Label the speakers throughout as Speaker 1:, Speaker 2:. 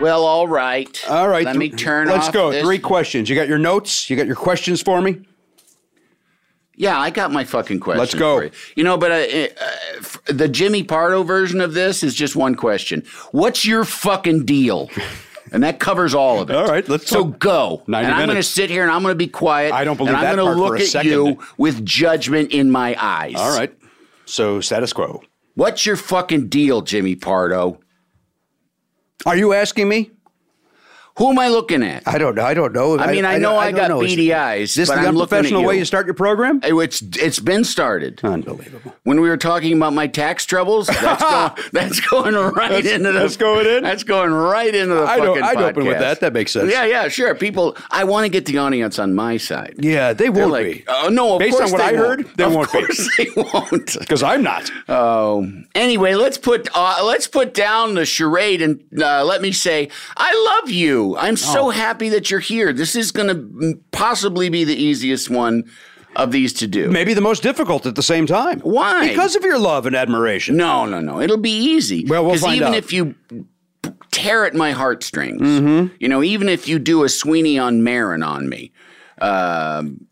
Speaker 1: Well, all right.
Speaker 2: All right.
Speaker 1: Let me turn
Speaker 2: Let's
Speaker 1: off
Speaker 2: go.
Speaker 1: this-
Speaker 2: Three questions. You got your notes? You got your questions for me?
Speaker 1: Yeah, I got my fucking question.
Speaker 2: Let's go.
Speaker 1: For you. you know, but uh, uh, f- the Jimmy Pardo version of this is just one question. What's your fucking deal? And that covers all of it.
Speaker 2: All right, let's
Speaker 1: so
Speaker 2: talk.
Speaker 1: go.
Speaker 2: 90
Speaker 1: and I'm going to
Speaker 2: minutes.
Speaker 1: sit here and I'm going to be quiet.
Speaker 2: I don't believe
Speaker 1: and I'm
Speaker 2: that
Speaker 1: gonna
Speaker 2: part for
Speaker 1: look
Speaker 2: a
Speaker 1: at
Speaker 2: second.
Speaker 1: you with judgment in my eyes.
Speaker 2: All right. So status quo.
Speaker 1: What's your fucking deal, Jimmy Pardo?
Speaker 2: Are you asking me?
Speaker 1: Who am I looking at?
Speaker 2: I don't know. I don't know.
Speaker 1: I mean, I know I,
Speaker 2: don't
Speaker 1: got
Speaker 2: know. Is-
Speaker 1: beady eyes.
Speaker 2: Is this
Speaker 1: but
Speaker 2: the
Speaker 1: I'm looking at
Speaker 2: unprofessional
Speaker 1: you.
Speaker 2: way you start your program?
Speaker 1: It's it's been started.
Speaker 2: Unbelievable.
Speaker 1: when we were talking about my tax troubles, that's, going, that's going right
Speaker 2: That's-
Speaker 1: into the.
Speaker 2: that's going in?
Speaker 1: That's going right into the.
Speaker 2: I
Speaker 1: fucking
Speaker 2: don't. I'd open with
Speaker 1: podcast.
Speaker 2: that. That makes sense.
Speaker 1: Yeah, yeah, sure. People, I want to get the audience on my side.
Speaker 2: Yeah, they
Speaker 1: They're
Speaker 2: won't
Speaker 1: like,
Speaker 2: be.
Speaker 1: oh no! Of
Speaker 2: Based
Speaker 1: course
Speaker 2: on what
Speaker 1: they
Speaker 2: I
Speaker 1: won't.
Speaker 2: heard, they
Speaker 1: of
Speaker 2: won't be.
Speaker 1: course They won't.
Speaker 2: Because I'm not.
Speaker 1: Oh, anyway, let's put uh, let's put down the charade and uh, let me say, I love you. I'm so
Speaker 2: Oh.
Speaker 1: happy that you're here. This is going to possibly be the easiest one of these to do.
Speaker 2: Maybe the most difficult at the same time.
Speaker 1: Why?
Speaker 2: Because of your love and admiration.
Speaker 1: No, no, no. It'll be easy.
Speaker 2: Well, we'll
Speaker 1: 'Cause
Speaker 2: find
Speaker 1: even
Speaker 2: out.
Speaker 1: if you tear at my heartstrings,
Speaker 2: Mm-hmm.
Speaker 1: you know, even if you do a Sweeney on Marin on me, um,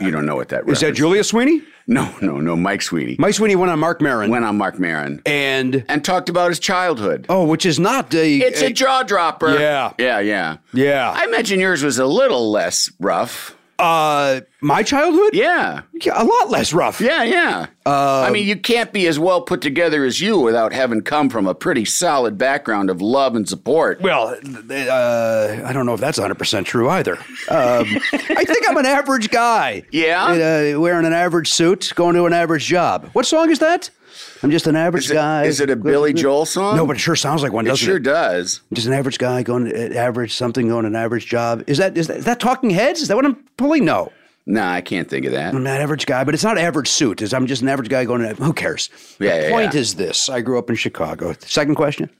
Speaker 1: you don't know what that
Speaker 2: Is that
Speaker 1: reference-
Speaker 2: Julia Sweeney?
Speaker 1: No, no, no. Mike Sweeney
Speaker 2: Mike Sweeney went on Mark Maron.
Speaker 1: went on Mark Marin
Speaker 2: and
Speaker 1: and talked about his childhood.
Speaker 2: oh, which is not a.
Speaker 1: It's a jaw dropper.
Speaker 2: Yeah.
Speaker 1: yeah, yeah,
Speaker 2: Yeah.
Speaker 1: I imagine yours was a little less rough.
Speaker 2: uh, my childhood.
Speaker 1: Yeah,
Speaker 2: Yeah, a lot less rough.
Speaker 1: yeah, yeah.
Speaker 2: Um,
Speaker 1: I mean, you can't be as well put together as you without having come from a pretty solid background of love and support.
Speaker 2: Well, th- th- uh, I don't know if that's 100% true either. Um, I think I'm an average guy.
Speaker 1: Yeah?
Speaker 2: Uh, wearing an average suit, going to an average job. What song is that? I'm just an average
Speaker 1: Is it-
Speaker 2: guy.
Speaker 1: Is it a Billy Joel song?
Speaker 2: No, but it sure sounds like one,
Speaker 1: it
Speaker 2: doesn't
Speaker 1: sure
Speaker 2: it?
Speaker 1: does.
Speaker 2: Just an average guy going to an average something, going to an average job. Is that, is that is that Talking Heads? Is that what I'm pulling? No,
Speaker 1: No, I can't think of that.
Speaker 2: I'm an average guy, but it's not average suit. It's, I'm just an average guy going to. Who cares?
Speaker 1: Yeah,
Speaker 2: the
Speaker 1: yeah,
Speaker 2: point
Speaker 1: yeah.
Speaker 2: is this: I grew up in Chicago. Second question.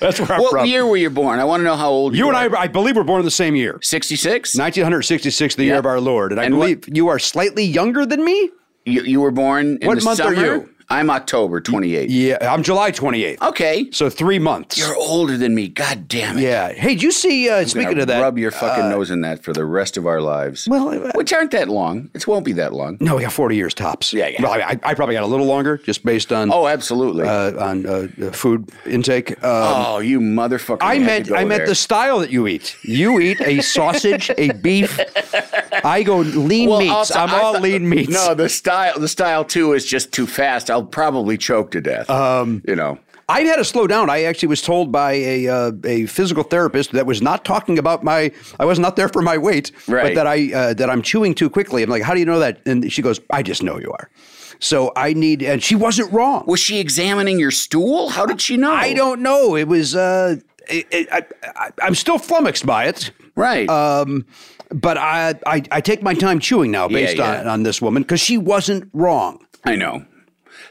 Speaker 2: that's where I'm
Speaker 1: What
Speaker 2: from.
Speaker 1: year were you born? I want to know how old you,
Speaker 2: You and
Speaker 1: are.
Speaker 2: I, I believe, we're born in the same year.
Speaker 1: 66?
Speaker 2: 1966, the
Speaker 1: Yeah.
Speaker 2: year of our Lord. And I
Speaker 1: And what-
Speaker 2: believe you are slightly younger than me?
Speaker 1: You, you were born in
Speaker 2: What
Speaker 1: the
Speaker 2: month are
Speaker 1: summer?
Speaker 2: you?
Speaker 1: I'm October 28.
Speaker 2: Yeah, I'm July 28th.
Speaker 1: Okay.
Speaker 2: So three months.
Speaker 1: Oh. You're older than me. God damn it.
Speaker 2: yeah. Hey, did you see, uh,
Speaker 1: I'm gonna
Speaker 2: speaking of that. uh,
Speaker 1: Rub your fucking nose in that for the rest of our lives.
Speaker 2: Well, uh, Mm.
Speaker 1: which aren't that long. It won't be that long.
Speaker 2: no, we got 40 years tops.
Speaker 1: Yeah, yeah.
Speaker 2: Well, I, I probably got a little longer just based on
Speaker 1: Oh, absolutely.
Speaker 2: uh, on uh, uh, food intake. Um,
Speaker 1: oh, you motherfucker.
Speaker 2: I
Speaker 1: had to
Speaker 2: meant
Speaker 1: go
Speaker 2: I meant
Speaker 1: there.
Speaker 2: the style that you eat. You eat a sausage, a beef. I go lean meats.
Speaker 1: also,
Speaker 2: I'm
Speaker 1: I
Speaker 2: all
Speaker 1: thought-
Speaker 2: lean meats.
Speaker 1: No, the style, the style too is just too fast. I'll probably choke to death. Um, you know,
Speaker 2: I had to slow down. I actually was told by a uh, a physical therapist that was not talking about my. I was not there for my weight,
Speaker 1: Right.
Speaker 2: but that I uh, that I'm chewing too quickly. I'm like, how do you know that? And she goes, I just know you are. So I need, and she wasn't wrong.
Speaker 1: was she examining your stool? How did she know?
Speaker 2: I don't know. It was. Uh, it, it, I, I, I'm still flummoxed by it.
Speaker 1: Right.
Speaker 2: Um, but I, I I take my time chewing now
Speaker 1: Yeah,
Speaker 2: based on
Speaker 1: yeah.
Speaker 2: on this woman because she wasn't wrong.
Speaker 1: I know.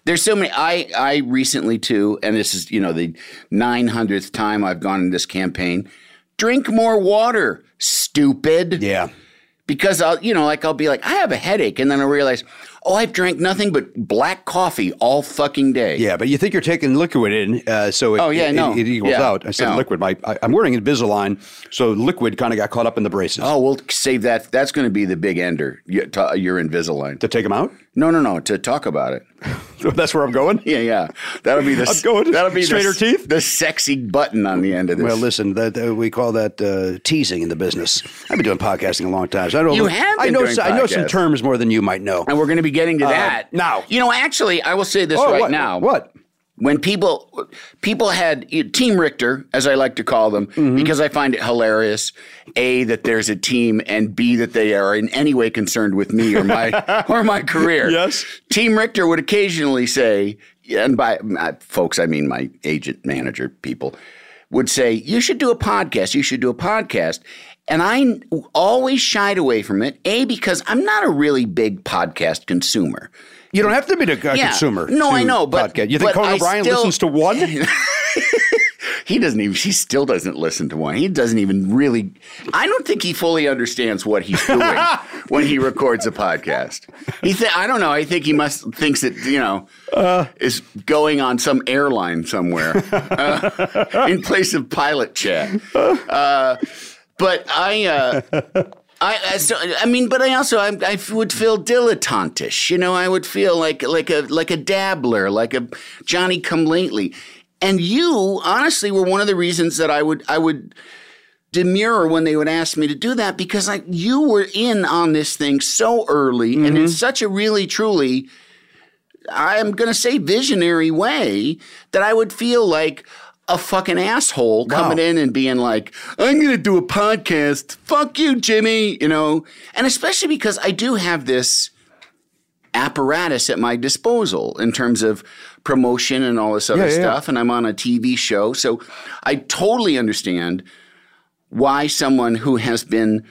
Speaker 1: There's so many. I I recently too, and this is you know the 900th time I've gone in this campaign. Drink more water, stupid.
Speaker 2: Yeah.
Speaker 1: Because I'll you know like I'll be like I have a headache, and then I will realize oh I've drank nothing but black coffee all fucking day.
Speaker 2: Yeah, but you think you're taking liquid in, uh, so it,
Speaker 1: Oh, yeah,
Speaker 2: it,
Speaker 1: no.
Speaker 2: it equals
Speaker 1: Yeah.
Speaker 2: out. I said
Speaker 1: No.
Speaker 2: liquid. My, I, I'm wearing Invisalign, so liquid kind of got caught up in the braces.
Speaker 1: Oh, we'll save that. That's going to be the big ender. Your, your Invisalign.
Speaker 2: To take them out?
Speaker 1: No, no, no. To talk about it.
Speaker 2: That's where I'm going.
Speaker 1: Yeah, yeah. That'll be the
Speaker 2: I'm going
Speaker 1: that'll be the-
Speaker 2: straighter teeth.
Speaker 1: The sexy button on the end of this.
Speaker 2: Well, listen, that uh, we call that uh, teasing in the business. I've been doing podcasting a long time. So I don't.
Speaker 1: You have
Speaker 2: I
Speaker 1: been
Speaker 2: know.
Speaker 1: doing
Speaker 2: so- I know some
Speaker 1: podcasts.
Speaker 2: terms more than you might know.
Speaker 1: and we're going to be getting to that
Speaker 2: Uh, now.
Speaker 1: You know, actually, I will say this
Speaker 2: Oh,
Speaker 1: right
Speaker 2: what-
Speaker 1: now.
Speaker 2: what?
Speaker 1: When people people had Team Richter, as I like to call them, because I find it hilarious. A that there's a team, and B that they are in any way concerned with me or my or my career.
Speaker 2: Yes.
Speaker 1: Team Richter would occasionally say, and by uh, folks I mean my agent, manager, people would say, "You should do a podcast. You should do a podcast." And I n- always shied away from it. A because I'm not a really big podcast consumer.
Speaker 2: You don't have to be a uh,
Speaker 1: Yeah.
Speaker 2: consumer.
Speaker 1: No,
Speaker 2: to
Speaker 1: I know, but-
Speaker 2: podcast. you think
Speaker 1: but
Speaker 2: Conan
Speaker 1: I
Speaker 2: O'Brien
Speaker 1: still-
Speaker 2: listens to one?
Speaker 1: He doesn't even. He still doesn't listen to one. He doesn't even really. I don't think he fully understands what he's doing when he records a podcast. He. Th- I don't know. I think he must thinks that you know is going on some airline somewhere uh, in place of pilot chat. Uh, but I. Uh, I, I, so, I mean, but I also I, I would feel dilettantish. You know, I would feel like like a like a dabbler, like a Johnny Come Lately. And you, honestly, were one of the reasons that I would I would demur when they would ask me to do that because like you were in on this thing so early and in such a really truly I'm going to say visionary way that I would feel like a fucking asshole coming in and being like, I'm going to do a podcast. Fuck you, Jimmy. You know, and especially because I do have this apparatus at my disposal in terms of promotion and all this other
Speaker 2: yeah, yeah.
Speaker 1: stuff. And I'm on a TV show. So I totally understand why someone who has been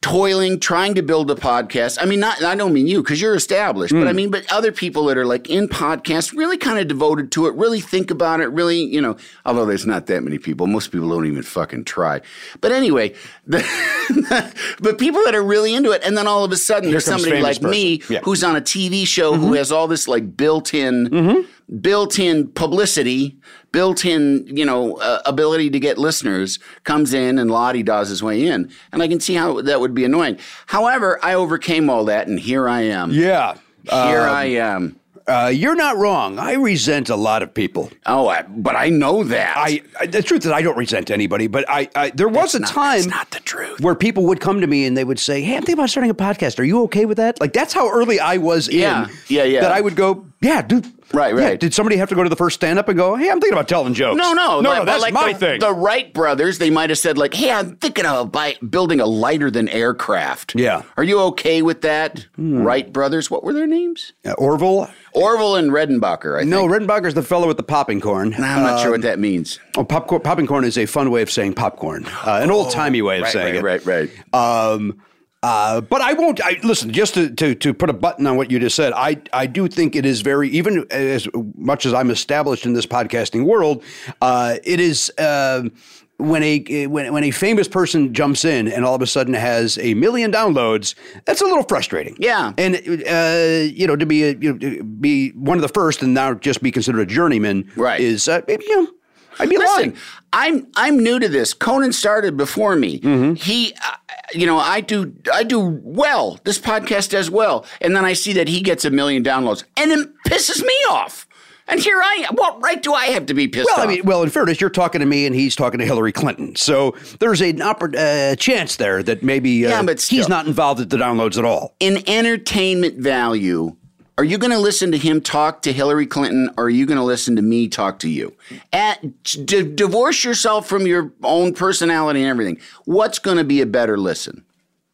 Speaker 1: toiling, trying to build a podcast. I mean, not I don't mean you because you're established, but I
Speaker 2: Hmm.
Speaker 1: mean, but other people that are like in podcasts, really kind of devoted to it, really think about it, really, you know. Although there's not that many people, most people don't even fucking try. But anyway, the, but people that are really into it, and then all of a sudden there's
Speaker 2: comes
Speaker 1: somebody
Speaker 2: famous
Speaker 1: like me
Speaker 2: person. Yeah. Mm-hmm.
Speaker 1: who's on a TV show who has all this like built-in, built-in publicity, built-in you know uh, ability to get listeners comes in and Lottie does his way in, and I can see how that would be annoying. However, I overcame all that, and here I am.
Speaker 2: yeah.
Speaker 1: Here I am.
Speaker 2: Uh, you're not wrong. I resent a lot of people.
Speaker 1: Oh, I, but I know that.
Speaker 2: I, I the truth is I don't resent anybody, but I, I there was a time
Speaker 1: That's not the truth.
Speaker 2: where people would come to me and they would say, "Hey, I'm thinking about starting a podcast. Are you okay with that?" Like that's how early I was
Speaker 1: Yeah.
Speaker 2: in.
Speaker 1: Yeah, yeah.
Speaker 2: That I would go, "Yeah, dude."
Speaker 1: Right,
Speaker 2: yeah."
Speaker 1: right.
Speaker 2: Did somebody have to go to the first stand up and go, "Hey, I'm thinking about telling jokes"?
Speaker 1: No, no,
Speaker 2: no,
Speaker 1: like-
Speaker 2: no
Speaker 1: but
Speaker 2: that's
Speaker 1: like
Speaker 2: my
Speaker 1: the,
Speaker 2: thing.
Speaker 1: The Wright brothers, they might have said like, "Hey, I'm thinking of buy, building a lighter than aircraft."
Speaker 2: Yeah. Hmm.
Speaker 1: are you okay with that? Wright brothers, what were their names?
Speaker 2: Uh, Orville.
Speaker 1: Orville and Redenbacher. I think.
Speaker 2: No, Redenbacher's the fellow with the popping corn. Uh,
Speaker 1: I'm not sure what that means.
Speaker 2: Oh, popcorn, popping corn is a fun way of saying popcorn, uh, an old timey way of saying
Speaker 1: Right,
Speaker 2: it.
Speaker 1: right, right.
Speaker 2: Um, uh, but I won't. I, listen, just to, to to put a button on what you just said, I I do think it is very even as much as I'm established in this podcasting world, uh, it is. um when a when, when a famous person jumps in and all of a sudden has a million downloads, that's a little frustrating.
Speaker 1: Yeah.
Speaker 2: and uh, you know to be a, you know, to be one of the first and now just be considered a journeyman,
Speaker 1: Right.
Speaker 2: Is uh, you know, I'd be lying.
Speaker 1: Listen, I'm I'm new to this. Conan started before me.
Speaker 2: Mm-hmm.
Speaker 1: He, uh, you know, I do I do well. This podcast does well, and then I see that he gets a million downloads, and it pisses me off. And here I am. What right do I have to be pissed
Speaker 2: Well,
Speaker 1: off?
Speaker 2: I mean, well, in fairness, you're talking to me, and he's talking to Hillary Clinton. So there's an oppor- uh, chance there that maybe uh,
Speaker 1: Yeah, but
Speaker 2: he's
Speaker 1: still.
Speaker 2: not involved at the downloads at all.
Speaker 1: in entertainment value, are you going to listen to him talk to Hillary Clinton or are you going to listen to me talk to you? At, d- divorce yourself from your own personality and everything. What's going to be a better listen?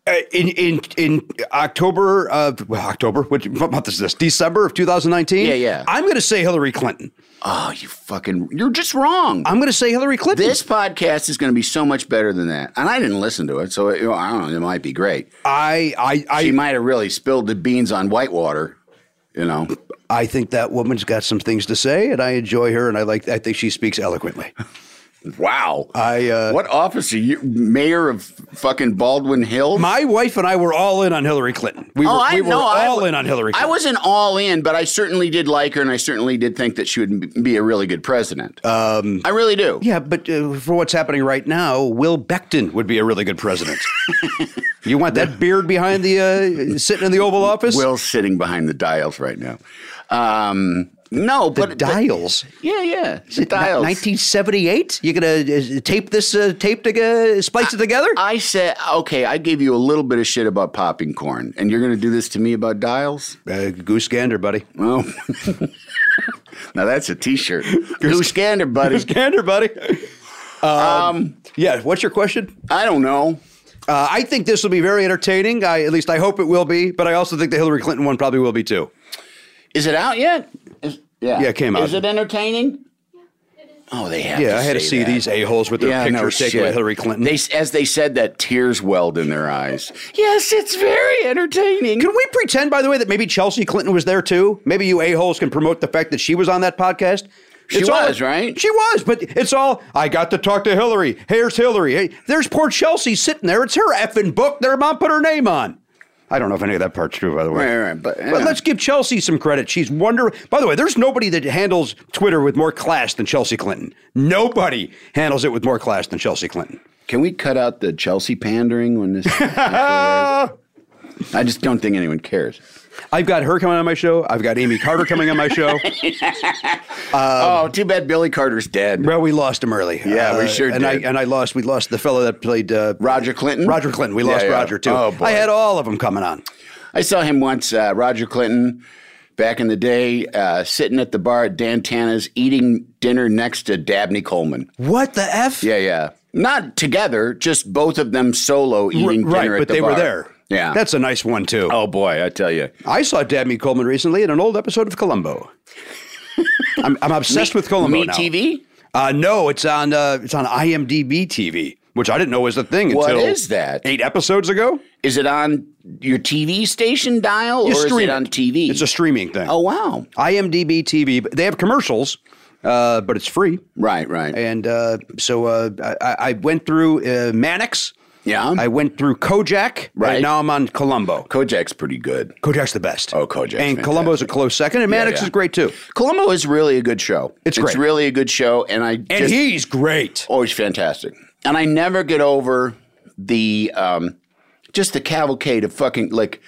Speaker 2: Uh, in in in October of well, October, which what month is this? December of 2019.
Speaker 1: Yeah, yeah.
Speaker 2: I'm going to say Hillary Clinton.
Speaker 1: Oh, you fucking, you're just wrong.
Speaker 2: I'm going to say Hillary Clinton.
Speaker 1: this podcast is going to be so much better than that. And I didn't listen to it, so you know, I don't know, it might be great.
Speaker 2: I I I,
Speaker 1: She might have really spilled the beans on Whitewater, you know.
Speaker 2: I think that woman's got some things to say, and I enjoy her, and I like. I think she speaks eloquently.
Speaker 1: Wow.
Speaker 2: I, uh,
Speaker 1: what office are you? Mayor of fucking Baldwin Hills?
Speaker 2: My wife and I were all in on Hillary Clinton. We were, we were
Speaker 1: know, Oh, I
Speaker 2: all
Speaker 1: wa-
Speaker 2: in on Hillary
Speaker 1: I
Speaker 2: Clinton.
Speaker 1: wasn't all in, but I certainly did like her, and I certainly did think that she would m- be a really good president. Um, I really do.
Speaker 2: yeah, but uh, for what's happening right now, Will Beckton would be a really good president. you want that beard behind the uh, sitting in the Oval Office?
Speaker 1: Will's sitting behind the dials right now. Um, no,
Speaker 2: the
Speaker 1: but
Speaker 2: dials.
Speaker 1: but- yeah, yeah, the dials.
Speaker 2: 1978. You're gonna uh, tape this uh, tape to uh, splice it together.
Speaker 1: I said, okay, I gave you a little bit of shit about popping corn, and you're going to do this to me about dials?
Speaker 2: Uh, goose gander, buddy.
Speaker 1: Well, now that's a T-shirt. Goose gander, buddy.
Speaker 2: Gander, buddy.
Speaker 1: Um,
Speaker 2: Yeah. What's your question?
Speaker 1: I don't know.
Speaker 2: Uh, I think this will be very entertaining. I, at least I hope it will be. But I also think the Hillary Clinton one probably will be too.
Speaker 1: Is it out yet? Is, yeah,
Speaker 2: Yeah, it came out.
Speaker 1: Is it entertaining? Oh, they have.
Speaker 2: Yeah,
Speaker 1: to
Speaker 2: I had to
Speaker 1: say
Speaker 2: see
Speaker 1: that.
Speaker 2: these a holes with their
Speaker 1: Yeah, no
Speaker 2: pictures taken
Speaker 1: shit.
Speaker 2: with Hillary Clinton.
Speaker 1: They, as they said that, tears welled in their eyes. Yes, it's very entertaining.
Speaker 2: can we pretend, by the way, that maybe Chelsea Clinton was there too? Maybe you a holes can promote the fact that she was on that podcast.
Speaker 1: She
Speaker 2: all-
Speaker 1: was, right?
Speaker 2: She was, but it's all. I got to talk to Hillary. Here's Hillary. Hey, there's poor Chelsea sitting there. It's her effing book. Their mom put her name on. I don't know if any of that part's true, by the way.
Speaker 1: Right, right, but, you
Speaker 2: But
Speaker 1: know.
Speaker 2: let's give Chelsea some credit. She's wonder. By the way, there's nobody that handles Twitter with more class than Chelsea Clinton. Nobody handles it with more class than Chelsea Clinton.
Speaker 1: Can we cut out the Chelsea pandering when this? I just don't think anyone cares.
Speaker 2: I've got her coming on my show. I've got Amy Carter coming on my show.
Speaker 1: oh, too bad Billy Carter's dead.
Speaker 2: Well, we lost him early. Uh,
Speaker 1: Yeah, we sure
Speaker 2: and
Speaker 1: did.
Speaker 2: I and I lost. We lost the fellow that played uh,
Speaker 1: Roger Clinton?
Speaker 2: Roger Clinton. We
Speaker 1: Yeah,
Speaker 2: lost
Speaker 1: yeah.
Speaker 2: Roger too.
Speaker 1: Oh, boy.
Speaker 2: I had all of them coming on.
Speaker 1: I saw him once, uh, Roger Clinton, back in the day, uh, sitting at the bar at Dan Tana's eating dinner next to Dabney Coleman.
Speaker 2: What the f?
Speaker 1: Yeah, yeah. Not together, just both of them solo
Speaker 2: R-
Speaker 1: eating
Speaker 2: right.
Speaker 1: dinner at
Speaker 2: but
Speaker 1: the
Speaker 2: they were
Speaker 1: bar.
Speaker 2: there.
Speaker 1: Yeah.
Speaker 2: that's a nice one too.
Speaker 1: oh boy, I tell you.
Speaker 2: I saw Dabney Coleman recently in an old episode of Columbo. I'm, I'm obsessed with Columbo
Speaker 1: Me
Speaker 2: now.
Speaker 1: TV?
Speaker 2: Uh, no, it's on uh, it's on IMDb TV, which I didn't know was a thing
Speaker 1: What
Speaker 2: until
Speaker 1: is that?
Speaker 2: eight episodes ago.
Speaker 1: Is it on your TV station dial
Speaker 2: You
Speaker 1: or is
Speaker 2: stream
Speaker 1: it on TV?
Speaker 2: It's a streaming thing.
Speaker 1: Oh wow.
Speaker 2: IMDb TV. but They have commercials, uh, but it's free.
Speaker 1: Right, right.
Speaker 2: And uh, so uh, I, I went through uh, Mannix.
Speaker 1: yeah.
Speaker 2: I went through Kojak.
Speaker 1: Um, Right.
Speaker 2: And now I'm on Columbo.
Speaker 1: Kojak's pretty good.
Speaker 2: Kojak's the best.
Speaker 1: Oh, Kojak's
Speaker 2: And Columbo's a close second. And Mannix
Speaker 1: yeah.
Speaker 2: is great too.
Speaker 1: Columbo is really a good show.
Speaker 2: It's great.
Speaker 1: It's really a good show and I
Speaker 2: And
Speaker 1: just
Speaker 2: he's great.
Speaker 1: always fantastic. And I never get over the um, just the cavalcade of fucking like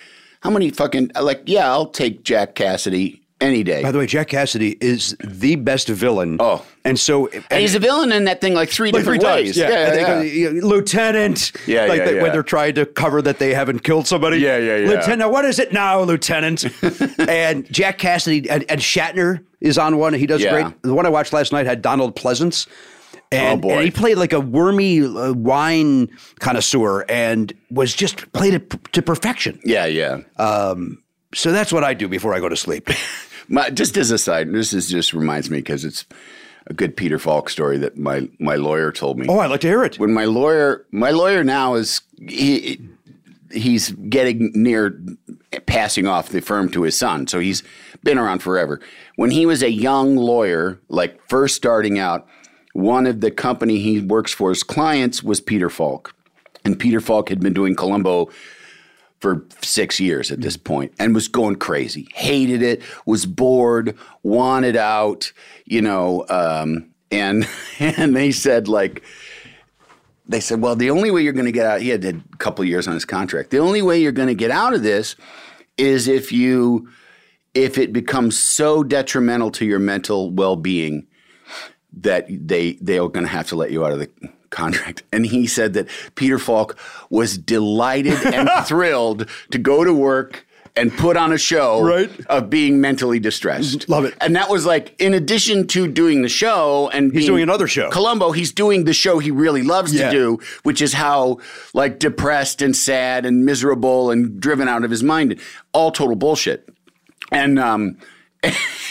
Speaker 1: how many fucking like yeah, I'll take Jack Cassidy any day.
Speaker 2: By the way, Jack Cassidy is the best villain.
Speaker 1: Oh.
Speaker 2: And so.
Speaker 1: And he's a villain in that thing like three
Speaker 2: Like
Speaker 1: different
Speaker 2: times,
Speaker 1: ways.
Speaker 2: yeah. uh, And they go, you know, Lieutenant.
Speaker 1: Yeah,
Speaker 2: like
Speaker 1: yeah,
Speaker 2: that,
Speaker 1: yeah.
Speaker 2: When they're trying to cover that they haven't killed somebody.
Speaker 1: Yeah, yeah, yeah.
Speaker 2: Lieutenant, what is it now, Lieutenant? and Jack Cassidy and, and Shatner is on one. and He does
Speaker 1: Yeah. Oh,
Speaker 2: great. The one I watched last night had Donald Pleasance. And,
Speaker 1: boy.
Speaker 2: and he played like a wormy uh, wine connoisseur and was just played it p- to perfection.
Speaker 1: yeah, yeah.
Speaker 2: Uh, So that's what I do before I go to sleep.
Speaker 1: My, just as a side, this is just reminds me because it's a good Peter Falk story that my my lawyer told me.
Speaker 2: oh, I'd like to hear it.
Speaker 1: when my lawyer, my lawyer now is he, he's getting near passing off the firm to his son, so he's been around forever. When he was a young lawyer, like first starting out, one of the company he works for's clients was Peter Falk, and Peter Falk had been doing Columbo for six years at this point and was going crazy. Hated it, was bored, wanted out, you know. Um, and and they said like they said, well, the only way you're going to get out. He had a couple years on his contract. The only way you're going to get out of this is if you if it becomes so detrimental to your mental well being that they they are going to have to let you out of the contract. And he said that Peter Falk was delighted and thrilled to go to work and put on a show
Speaker 2: Right.
Speaker 1: of being mentally distressed.
Speaker 2: Love it.
Speaker 1: And that was like in addition to doing the show and
Speaker 2: He's
Speaker 1: being-
Speaker 2: doing another show.
Speaker 1: Columbo, he's doing the show he really loves
Speaker 2: Yeah.
Speaker 1: to do, which is how like depressed and sad and miserable and driven out of his mind. All total bullshit. And um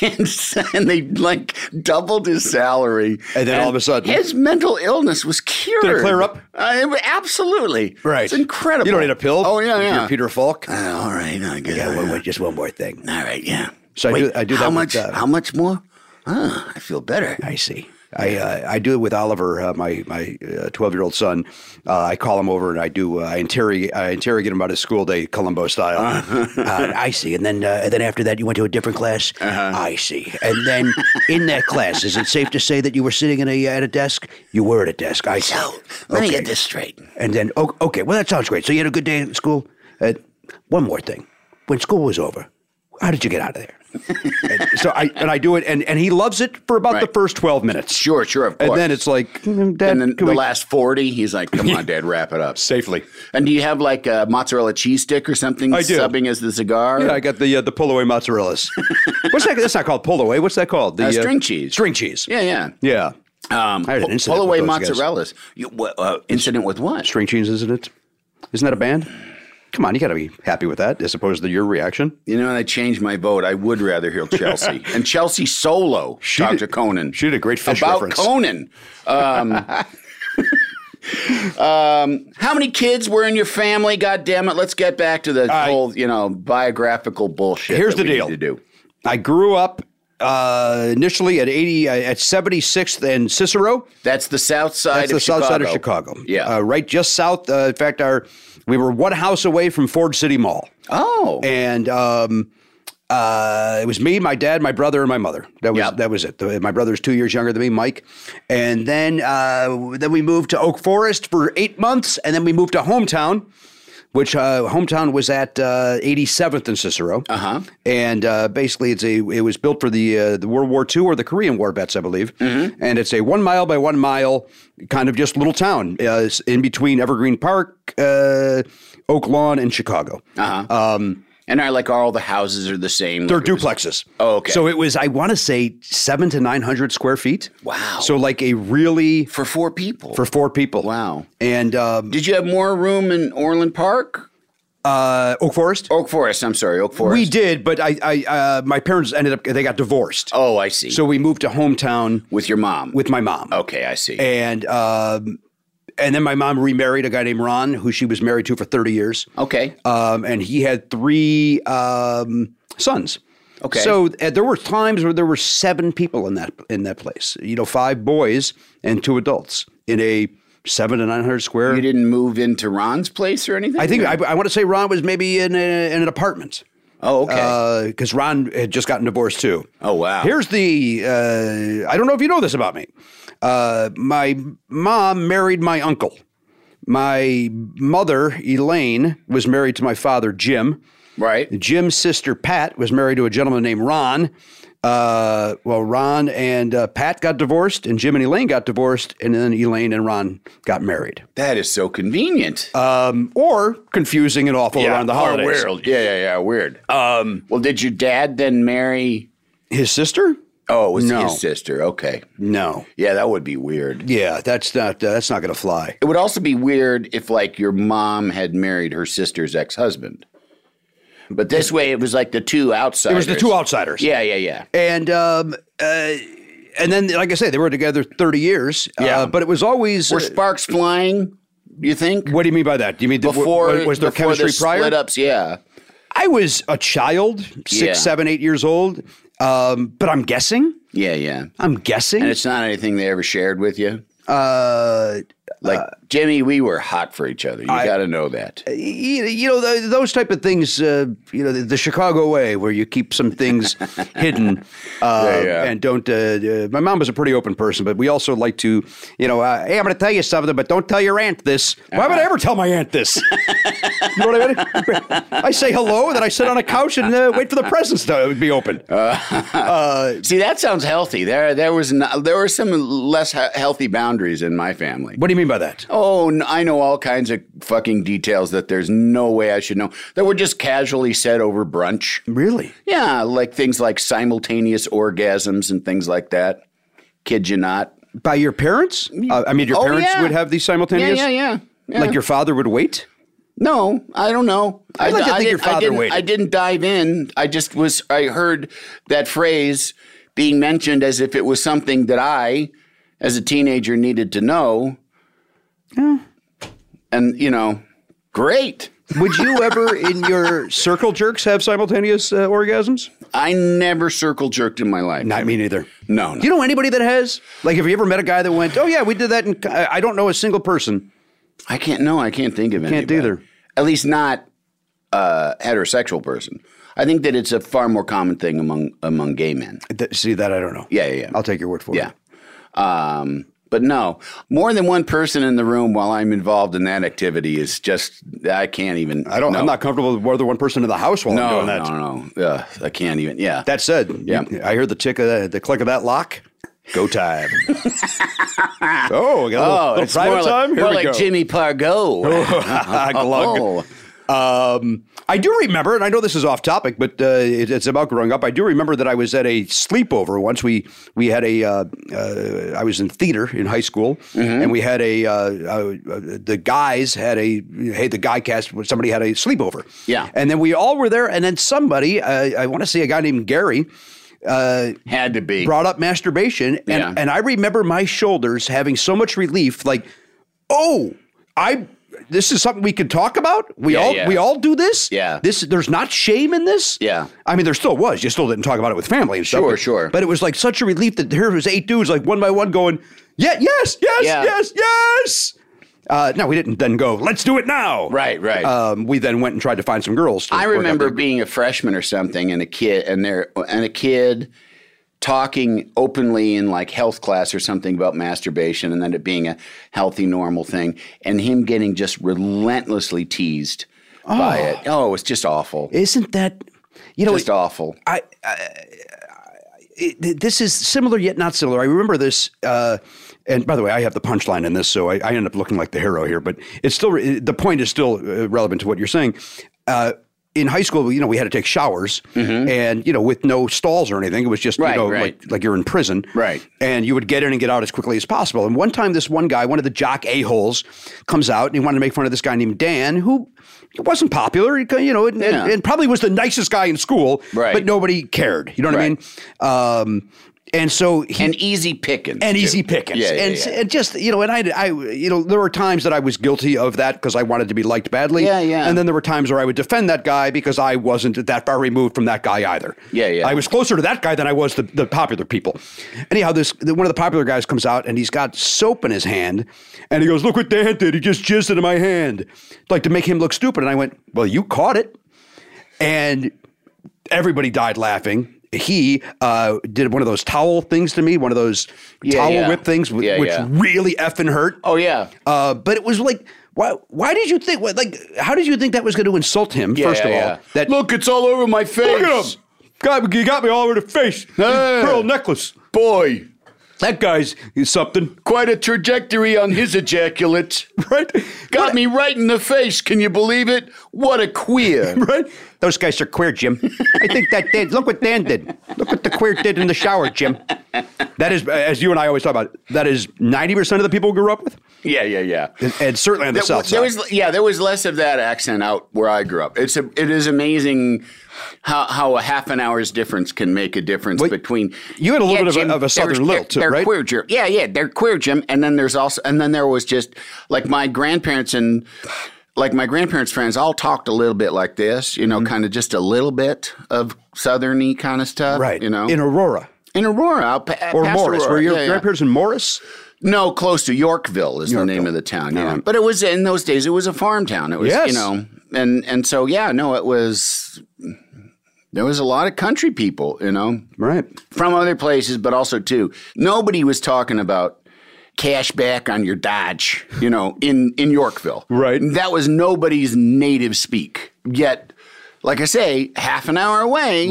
Speaker 1: and, and they like doubled his salary.
Speaker 2: And then all of a sudden-
Speaker 1: his mental illness was cured.
Speaker 2: clear up?
Speaker 1: Uh, it wa- absolutely.
Speaker 2: Right.
Speaker 1: It's incredible.
Speaker 2: You don't need a pill.
Speaker 1: Oh yeah,
Speaker 2: You're
Speaker 1: yeah.
Speaker 2: Peter Falk.
Speaker 1: Uh, all right. I guess.
Speaker 2: Yeah, wait, wait, just one more thing.
Speaker 1: All right. Yeah.
Speaker 2: So I do- I do
Speaker 1: how
Speaker 2: that with,
Speaker 1: much?
Speaker 2: uh,
Speaker 1: how much more? Ah, I feel better.
Speaker 2: I see. I uh, I do it with Oliver, uh, my my twelve year old son. Uh, I call him over and I do uh, I interrogate I interrogate him about his school day, Columbo style.
Speaker 1: Uh-huh.
Speaker 2: Uh, I see, and then uh, and then after that you went to a different class.
Speaker 1: Uh-huh.
Speaker 2: I see, and then in that class, is it safe to say that you were sitting in a uh, at a desk? You were at a desk. I see.
Speaker 1: So, let me
Speaker 2: Okay.
Speaker 1: get this straight.
Speaker 2: And then, oh, okay, well, that sounds great. So you had a good day at school. Uh, one more thing. When school was over, how did you get out of there? And so I and I do it, and, and he loves it for about the
Speaker 1: Right.
Speaker 2: first twelve minutes.
Speaker 1: Sure, sure, of
Speaker 2: And
Speaker 1: course.
Speaker 2: then it's like, mm, Dad,
Speaker 1: and then
Speaker 2: can
Speaker 1: the
Speaker 2: we-
Speaker 1: last 40, he's like, come on, Dad, wrap it up.
Speaker 2: safely.
Speaker 1: And do you have like a mozzarella cheese stick or something
Speaker 2: I do.
Speaker 1: subbing as the cigar?
Speaker 2: Yeah, I got the uh, the pull away mozzarellas. What's that? That's not called pull away. What's that called? The
Speaker 1: Uh, string cheese.
Speaker 2: String cheese.
Speaker 1: yeah, yeah.
Speaker 2: Yeah.
Speaker 1: Um,
Speaker 2: I had an
Speaker 1: pu-
Speaker 2: incident
Speaker 1: pull away
Speaker 2: with those guys.
Speaker 1: mozzarellas. You, wha- uh, incident with what?
Speaker 2: String cheese, isn't it? Isn't that a band? Come on, you got to be happy with that as opposed to your reaction.
Speaker 1: You know, and I changed my vote. I would rather hear Chelsea and Chelsea solo.
Speaker 2: She
Speaker 1: Dr.
Speaker 2: did-
Speaker 1: Conan.
Speaker 2: she did a great fish
Speaker 1: about
Speaker 2: reference.
Speaker 1: Conan. Um, um, how many kids were in your family? God damn it! Let's get back to the
Speaker 2: I-
Speaker 1: whole, you know, biographical bullshit.
Speaker 2: Here's
Speaker 1: that
Speaker 2: the
Speaker 1: we need
Speaker 2: deal.
Speaker 1: to do.
Speaker 2: I grew up uh, initially at 80 uh, at 76th and Cicero.
Speaker 1: That's the South Side.
Speaker 2: That's
Speaker 1: of
Speaker 2: the
Speaker 1: Chicago.
Speaker 2: south side of Chicago.
Speaker 1: Yeah.
Speaker 2: uh, right, just south. Uh, in fact, our we were one house away from Ford City Mall,
Speaker 1: oh,
Speaker 2: and um, uh, it was me, my dad, my brother, and my mother. That was
Speaker 1: Yeah.
Speaker 2: that was it. The- my brother's two years younger than me, Mike, and then uh, then we moved to Oak Forest for eight months, and then we moved to hometown. Which uh, hometown was at uh, 87th and Cicero, uh-huh. and uh, basically it's a it was built for the uh, the World War II or the Korean War vets, I believe, and it's a one mile by one mile kind of just little town uh, it's in between Evergreen Park, uh, Oak Lawn, and Chicago.
Speaker 1: and I like all the houses are the same.
Speaker 2: They're
Speaker 1: Like it was-
Speaker 2: duplexes.
Speaker 1: Oh, okay.
Speaker 2: So it was, I want to say, seven to nine hundred square feet.
Speaker 1: Wow.
Speaker 2: So like a really
Speaker 1: for four people.
Speaker 2: for four people.
Speaker 1: Wow.
Speaker 2: And um,
Speaker 1: Did you have more room in Orland Park?
Speaker 2: uh, Oak Forest.
Speaker 1: Oak Forest. I'm sorry, Oak Forest.
Speaker 2: we did, but I, I, uh, my parents ended up they got divorced.
Speaker 1: Oh, I see.
Speaker 2: So we moved to hometown
Speaker 1: with your mom.
Speaker 2: with my mom.
Speaker 1: Okay, I see.
Speaker 2: And um, and then my mom remarried a guy named Ron, who she was married to for thirty years.
Speaker 1: okay.
Speaker 2: um, and he had three um, sons.
Speaker 1: Okay.
Speaker 2: So uh, there were times where there were seven people in that in that place. You know, five boys and two adults in a seven to nine hundred square.
Speaker 1: you didn't move into Ron's place or anything?
Speaker 2: I think
Speaker 1: Or-
Speaker 2: I, I want to say Ron was maybe in, a, in an apartment
Speaker 1: Oh, okay.
Speaker 2: because Ron had just gotten divorced too.
Speaker 1: Oh, wow.
Speaker 2: Here's the uh, I don't know if you know this about me. Uh, my mom married my uncle. My mother Elaine was married to my father Jim.
Speaker 1: right.
Speaker 2: Jim's sister Pat was married to a gentleman named Ron. Uh, well, Ron and uh, Pat got divorced, and Jim and Elaine got divorced, and then Elaine and Ron got married.
Speaker 1: That is so convenient.
Speaker 2: Or confusing and awful around Uh, the
Speaker 1: oh,
Speaker 2: holidays.
Speaker 1: weird. Yeah, yeah, yeah. Weird. Um. Well, did your dad then marry?
Speaker 2: His sister?
Speaker 1: Oh, it was
Speaker 2: No.
Speaker 1: his sister. Okay.
Speaker 2: No.
Speaker 1: Yeah, that would be weird.
Speaker 2: Yeah, that's not uh, that's not going to fly.
Speaker 1: It would also be weird if like your mom had married her sister's ex-husband. But this way, it was like the two
Speaker 2: It
Speaker 1: outsiders.
Speaker 2: was the two outsiders.
Speaker 1: Yeah, yeah, yeah.
Speaker 2: and um, uh, and then like I say, they were together thirty years.
Speaker 1: Yeah.
Speaker 2: uh, but it was always.
Speaker 1: Were
Speaker 2: uh,
Speaker 1: sparks flying? You think?
Speaker 2: what do you mean by that? Do you mean that-
Speaker 1: before
Speaker 2: wa- was there
Speaker 1: before
Speaker 2: chemistry
Speaker 1: the
Speaker 2: prior?
Speaker 1: Split ups, yeah.
Speaker 2: I was a child, six,
Speaker 1: Yeah.
Speaker 2: seven, eight years old. Um, but I'm guessing.
Speaker 1: Yeah, yeah.
Speaker 2: I'm guessing.
Speaker 1: And it's not anything they ever shared with you.
Speaker 2: uh, Uh,
Speaker 1: Like Jimmy, we were hot for each other. You got to know that.
Speaker 2: y- you, know, th those type of things. Uh, you know, the, the Chicago way, where you keep some things hidden uh,
Speaker 1: Yeah, yeah.
Speaker 2: and don't. Uh, uh, my mom was a pretty open person, but we also like to, you know, uh, hey, I'm going to tell you something, but don't tell your aunt this. Why would I
Speaker 1: Uh-huh.
Speaker 2: ever tell my aunt this? you know what I mean? I say hello, and then I sit on a couch and uh, wait for the presents to be open.
Speaker 1: Uh, See, that sounds healthy. There, there was not, there were some less he- healthy boundaries in my family.
Speaker 2: what do you mean by that?
Speaker 1: Oh, n- I know all kinds of fucking details that there's no way I should know that were just casually said over brunch.
Speaker 2: Really?
Speaker 1: Yeah, like things like simultaneous orgasms and things like that. Kid you not?
Speaker 2: By your parents? Uh, I mean, your
Speaker 1: Oh,
Speaker 2: parents
Speaker 1: yeah.
Speaker 2: would have these simultaneous.
Speaker 1: yeah, yeah, yeah.
Speaker 2: Like your father would wait.
Speaker 1: No, I don't know. I
Speaker 2: like to think your
Speaker 1: didn't- I
Speaker 2: father
Speaker 1: didn't,
Speaker 2: waited.
Speaker 1: I didn't dive in. I just was. I heard that phrase being mentioned as if it was something that I, as a teenager, needed to know. And you know, great.
Speaker 2: Would you ever in your circle jerks have simultaneous uh, orgasms?
Speaker 1: I never circle jerked in my life.
Speaker 2: Not me neither.
Speaker 1: No, no.
Speaker 2: You know anybody that has? Like, have you ever met a guy that went, "Oh yeah, we did that"? In, I I don't know a single person.
Speaker 1: I can't. No, I can't think of
Speaker 2: Can't
Speaker 1: anybody.
Speaker 2: either.
Speaker 1: At least not uh, heterosexual person. I think that it's a far more common thing among among gay men.
Speaker 2: Th- see that? I don't know.
Speaker 1: Yeah, yeah, yeah.
Speaker 2: I'll take your word for
Speaker 1: Yeah.
Speaker 2: it.
Speaker 1: Um, but no, more than one person in the room while I'm involved in that activity is just I can't even.
Speaker 2: I don't.
Speaker 1: No,
Speaker 2: I'm not comfortable with more than one person in the house while
Speaker 1: No,
Speaker 2: I'm doing that.
Speaker 1: no, no. Ugh, I can't even. Yeah.
Speaker 2: That said,
Speaker 1: Yeah.
Speaker 2: you- I heard the tick of the, the click of that lock. Go time. oh, we got a little, little
Speaker 1: it's
Speaker 2: private
Speaker 1: more like,
Speaker 2: time. Here
Speaker 1: more
Speaker 2: we
Speaker 1: like
Speaker 2: go. Oh,
Speaker 1: Jimmy Pargo. Oh,
Speaker 2: Glug. Um, I do remember, and I know this is off topic, but uh, it, it's about growing up. I do remember that I was at a sleepover once. We we had a uh, uh, I was in theater in high school, and we had a uh, uh, the guys had a hey the guy cast somebody had a sleepover.
Speaker 1: Yeah.
Speaker 2: and then we all were there, and then somebody uh, I want to say a guy named Gary
Speaker 1: Had to be.
Speaker 2: brought up masturbation and,
Speaker 1: Yeah.
Speaker 2: and I remember my shoulders having so much relief like oh I this is something we can talk about we
Speaker 1: Yeah,
Speaker 2: all
Speaker 1: yeah.
Speaker 2: we all do this
Speaker 1: Yeah.
Speaker 2: this there's not shame in this
Speaker 1: Yeah.
Speaker 2: I mean there still was you still didn't talk about it with family and stuff
Speaker 1: Sure,
Speaker 2: but,
Speaker 1: sure.
Speaker 2: but it was like such a relief that here was eight dudes like one by one going yeah yes yes
Speaker 1: Yeah.
Speaker 2: yes yes uh, no we didn't then go let's do it now
Speaker 1: Right, right.
Speaker 2: um, we then went and tried to find some girls to
Speaker 1: I
Speaker 2: work out
Speaker 1: remember
Speaker 2: the-
Speaker 1: being a freshman or something, and a kid, and there, and a kid talking openly in like health class or something about masturbation, and then it being a healthy, normal thing, and him getting just relentlessly teased by it. Oh, it's just awful.
Speaker 2: isn't that you know
Speaker 1: just awful.
Speaker 2: I, I, it, th- this is similar yet not similar. I remember this, uh, and by the way, I have the punchline in this, so I, I end up looking like the hero here. But it's still re- the point is still uh, relevant to what you're saying. Uh, in high school, you know, we had to take showers, and you know, with no stalls or anything, it was just
Speaker 1: Mm-hmm. Right,
Speaker 2: you know,
Speaker 1: right.
Speaker 2: like like you're in prison,
Speaker 1: Right.
Speaker 2: And you would get in and get out as quickly as possible. And one time, this one guy, one of the jock a holes, comes out and he wanted to make fun of this guy named Dan, who wasn't popular, you know, and, and-
Speaker 1: Yeah.
Speaker 2: and probably was the nicest guy in school,
Speaker 1: Right.
Speaker 2: But nobody cared. You know what I mean? Um, and so he
Speaker 1: and easy pickings.
Speaker 2: and
Speaker 1: too.
Speaker 2: easy pickings,
Speaker 1: Yeah, yeah,
Speaker 2: and,
Speaker 1: yeah.
Speaker 2: and just you know, and I, I, you know, there were times that I was guilty of that because I wanted to be liked badly.
Speaker 1: Yeah, yeah.
Speaker 2: And then there were times where I would defend that guy because I wasn't that far removed from that guy either.
Speaker 1: Yeah, yeah.
Speaker 2: I was closer to that guy than I was the, the popular people. Anyhow, this the- one of the popular guys comes out and he's got soap in his hand, and he goes, "Look what Dan did! He just jizzed into my hand," like to make him look stupid. And I went, "Well, you caught it." and everybody died laughing. He uh, did one of those towel things to me, one of those
Speaker 1: Yeah,
Speaker 2: towel
Speaker 1: yeah.
Speaker 2: whip things, wh-
Speaker 1: Yeah,
Speaker 2: which
Speaker 1: yeah.
Speaker 2: really effing hurt.
Speaker 1: oh yeah.
Speaker 2: Uh, but it was like, why? Why did you think? what- Like, how did you think that was going to insult him?
Speaker 1: Yeah,
Speaker 2: first of
Speaker 1: yeah,
Speaker 2: all,
Speaker 1: yeah.
Speaker 2: that
Speaker 1: look, it's all over my face.
Speaker 2: look at him. God, you got me all over the face.
Speaker 1: Hey.
Speaker 2: Pearl necklace.
Speaker 1: boy.
Speaker 2: That guy's he's something,
Speaker 1: Quite a trajectory on his ejaculate.
Speaker 2: right?
Speaker 1: Got me right in the face. Can you believe it? What a queer.
Speaker 2: Right? Those guys are queer, Jim. I think that Dan, look what Dan did. Look what the queer did in the shower, Jim. That is, uh, as you and I always talk about, that is 90% of the people we grew up with,
Speaker 1: yeah, yeah, yeah.
Speaker 2: and, and certainly on the
Speaker 1: There-
Speaker 2: South
Speaker 1: there
Speaker 2: Side.
Speaker 1: was yeah, there was less of that accent out where I grew up. It's a, it is amazing how how a half an hour's difference can make a difference
Speaker 2: Well,
Speaker 1: between
Speaker 2: you had a little bit of a-
Speaker 1: Jim,
Speaker 2: of a Southern
Speaker 1: they're-
Speaker 2: lilt, too,
Speaker 1: they're
Speaker 2: right?
Speaker 1: Queer Jim, yeah, yeah, they're queer Jim, and then there's also and then there was just like my grandparents and. Like my grandparents' friends all talked a little bit like this, you know,
Speaker 2: Mm-hmm.
Speaker 1: kind of just a little bit of southerny kind of stuff,
Speaker 2: right.
Speaker 1: You know,
Speaker 2: In Aurora.
Speaker 1: in Aurora out pa-
Speaker 2: Or
Speaker 1: past
Speaker 2: Morris.
Speaker 1: Aurora.
Speaker 2: Were your
Speaker 1: Yeah, yeah.
Speaker 2: grandparents in Morris?
Speaker 1: No, close to Yorkville is the name of the town. Yeah, but it was in those days. It was a farm town. It was
Speaker 2: Yes.
Speaker 1: you know, and and so yeah, no, it was. There was a lot of country people, you know,
Speaker 2: Right.
Speaker 1: from other places, but also too. Nobody was talking about cash back on your Dodge, you know, in in Yorkville.
Speaker 2: Right.
Speaker 1: That was nobody's native speak. Yet, like I say, half an hour away.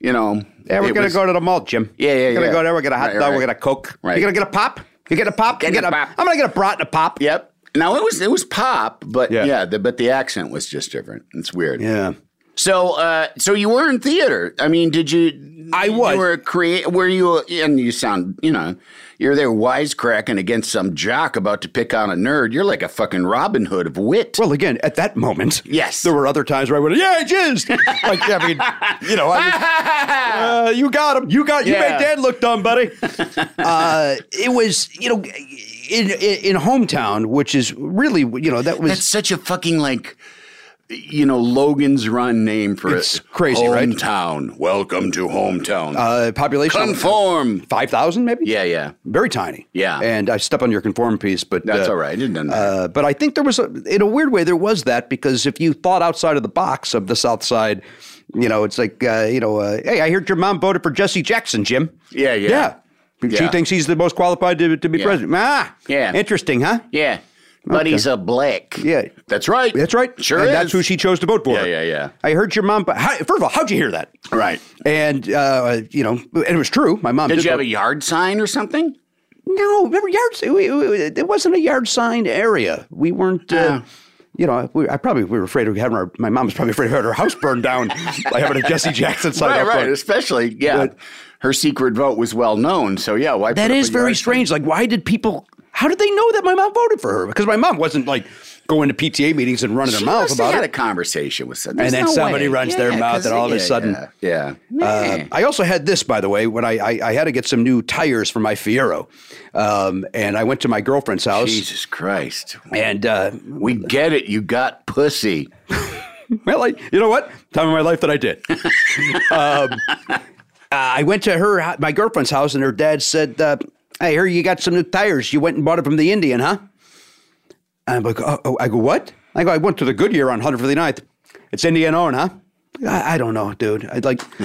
Speaker 1: You know.
Speaker 2: Yeah, we're
Speaker 1: it
Speaker 2: going to
Speaker 1: was-
Speaker 2: go to the mall, Jim.
Speaker 1: Yeah, yeah,
Speaker 2: We're going to
Speaker 1: yeah.
Speaker 2: go there. We're going to hot
Speaker 1: Right,
Speaker 2: dog. We're
Speaker 1: right.
Speaker 2: going to Coke.
Speaker 1: Right.
Speaker 2: You're going to get a pop? You get a pop? You
Speaker 1: Getting
Speaker 2: get
Speaker 1: a pop.
Speaker 2: I'm going to get a brat and a pop.
Speaker 1: Yep. Now it was it was pop, but
Speaker 2: Yeah.
Speaker 1: yeah, the, but the accent was just different. It's weird.
Speaker 2: Yeah.
Speaker 1: So, uh, so you were in theater. I mean, did you?
Speaker 2: I was.
Speaker 1: You were a create. Were you? And you sound. You know, you're there wisecracking against some jock about to pick on a nerd. You're like a fucking Robin Hood of wit.
Speaker 2: Well, again, at that moment,
Speaker 1: Yes.
Speaker 2: there were other times where I went, "Yeah, I jizzed." like, I mean, you know, I was, uh, you got him. You got you
Speaker 1: Yeah.
Speaker 2: made Dad look dumb, buddy. uh, it was, you know, in, in in hometown, which is really, you know, that was
Speaker 1: That's such a fucking like you know Logan's Run name for
Speaker 2: It's
Speaker 1: it.
Speaker 2: crazy, right?
Speaker 1: hometown. Welcome to hometown.
Speaker 2: Uh, population
Speaker 1: Conform.
Speaker 2: five thousand, maybe.
Speaker 1: Yeah, yeah.
Speaker 2: very tiny.
Speaker 1: Yeah.
Speaker 2: and I step on your conform piece, but
Speaker 1: That's
Speaker 2: uh,
Speaker 1: all right. It doesn't matter.
Speaker 2: Uh, but I think there was, a, in a weird way, there was that because if you thought outside of the box of the South Side, you know, it's like, uh, you know, uh, hey, I heard your mom voted for Jesse Jackson, Jim.
Speaker 1: Yeah, yeah.
Speaker 2: Yeah. She
Speaker 1: Yeah.
Speaker 2: thinks he's the most qualified to, to be
Speaker 1: Yeah.
Speaker 2: president. Ah,
Speaker 1: Yeah.
Speaker 2: Interesting, huh?
Speaker 1: yeah, but he's a black.
Speaker 2: Yeah.
Speaker 1: that's right.
Speaker 2: That's right.
Speaker 1: Sure
Speaker 2: and
Speaker 1: is.
Speaker 2: That's who she chose to vote for.
Speaker 1: Yeah, yeah, yeah.
Speaker 2: I heard your mom. But how, first of all, how'd you hear that?
Speaker 1: Right.
Speaker 2: And uh, you know, and it was true. My mom
Speaker 1: Did you have
Speaker 2: vote.
Speaker 1: a yard sign or something?
Speaker 2: No, remember yards. we- we- It wasn't a yard sign area. We weren't.
Speaker 1: Ah.
Speaker 2: Uh, You know, we, I probably we were afraid of having our. My mom was probably afraid of having her house burned down by having a Jesse Jackson sign
Speaker 1: right,
Speaker 2: up
Speaker 1: right.
Speaker 2: front.
Speaker 1: Especially, yeah. Her secret vote was well known, so yeah. Why
Speaker 2: That
Speaker 1: put up
Speaker 2: is
Speaker 1: a
Speaker 2: very
Speaker 1: yard sign?
Speaker 2: strange. Like, why did people? How did they know that my mom voted for her? Because my mom wasn't like going to PTA meetings and running
Speaker 1: She
Speaker 2: her mouth
Speaker 1: must have
Speaker 2: about
Speaker 1: had a
Speaker 2: it.
Speaker 1: conversation with someone,
Speaker 2: And then somebody runs their mouth and all of a sudden-
Speaker 1: yeah.
Speaker 2: Uh, I also had this, by the way, when I, I I had to get some new tires for my Fiero, um, and I went to my girlfriend's house,
Speaker 1: Jesus Christ,
Speaker 2: and uh,
Speaker 1: we get it. You got pussy.
Speaker 2: Well, I, you know what? Time of my life that I did. um, uh, I went to her, my girlfriend's house, and her dad said, uh, "I hear you got some new tires. You went and bought it from the Indian, huh?" And I'm like, oh, oh," I go, what? I go, I went to the Goodyear on 159th. It's Indian owned, huh? I, I don't know, dude. I'd like,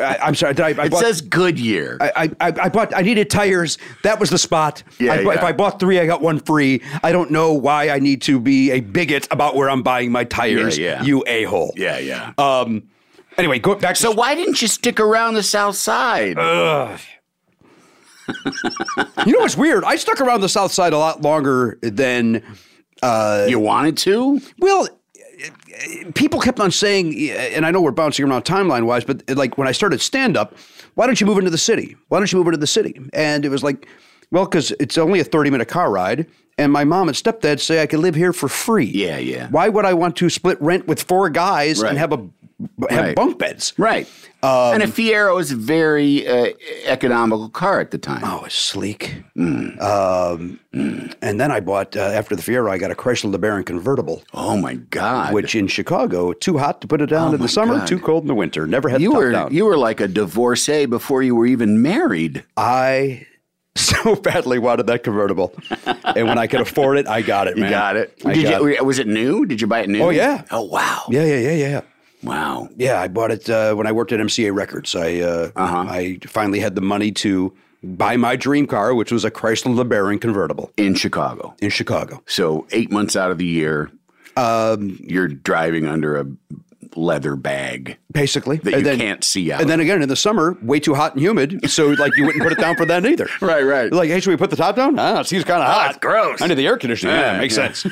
Speaker 2: I, I'm sorry. Did I, I
Speaker 1: It
Speaker 2: bought,
Speaker 1: says Goodyear.
Speaker 2: I, I, I bought. I needed tires. That was the spot.
Speaker 1: Yeah,
Speaker 2: I, bu- If
Speaker 1: yeah.
Speaker 2: I bought three, I got one free. I don't know why I need to be a bigot about where I'm buying my tires.
Speaker 1: yeah.
Speaker 2: You a hole.
Speaker 1: yeah, yeah.
Speaker 2: Um. Anyway, go back.
Speaker 1: so why didn't you stick around the South Side?
Speaker 2: Uh, you know what's weird? I stuck around the South Side a lot longer than
Speaker 1: you wanted to?
Speaker 2: well. People kept on saying, and I know we're bouncing around timeline wise, but like when I started stand up, why don't you move into the city? Why don't you move into the city? And it was like, well, because it's only a 30 minute car ride. And my mom and stepdad say I can live here for free.
Speaker 1: Yeah, yeah.
Speaker 2: Why would I want to split rent with four guys
Speaker 1: Right.
Speaker 2: and have a have
Speaker 1: Right.
Speaker 2: bunk beds?
Speaker 1: Right. and
Speaker 2: Um,
Speaker 1: a Fiero is a very uh, economical car at the time.
Speaker 2: Oh, it's sleek.
Speaker 1: Mm.
Speaker 2: Um, And then I bought uh, after the Fiero, I got a Chrysler LeBaron convertible,
Speaker 1: Oh my God!
Speaker 2: which in Chicago too hot to put it down in the summer,
Speaker 1: Oh God.
Speaker 2: too cold in the winter. Never had
Speaker 1: you
Speaker 2: the top
Speaker 1: were
Speaker 2: down.
Speaker 1: you were like a divorcee before you were even married.
Speaker 2: I so badly wanted that convertible, and when I could afford it, I got it. Man. I
Speaker 1: Did
Speaker 2: got
Speaker 1: you,
Speaker 2: it.
Speaker 1: Was it new? Did you buy it new?
Speaker 2: Oh, yeah.
Speaker 1: Oh wow.
Speaker 2: Yeah, yeah, yeah, yeah.
Speaker 1: Wow.
Speaker 2: Yeah, I bought it uh, when I worked at MCA Records. I uh,
Speaker 1: Uh-huh.
Speaker 2: I finally had the money to buy my dream car, which was a Chrysler LeBaron convertible
Speaker 1: In Chicago.
Speaker 2: in Chicago.
Speaker 1: So eight months out of the year, um, you're driving under a leather bag
Speaker 2: basically
Speaker 1: that
Speaker 2: And
Speaker 1: you
Speaker 2: then-
Speaker 1: can't see out.
Speaker 2: And then again in the summer, way too hot and humid, so like you wouldn't put it down for then either.
Speaker 1: Right, right.
Speaker 2: Like, hey, should we put the top down? Ah, it seems kind of hot.
Speaker 1: it's gross.
Speaker 2: Under the air conditioning. Yeah,
Speaker 1: Yeah,
Speaker 2: makes
Speaker 1: yeah.
Speaker 2: sense.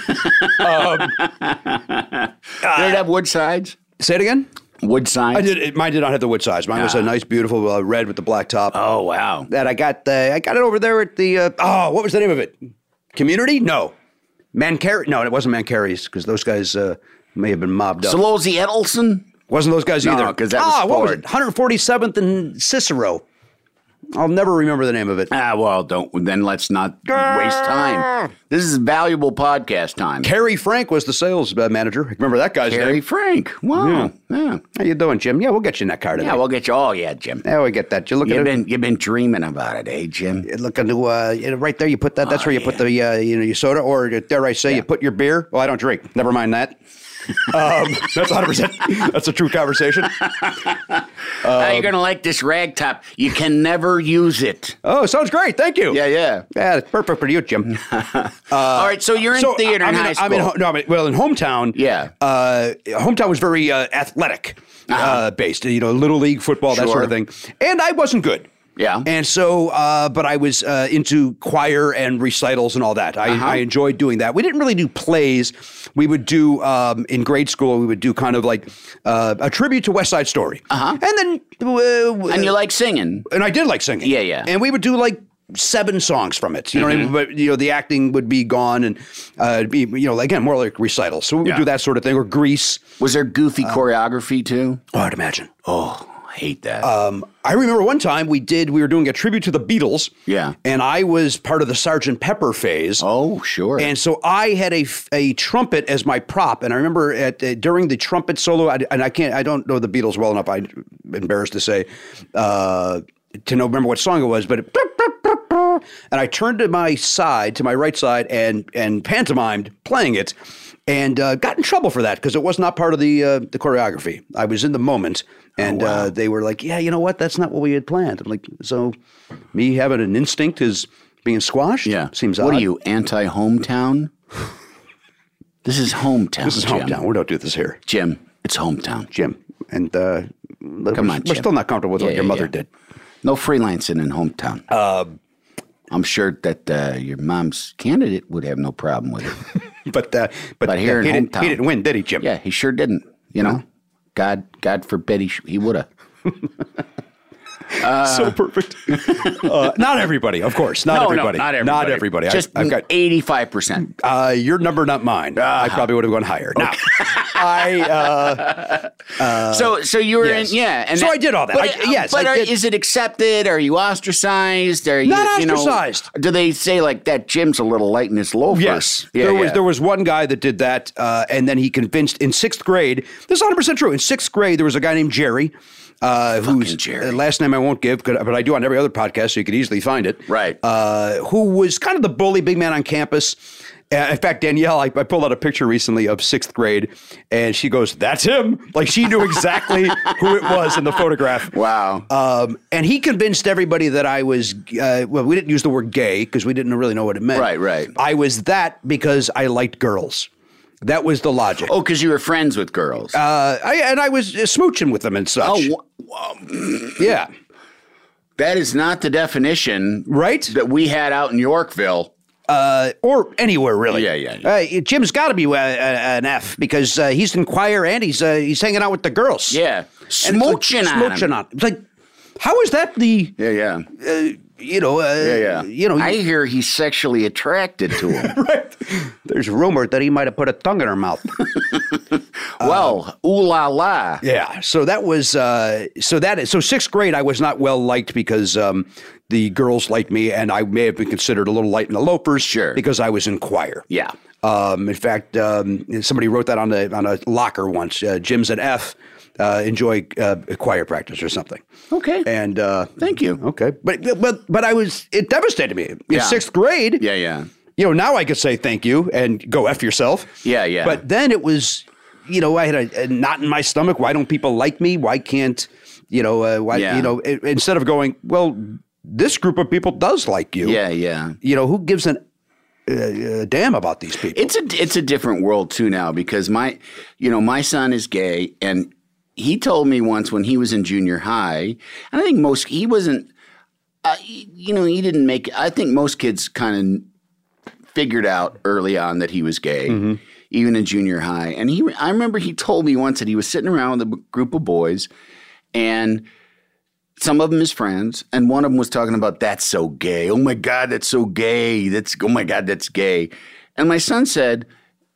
Speaker 1: did it have wood sides?
Speaker 2: Say it again.
Speaker 1: Wood sides.
Speaker 2: Ah. I did. It, mine did not have the wood size. Mine was a nice, beautiful uh, red with the black top.
Speaker 1: Ah. Oh wow.
Speaker 2: That I got. The, I got it over there at the. Uh, oh, what was the name of it? Community? No, Mancari. No, it wasn't Mancari's because those guys uh, may have been mobbed up.
Speaker 1: Solozzi Edelson.
Speaker 2: Wasn't those guys
Speaker 1: No,
Speaker 2: either?
Speaker 1: 'cause that was
Speaker 2: ah, what was it?
Speaker 1: Ford.
Speaker 2: 147th and Cicero. I'll never remember the name of it.
Speaker 1: Ah, well, don't then let's not waste time. This is valuable podcast time.
Speaker 2: Harry Frank was the sales uh, manager. Remember that guy's
Speaker 1: Harry
Speaker 2: name?
Speaker 1: Frank. Wow. Yeah. yeah.
Speaker 2: How you doing, Jim? Yeah, we'll get you in that car today.
Speaker 1: we'll get you all. Yeah, Jim.
Speaker 2: yeah, we get that. You look
Speaker 1: You've
Speaker 2: at it.
Speaker 1: been you've been dreaming about it, eh, Jim?
Speaker 2: Look into uh, you know, right there. You put that.
Speaker 1: Oh,
Speaker 2: That's where you put the uh, you know your soda, or dare I say, you put your beer. Well, I don't drink. Never mind that. um, that's 100. percent That's a true conversation.
Speaker 1: How
Speaker 2: Um,
Speaker 1: you Ah, gonna like this rag top? You can never use it.
Speaker 2: Oh, sounds great. Thank you.
Speaker 1: Yeah, yeah.
Speaker 2: Yeah, it's perfect for you, Jim.
Speaker 1: all right, so you're in
Speaker 2: so
Speaker 1: theater
Speaker 2: I,
Speaker 1: in
Speaker 2: I'm
Speaker 1: high
Speaker 2: in,
Speaker 1: school.
Speaker 2: I'm in, ho- no, I'm in, well, in hometown.
Speaker 1: Yeah. Ah.
Speaker 2: uh, hometown was very uh, athletic uh based. You know, little league football, that sort of
Speaker 1: Sure.
Speaker 2: thing. And I wasn't good.
Speaker 1: Yeah.
Speaker 2: And so, uh, but I was uh, into choir and recitals and all that. I,
Speaker 1: Uh-huh.
Speaker 2: I enjoyed doing that. We didn't really do plays. We would do um, in grade school. We would do kind of like uh, a tribute to West Side Story. Uh-huh. And then, uh,
Speaker 1: and you like singing.
Speaker 2: and I did like singing.
Speaker 1: Yeah, yeah. Mm-hmm.
Speaker 2: And we would do like seven songs from it. You know what I mean? But you know, the acting would be gone, and uh, it'd be you know again more like recitals. So we would
Speaker 1: Yeah.
Speaker 2: do that sort of thing, or Grease.
Speaker 1: Was there goofy choreography too?
Speaker 2: Uh, Oh, I'd imagine.
Speaker 1: Oh, I hate that.
Speaker 2: I remember one time we did we were doing a tribute to the Beatles.
Speaker 1: Yeah.
Speaker 2: And I was part of the Sergeant Pepper phase.
Speaker 1: oh, sure.
Speaker 2: And so I had a, f- a trumpet as my prop, and I remember at uh, during the trumpet solo, I, and I can't, I don't know the Beatles well enough. I'm embarrassed to say uh, to know remember what song it was, but it, and I turned to my side, to my right side, and and pantomimed playing it, and uh, got in trouble for that because it was not part of the uh, the choreography. I was in the moment,
Speaker 1: Oh,
Speaker 2: and uh, they were like, "Yeah, you know what? That's not what we had planned." I'm like, "So, me having an instinct is." Being squashed,
Speaker 1: yeah.
Speaker 2: seems
Speaker 1: What
Speaker 2: odd.
Speaker 1: are you, anti hometown? this is hometown.
Speaker 2: This is
Speaker 1: Jim.
Speaker 2: hometown. We don't do this here,
Speaker 1: Jim, it's hometown.
Speaker 2: Jim. And uh, we're,
Speaker 1: Come on,
Speaker 2: we're
Speaker 1: Jim.
Speaker 2: still not comfortable with
Speaker 1: Yeah,
Speaker 2: what your
Speaker 1: yeah,
Speaker 2: mother
Speaker 1: yeah.
Speaker 2: did.
Speaker 1: No freelancing in hometown.
Speaker 2: Uh,
Speaker 1: I'm sure that uh, your mom's candidate would have no problem with it.
Speaker 2: But uh, but,
Speaker 1: But here
Speaker 2: he,
Speaker 1: in
Speaker 2: didn't, he
Speaker 1: hometown.
Speaker 2: didn't win, did he, Jim?
Speaker 1: yeah, he sure didn't. You know, God, God forbid he, sh- he would have.
Speaker 2: so perfect. uh, not everybody, of course. Not everybody.
Speaker 1: not everybody.
Speaker 2: Not everybody.
Speaker 1: Just
Speaker 2: I, I've got
Speaker 1: eighty-five percent.
Speaker 2: uh, your number, not mine.
Speaker 1: Ah.
Speaker 2: I probably would have gone higher. Now, I uh,
Speaker 1: So, so you were
Speaker 2: yes.
Speaker 1: in, yeah. And
Speaker 2: So I did all that. I-
Speaker 1: uh,
Speaker 2: yes,
Speaker 1: but
Speaker 2: I
Speaker 1: are,
Speaker 2: did.
Speaker 1: is it accepted? Are you ostracized? Are you
Speaker 2: Not
Speaker 1: you know,
Speaker 2: ostracized.
Speaker 1: do they say like that? Jim's a little light in his loafers.
Speaker 2: yes,
Speaker 1: yeah,
Speaker 2: there was
Speaker 1: yeah.
Speaker 2: there was one guy that did that, uh, and then he convinced in sixth grade. This is one hundred percent true. In sixth grade, there was a guy named Jerry. Uh, whose
Speaker 1: Jerry.
Speaker 2: uh, last name I won't give, 'cause- but I do on every other podcast, so you could easily find it.
Speaker 1: Right.
Speaker 2: uh, who was kind of the bully big man on campus. Uh, in fact, Danielle, I, I pulled out a picture recently of sixth grade, and she goes, "That's him!" Like she knew exactly who it was in the photograph.
Speaker 1: wow.
Speaker 2: Um, and he convinced everybody that I was. Uh, well, we didn't use the word gay because we didn't really know what it meant.
Speaker 1: Right, right.
Speaker 2: I was that because I liked girls. That was the logic.
Speaker 1: oh, because you were friends with girls.
Speaker 2: Uh, I, and I was uh, smooching with them and such.
Speaker 1: oh, wha-
Speaker 2: yeah.
Speaker 1: that is not the definition,
Speaker 2: Right?
Speaker 1: That we had out in Yorkville.
Speaker 2: or anywhere really.
Speaker 1: Yeah, yeah, yeah.
Speaker 2: Uh, Jim's got to be uh, uh, an F because uh, he's in choir and he's uh, he's hanging out with the girls.
Speaker 1: Yeah,
Speaker 2: And it's like
Speaker 1: smooching on 'em.
Speaker 2: smooching on. It's like, how is that the
Speaker 1: Yeah, yeah,
Speaker 2: you know uh,
Speaker 1: yeah, yeah.
Speaker 2: you know?
Speaker 1: I hear he's sexually attracted to him.
Speaker 2: there's rumor that he might have put a tongue in her mouth.
Speaker 1: well, ooh la la.
Speaker 2: yeah. So that was uh, so that is so sixth grade. I was not well liked because um, the girls liked me, and I may have been considered a little light in the loafers,
Speaker 1: Sure.
Speaker 2: because I was in choir.
Speaker 1: Yeah.
Speaker 2: Um, in fact, um, somebody wrote that on a on a locker once. Uh, Jim's an F. Uh, enjoy uh, choir practice or something.
Speaker 1: Okay.
Speaker 2: And uh,
Speaker 1: Thank you.
Speaker 2: Okay, but but but I was it devastated me in
Speaker 1: Yeah.
Speaker 2: sixth grade.
Speaker 1: Yeah, yeah.
Speaker 2: You know now I could say thank you and go f yourself.
Speaker 1: Yeah, yeah.
Speaker 2: But then it was, you know, I had a, a knot in my stomach. Why don't people like me? Why can't you know? Uh, why
Speaker 1: Yeah.
Speaker 2: you know? i- instead of going, well, this group of people does like you.
Speaker 1: Yeah, yeah.
Speaker 2: You know who gives an uh, uh, damn about these people?
Speaker 1: It's a it's a different world too now because my you know, my son is gay and he told me once when he was in junior high, and I think most he wasn't uh, you know, he didn't make I think most kids kind of figured out early on that he was gay, even in junior high. And he, I remember he told me once that he was sitting around with a b- group of boys, and some of them his friends, and one of them was talking about that's so gay. Oh my god, that's so gay. That's oh my god, that's gay. And my son said,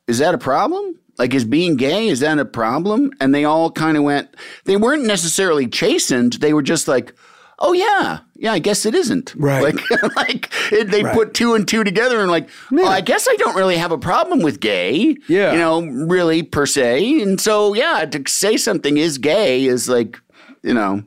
Speaker 1: "Is that a problem?" Like, is being gay, is that a problem? And they all kind of went, they weren't necessarily chastened. They were just like, oh, yeah, yeah, I guess it isn't.
Speaker 2: Right.
Speaker 1: Like, like it, they put two and two together and like, well, I guess I don't really have a problem with gay.
Speaker 2: Yeah.
Speaker 1: You know, really per se. And so yeah, to say something is gay is like, you know.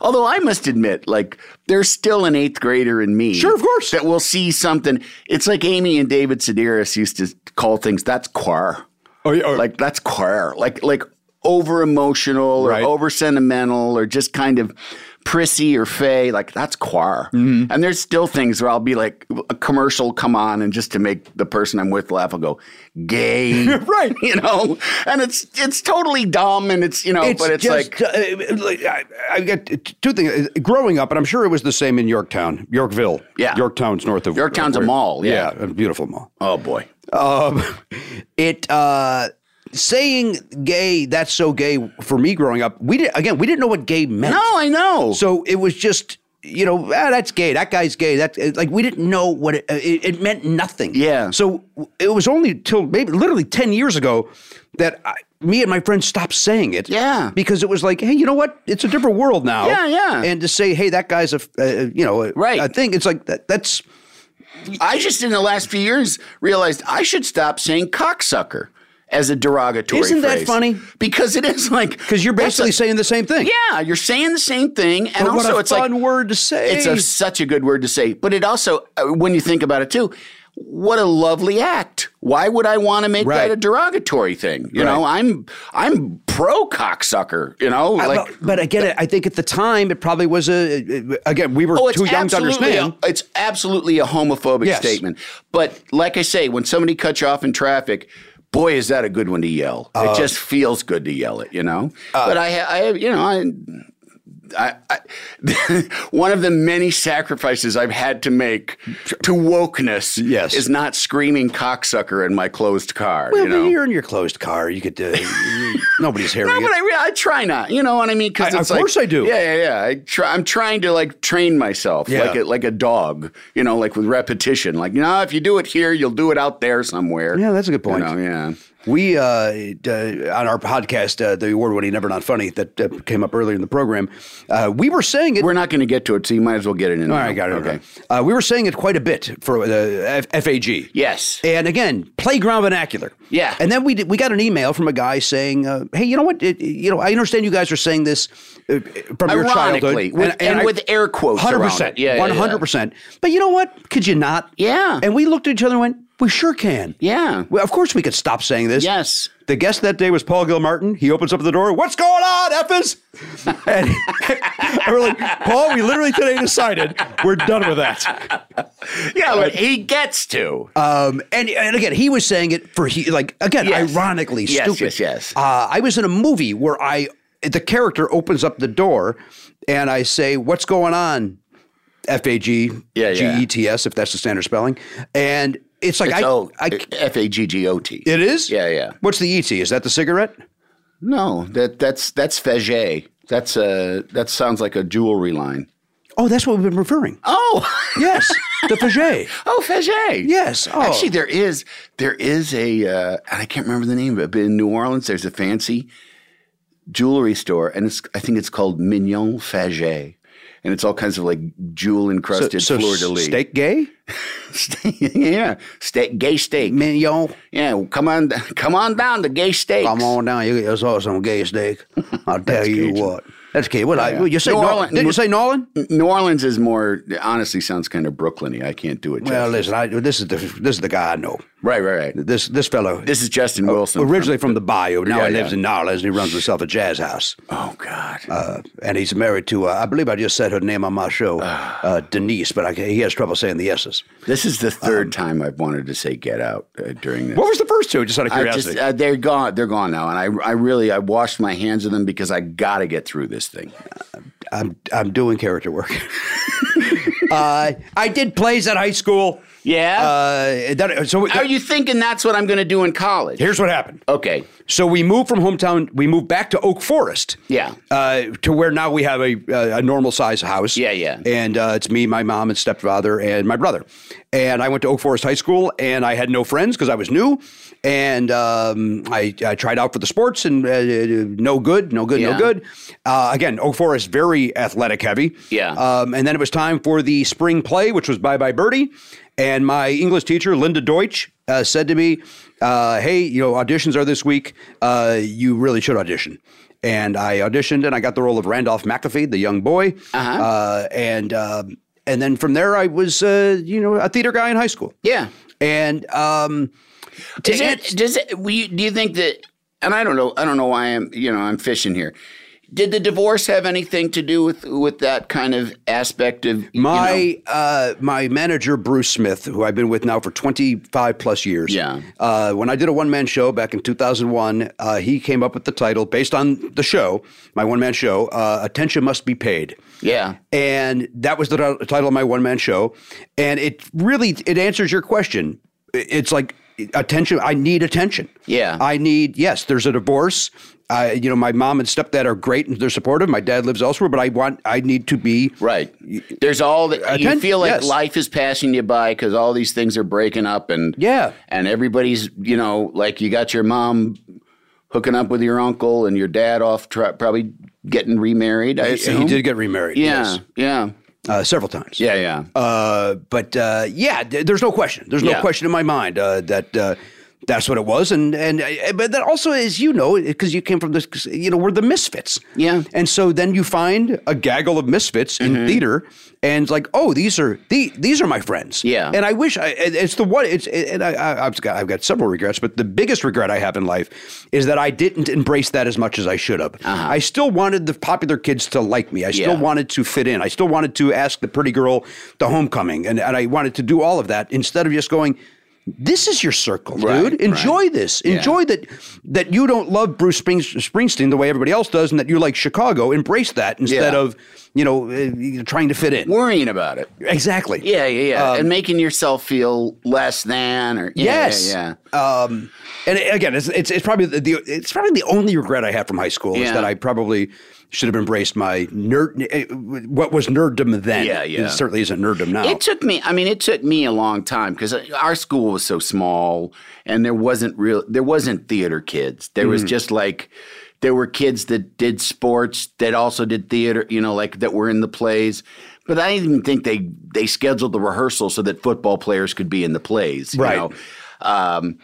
Speaker 1: Although I must admit, like, there's still an eighth grader in me.
Speaker 2: Sure, of course.
Speaker 1: That will see something. It's like Amy and David Sedaris used to call things, that's quar.
Speaker 2: Oh, yeah, or-
Speaker 1: Like, that's quar. Like, like over emotional or
Speaker 2: Right.
Speaker 1: over sentimental or just kind of prissy or fey. Like, that's quar.
Speaker 2: Mm-hmm.
Speaker 1: And there's still things where I'll be like, a commercial come on, and just to make the person I'm with laugh, I'll go, gay.
Speaker 2: Right.
Speaker 1: You know? And it's it's totally dumb and it's, you know, but it's like,
Speaker 2: uh, like, I, I got two things. Growing up, and I'm sure it was the same in Yorktown, Yorkville.
Speaker 1: Yeah.
Speaker 2: Yorktown's north of
Speaker 1: Yorktown's a mall, yeah.
Speaker 2: a beautiful mall.
Speaker 1: oh boy.
Speaker 2: Um, it uh, saying gay. That's so gay for me. Growing up, we did again. We didn't know what gay meant.
Speaker 1: No, I know.
Speaker 2: So it was just you know, ah, that's gay. That guy's gay. That like we didn't know what it, uh, it, it meant. Nothing.
Speaker 1: Yeah.
Speaker 2: So it was only till maybe literally ten years ago that I, me and my friends stopped saying it.
Speaker 1: Yeah.
Speaker 2: Because it was like, hey, you know what? It's a different world now.
Speaker 1: Yeah, yeah.
Speaker 2: And to say, hey, that guy's a f- uh, you know a,
Speaker 1: Right.
Speaker 2: a thing. It's like that, that's
Speaker 1: I just in the last few years realized I should stop saying cocksucker as a derogatory.
Speaker 2: Isn't that
Speaker 1: phrase.
Speaker 2: funny?
Speaker 1: Because it is like
Speaker 2: because you're
Speaker 1: that's
Speaker 2: basically
Speaker 1: a-
Speaker 2: saying the same thing.
Speaker 1: yeah, you're saying the same thing, and
Speaker 2: But what
Speaker 1: also
Speaker 2: a
Speaker 1: it's
Speaker 2: fun
Speaker 1: like
Speaker 2: word to say.
Speaker 1: It's a, such a good word to say, but it also uh, when you think about it too. What a lovely act! Why would I want to make
Speaker 2: Right.
Speaker 1: that a derogatory thing? You know,
Speaker 2: Right.
Speaker 1: I'm I'm pro cocksucker. You know,
Speaker 2: I-
Speaker 1: like
Speaker 2: but, but again, I think at the time it probably was a. Again, we were
Speaker 1: Oh, it's
Speaker 2: too young to
Speaker 1: absolutely
Speaker 2: understand.
Speaker 1: a- it's absolutely a homophobic
Speaker 2: Yes.
Speaker 1: statement. But like I say, when somebody cuts you off in traffic, boy, is that a good one to yell.
Speaker 2: Uh,
Speaker 1: it just feels good to yell it, you know. but I, ha- I, have- you know, I. I, I, one of the many sacrifices I've had to make to wokeness
Speaker 2: Yes.
Speaker 1: is not screaming cocksucker in my closed car.
Speaker 2: well,
Speaker 1: you know?
Speaker 2: when you're in your closed car, you could. Uh, nobody's hearing
Speaker 1: No,
Speaker 2: you.
Speaker 1: but I, re- I try not. You know what I mean? Because
Speaker 2: I-
Speaker 1: it's
Speaker 2: of
Speaker 1: like,
Speaker 2: course I do.
Speaker 1: Yeah, yeah, yeah. I try, I'm trying to like train myself,
Speaker 2: Yeah.
Speaker 1: like a, like a dog. You know, like with repetition. Like, you know, if you do it here, you'll do it out there somewhere.
Speaker 2: Yeah, that's a good point.
Speaker 1: You know, yeah.
Speaker 2: We uh, uh, on our podcast, uh, the award-winning "Never Not Funny" that uh, came up earlier in the program, uh, we were saying it.
Speaker 1: We're not going to get to it, so you might as well get it in.
Speaker 2: all
Speaker 1: now.
Speaker 2: right, got it. Okay, uh, we were saying it quite a bit for uh, F- FAG.
Speaker 1: Yes.
Speaker 2: And again, playground vernacular.
Speaker 1: Yeah.
Speaker 2: And then we did, we got an email from a guy saying, uh, "Hey, you know what? It, you know, I understand you guys are saying this uh, from your childhood,
Speaker 1: Ironically, with- and with air quotes around
Speaker 2: hundred
Speaker 1: it.
Speaker 2: percent,
Speaker 1: Yeah, yeah, yeah.
Speaker 2: one hundred percent. But you know what? Could you not?
Speaker 1: Yeah.
Speaker 2: And we looked at each other and went, "We sure can.
Speaker 1: Yeah.
Speaker 2: Well, of course we could stop saying this.
Speaker 1: Yes.
Speaker 2: The guest that day was Paul Gilmartin. He opens up the door. What's going on, effers? And, and we're like, Paul, we literally today decided we're done with that.
Speaker 1: Yeah, but he gets to.
Speaker 2: Um, and and again, he was saying it for he like again,
Speaker 1: Yes.
Speaker 2: ironically
Speaker 1: Yes,
Speaker 2: stupid.
Speaker 1: yes, yes.
Speaker 2: Uh, I was in a movie where I the character opens up the door, and I say, "What's going on?" F A G
Speaker 1: Yeah, yeah.
Speaker 2: G E T S, if that's the standard spelling, and it's like I,
Speaker 1: so
Speaker 2: I
Speaker 1: F A G G O T.
Speaker 2: it is
Speaker 1: Yeah, yeah.
Speaker 2: What's the E T? Is that the cigarette?
Speaker 1: No, that that's that's Faget. That's a that sounds like a jewelry line.
Speaker 2: Oh, that's what we've been referring.
Speaker 1: Oh.
Speaker 2: Yes, the Faget.
Speaker 1: Oh, Faget.
Speaker 2: Yes. Oh.
Speaker 1: Actually, there is there is a uh, and I can't remember the name of it, but in New Orleans, there's a fancy jewelry store, and it's I think it's called Mignon Faget. And it's all kinds of like jewel encrusted fleur de lis.
Speaker 2: steak gay,
Speaker 1: yeah. Steak, gay steak.
Speaker 2: mignon.
Speaker 1: Yeah. Come on, come on down to gay steaks.
Speaker 2: Come on down. You get saw some gay steak. I'll tell you
Speaker 1: Cajun.
Speaker 2: what. That's Cajun. What I, well, you say?
Speaker 1: New
Speaker 2: Nolan?
Speaker 1: Orleans-
Speaker 2: Didn't you say Nolan?
Speaker 1: New Orleans is more honestly sounds kind of Brooklyny. I can't do it.
Speaker 2: Well,
Speaker 1: justice.
Speaker 2: listen. I, this is the this is the guy I know.
Speaker 1: right, right, right.
Speaker 2: This this fellow.
Speaker 1: This is
Speaker 2: Oh,
Speaker 1: Justin Wilson. from-
Speaker 2: originally from the bayou. Now
Speaker 1: Yeah,
Speaker 2: he lives
Speaker 1: yeah.
Speaker 2: in New Orleans and he runs himself a jazz house.
Speaker 1: oh God.
Speaker 2: Uh, and he's married to, uh, I believe I just said her name on my show, uh, Denise, but I, ca- he has trouble saying the S's.
Speaker 1: This is the third time I've wanted to say "get out" uh, during this.
Speaker 2: um, What was the first two? Just out of
Speaker 1: I just,
Speaker 2: curiosity.
Speaker 1: uh, they're gone. They're gone now, and I, I really, I washed my hands of them because I got to get through this thing.
Speaker 2: I'm, I'm doing character work. uh, I did plays at high school.
Speaker 1: Yeah.
Speaker 2: Uh, that, so
Speaker 1: Are you thinking that's what I'm going to do in college?
Speaker 2: here's what happened.
Speaker 1: Okay.
Speaker 2: So we moved from hometown. We moved back to Oak Forest.
Speaker 1: Yeah.
Speaker 2: Uh, to where now we have a a, a normal size house.
Speaker 1: Yeah, yeah.
Speaker 2: And uh, it's me, my mom, and stepfather, and my brother. And I went to Oak Forest High School, and I had no friends because I was new. And um, I, I tried out for the sports, and uh, no good, no good,
Speaker 1: Yeah.
Speaker 2: no good. Uh, again, Oak Forest very athletic heavy.
Speaker 1: Yeah.
Speaker 2: Um, and then it was time for the spring play, which was Bye Bye Birdie. And my English teacher, Linda Deutsch, uh, said to me, uh, Hey, you know, auditions are this week. Uh, you really should audition. And I auditioned and I got the role of Randolph McAfee, the young boy. Uh-huh. and, um and then from there, I was, uh, you know, a theater guy in high school.
Speaker 1: Yeah.
Speaker 2: And um, to
Speaker 1: Is it,
Speaker 2: ans-
Speaker 1: does it, will you, do you think that, and I don't know, I don't know why I'm, you know, I'm fishing here. Did the divorce have anything to do with, with that kind of aspect of you
Speaker 2: My
Speaker 1: know?
Speaker 2: uh, my manager Bruce Smith, who I've been with now for twenty five plus years.
Speaker 1: Yeah.
Speaker 2: Uh, when I did a one man show back in two thousand one, uh, he came up with the title based on the show, my one man show. Uh, Attention must be paid.
Speaker 1: yeah.
Speaker 2: And that was the ti- title of my one man show, and it really it answers your question. I- It's like attention. I need attention.
Speaker 1: Yeah.
Speaker 2: I need, yes, there's a divorce. I, you know, my mom and stepdad are great and they're supportive. My dad lives elsewhere, but I want, I need to be
Speaker 1: Right. There's all the, you
Speaker 2: Atten-
Speaker 1: feel like
Speaker 2: yes.
Speaker 1: life is passing you by because all these things are breaking up and
Speaker 2: Yeah.
Speaker 1: and everybody's you know like you got your mom hooking up with your uncle and your dad off tr- probably getting remarried. I
Speaker 2: He
Speaker 1: assume.
Speaker 2: did get remarried.
Speaker 1: Yeah.
Speaker 2: yes,
Speaker 1: Yeah.
Speaker 2: uh, several times.
Speaker 1: Yeah. Yeah.
Speaker 2: Uh, but uh, yeah, th- there's no question. There's no
Speaker 1: Yeah.
Speaker 2: question in my mind uh, that uh, that's what it was, and and uh, but that also, as you know, because you came from this, 'cause, you know, we're the misfits.
Speaker 1: Yeah. Mm-hmm.
Speaker 2: and so then you find a gaggle of misfits in theater, and it's like, oh, these are the these are my friends.
Speaker 1: Yeah.
Speaker 2: and I wish I, and it's the one. It's and I, I, I've got I've got several regrets, but the biggest regret I have in life is that I didn't embrace that as much as I should have.
Speaker 1: Uh-huh.
Speaker 2: I still wanted the popular kids to like me. I still
Speaker 1: Yeah.
Speaker 2: wanted wanted to fit in. I still wanted to ask the pretty girl the homecoming, and, and I wanted to do all of that instead of just going. This is your circle,
Speaker 1: Right,
Speaker 2: dude. Enjoy this. Enjoy that that you don't love Bruce Springs- Springsteen the way everybody else does, and that you like Chicago. Embrace that instead
Speaker 1: Yeah.
Speaker 2: of you know uh, trying to fit in.
Speaker 1: Worrying about it.
Speaker 2: Exactly.
Speaker 1: Yeah. Yeah. Yeah.
Speaker 2: Um,
Speaker 1: and making yourself feel less than or yeah,
Speaker 2: Yes.
Speaker 1: Yeah. yeah.
Speaker 2: Um, and again, it's, it's it's probably the the- it's probably the only regret I have from high school
Speaker 1: Yeah.
Speaker 2: is that I probably should have embraced my nerd eh, what was nerddom then.
Speaker 1: Yeah, yeah.
Speaker 2: It certainly isn't nerddom now.
Speaker 1: It took me. I mean, it took me a long time because our school was so small, and there wasn't real. There wasn't theater kids. There was just like there were kids that did sports that also did theater. You know, like that were in the plays. But I didn't even think they they scheduled the rehearsal so that football players could be in the plays. you
Speaker 2: Right.
Speaker 1: know? Um,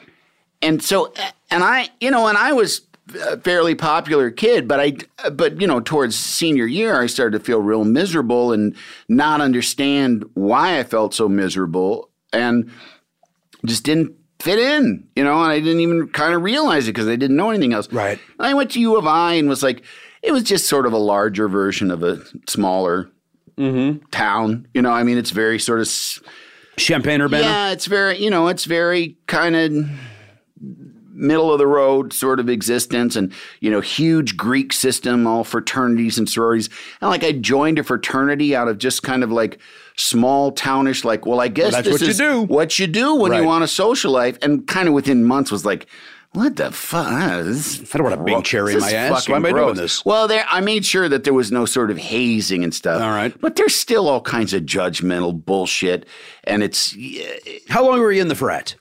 Speaker 1: and so and I you know and I was a fairly popular kid but I but you know towards senior year I started to feel real miserable and not understand why I felt so miserable and just didn't fit in you know and I didn't even kind of realize it because I didn't know anything else
Speaker 2: Right.
Speaker 1: I went to U of I and was like it was just sort of a larger version of a smaller
Speaker 2: Mm-hmm.
Speaker 1: town you know I mean it's very sort of s-
Speaker 2: Champagne Urbana.
Speaker 1: yeah, it's very, you know, it's very kind of middle of the road sort of existence and, you know, huge Greek system, all fraternities and sororities. And like I joined a fraternity out of just kind of like small townish, like, well, I guess
Speaker 2: that's
Speaker 1: this
Speaker 2: what you
Speaker 1: is
Speaker 2: do.
Speaker 1: what you do when
Speaker 2: Right.
Speaker 1: you want a social life. And kind of within months was like, what the uh, fuck?
Speaker 2: I don't want a big cherry in my ass. Why am I doing this?
Speaker 1: Well, there I made sure that there was no sort of hazing and stuff.
Speaker 2: All right.
Speaker 1: but there's still all kinds of judgmental bullshit, and it's
Speaker 2: How long were you in the frat?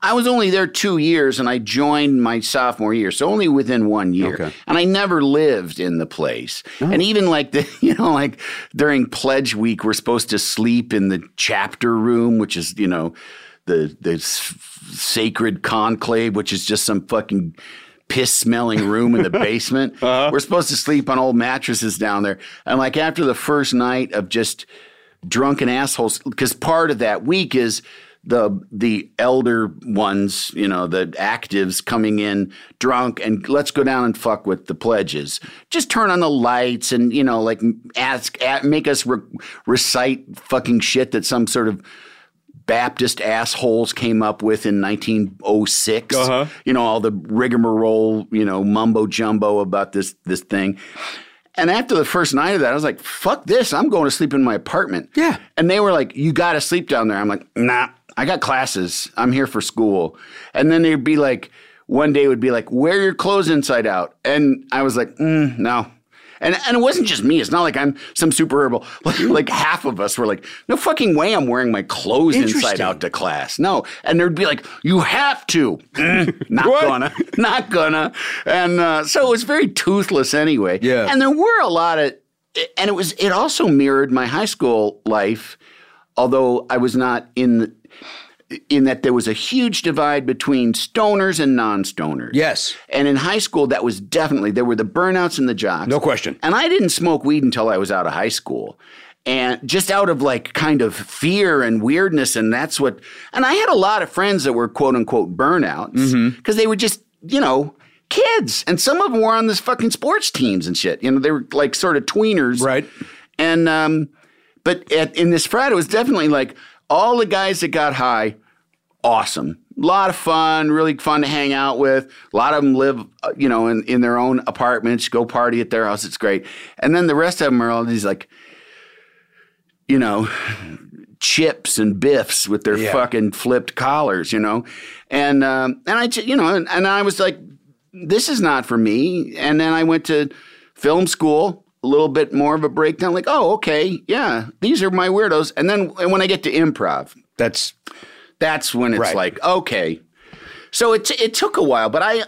Speaker 1: I was only there two years and I joined my sophomore year, so only within one year.
Speaker 2: Okay.
Speaker 1: And I never lived in the place. And even like the, you know, like during pledge week, we're supposed to sleep in the chapter room, which is, you know, the the s- sacred conclave, which is just some fucking piss smelling room in the basement. We're supposed to sleep on old mattresses down there. And like after the first night of just drunken assholes because part of that week is the the elder ones you know the actives coming in drunk and let's go down and fuck with the pledges just turn on the lights and you know like ask a- make us re- recite fucking shit that some sort of Baptist assholes came up with in 1906. You know all the rigmarole, you know mumbo jumbo about this this thing. And after the first night of that, I was like, "Fuck this! I'm going to sleep in my apartment."
Speaker 2: Yeah.
Speaker 1: And they were like, "You got to sleep down there." I'm like, "Nah, I got classes. I'm here for school." And then they'd be like, one day would be like, "Wear your clothes inside out," and I was like, mm, "No." And, and it wasn't just me. It's not like I'm some super herbal. Like, like half of us were like, no fucking way I'm wearing my clothes inside
Speaker 2: Interesting.
Speaker 1: out to class. No. And there'd be like, you have to. Mm, not
Speaker 2: What?
Speaker 1: gonna. Not gonna. And uh, so it was very toothless anyway.
Speaker 2: Yeah.
Speaker 1: And there were a lot of, and it was, it also mirrored my high school life, although I was not in, in that there was a huge divide between stoners and non stoners.
Speaker 2: Yes.
Speaker 1: And in high school, that was definitely there were the burnouts and the jocks.
Speaker 2: No question.
Speaker 1: And I didn't smoke weed until I was out of high school. And just out of like kind of fear and weirdness. And that's what, and I had a lot of friends that were quote unquote burnouts because
Speaker 2: Mm-hmm.
Speaker 1: they were just, you know, kids. And some of them were on this fucking sports teams and shit. You know, they were like sort of tweeners.
Speaker 2: Right.
Speaker 1: And, um, but at, in this frat, it was definitely like all the guys that got high awesome. A lot of fun, really fun to hang out with. A lot of them live, uh, you know, in, in their own apartments, go party at their house. It's great. And then the rest of them are all these like, you know, chips and biffs with their
Speaker 2: Yeah.
Speaker 1: fucking flipped collars, you know, and um, and I ju- you know and, and I was like, this is not for me. And then I went to film school, a little bit more of a breakdown, like, oh, okay, yeah, these are my weirdos. And then and when I get to improv,
Speaker 2: That's
Speaker 1: that's when it's
Speaker 2: Right.
Speaker 1: like, okay. So it it took a while, but I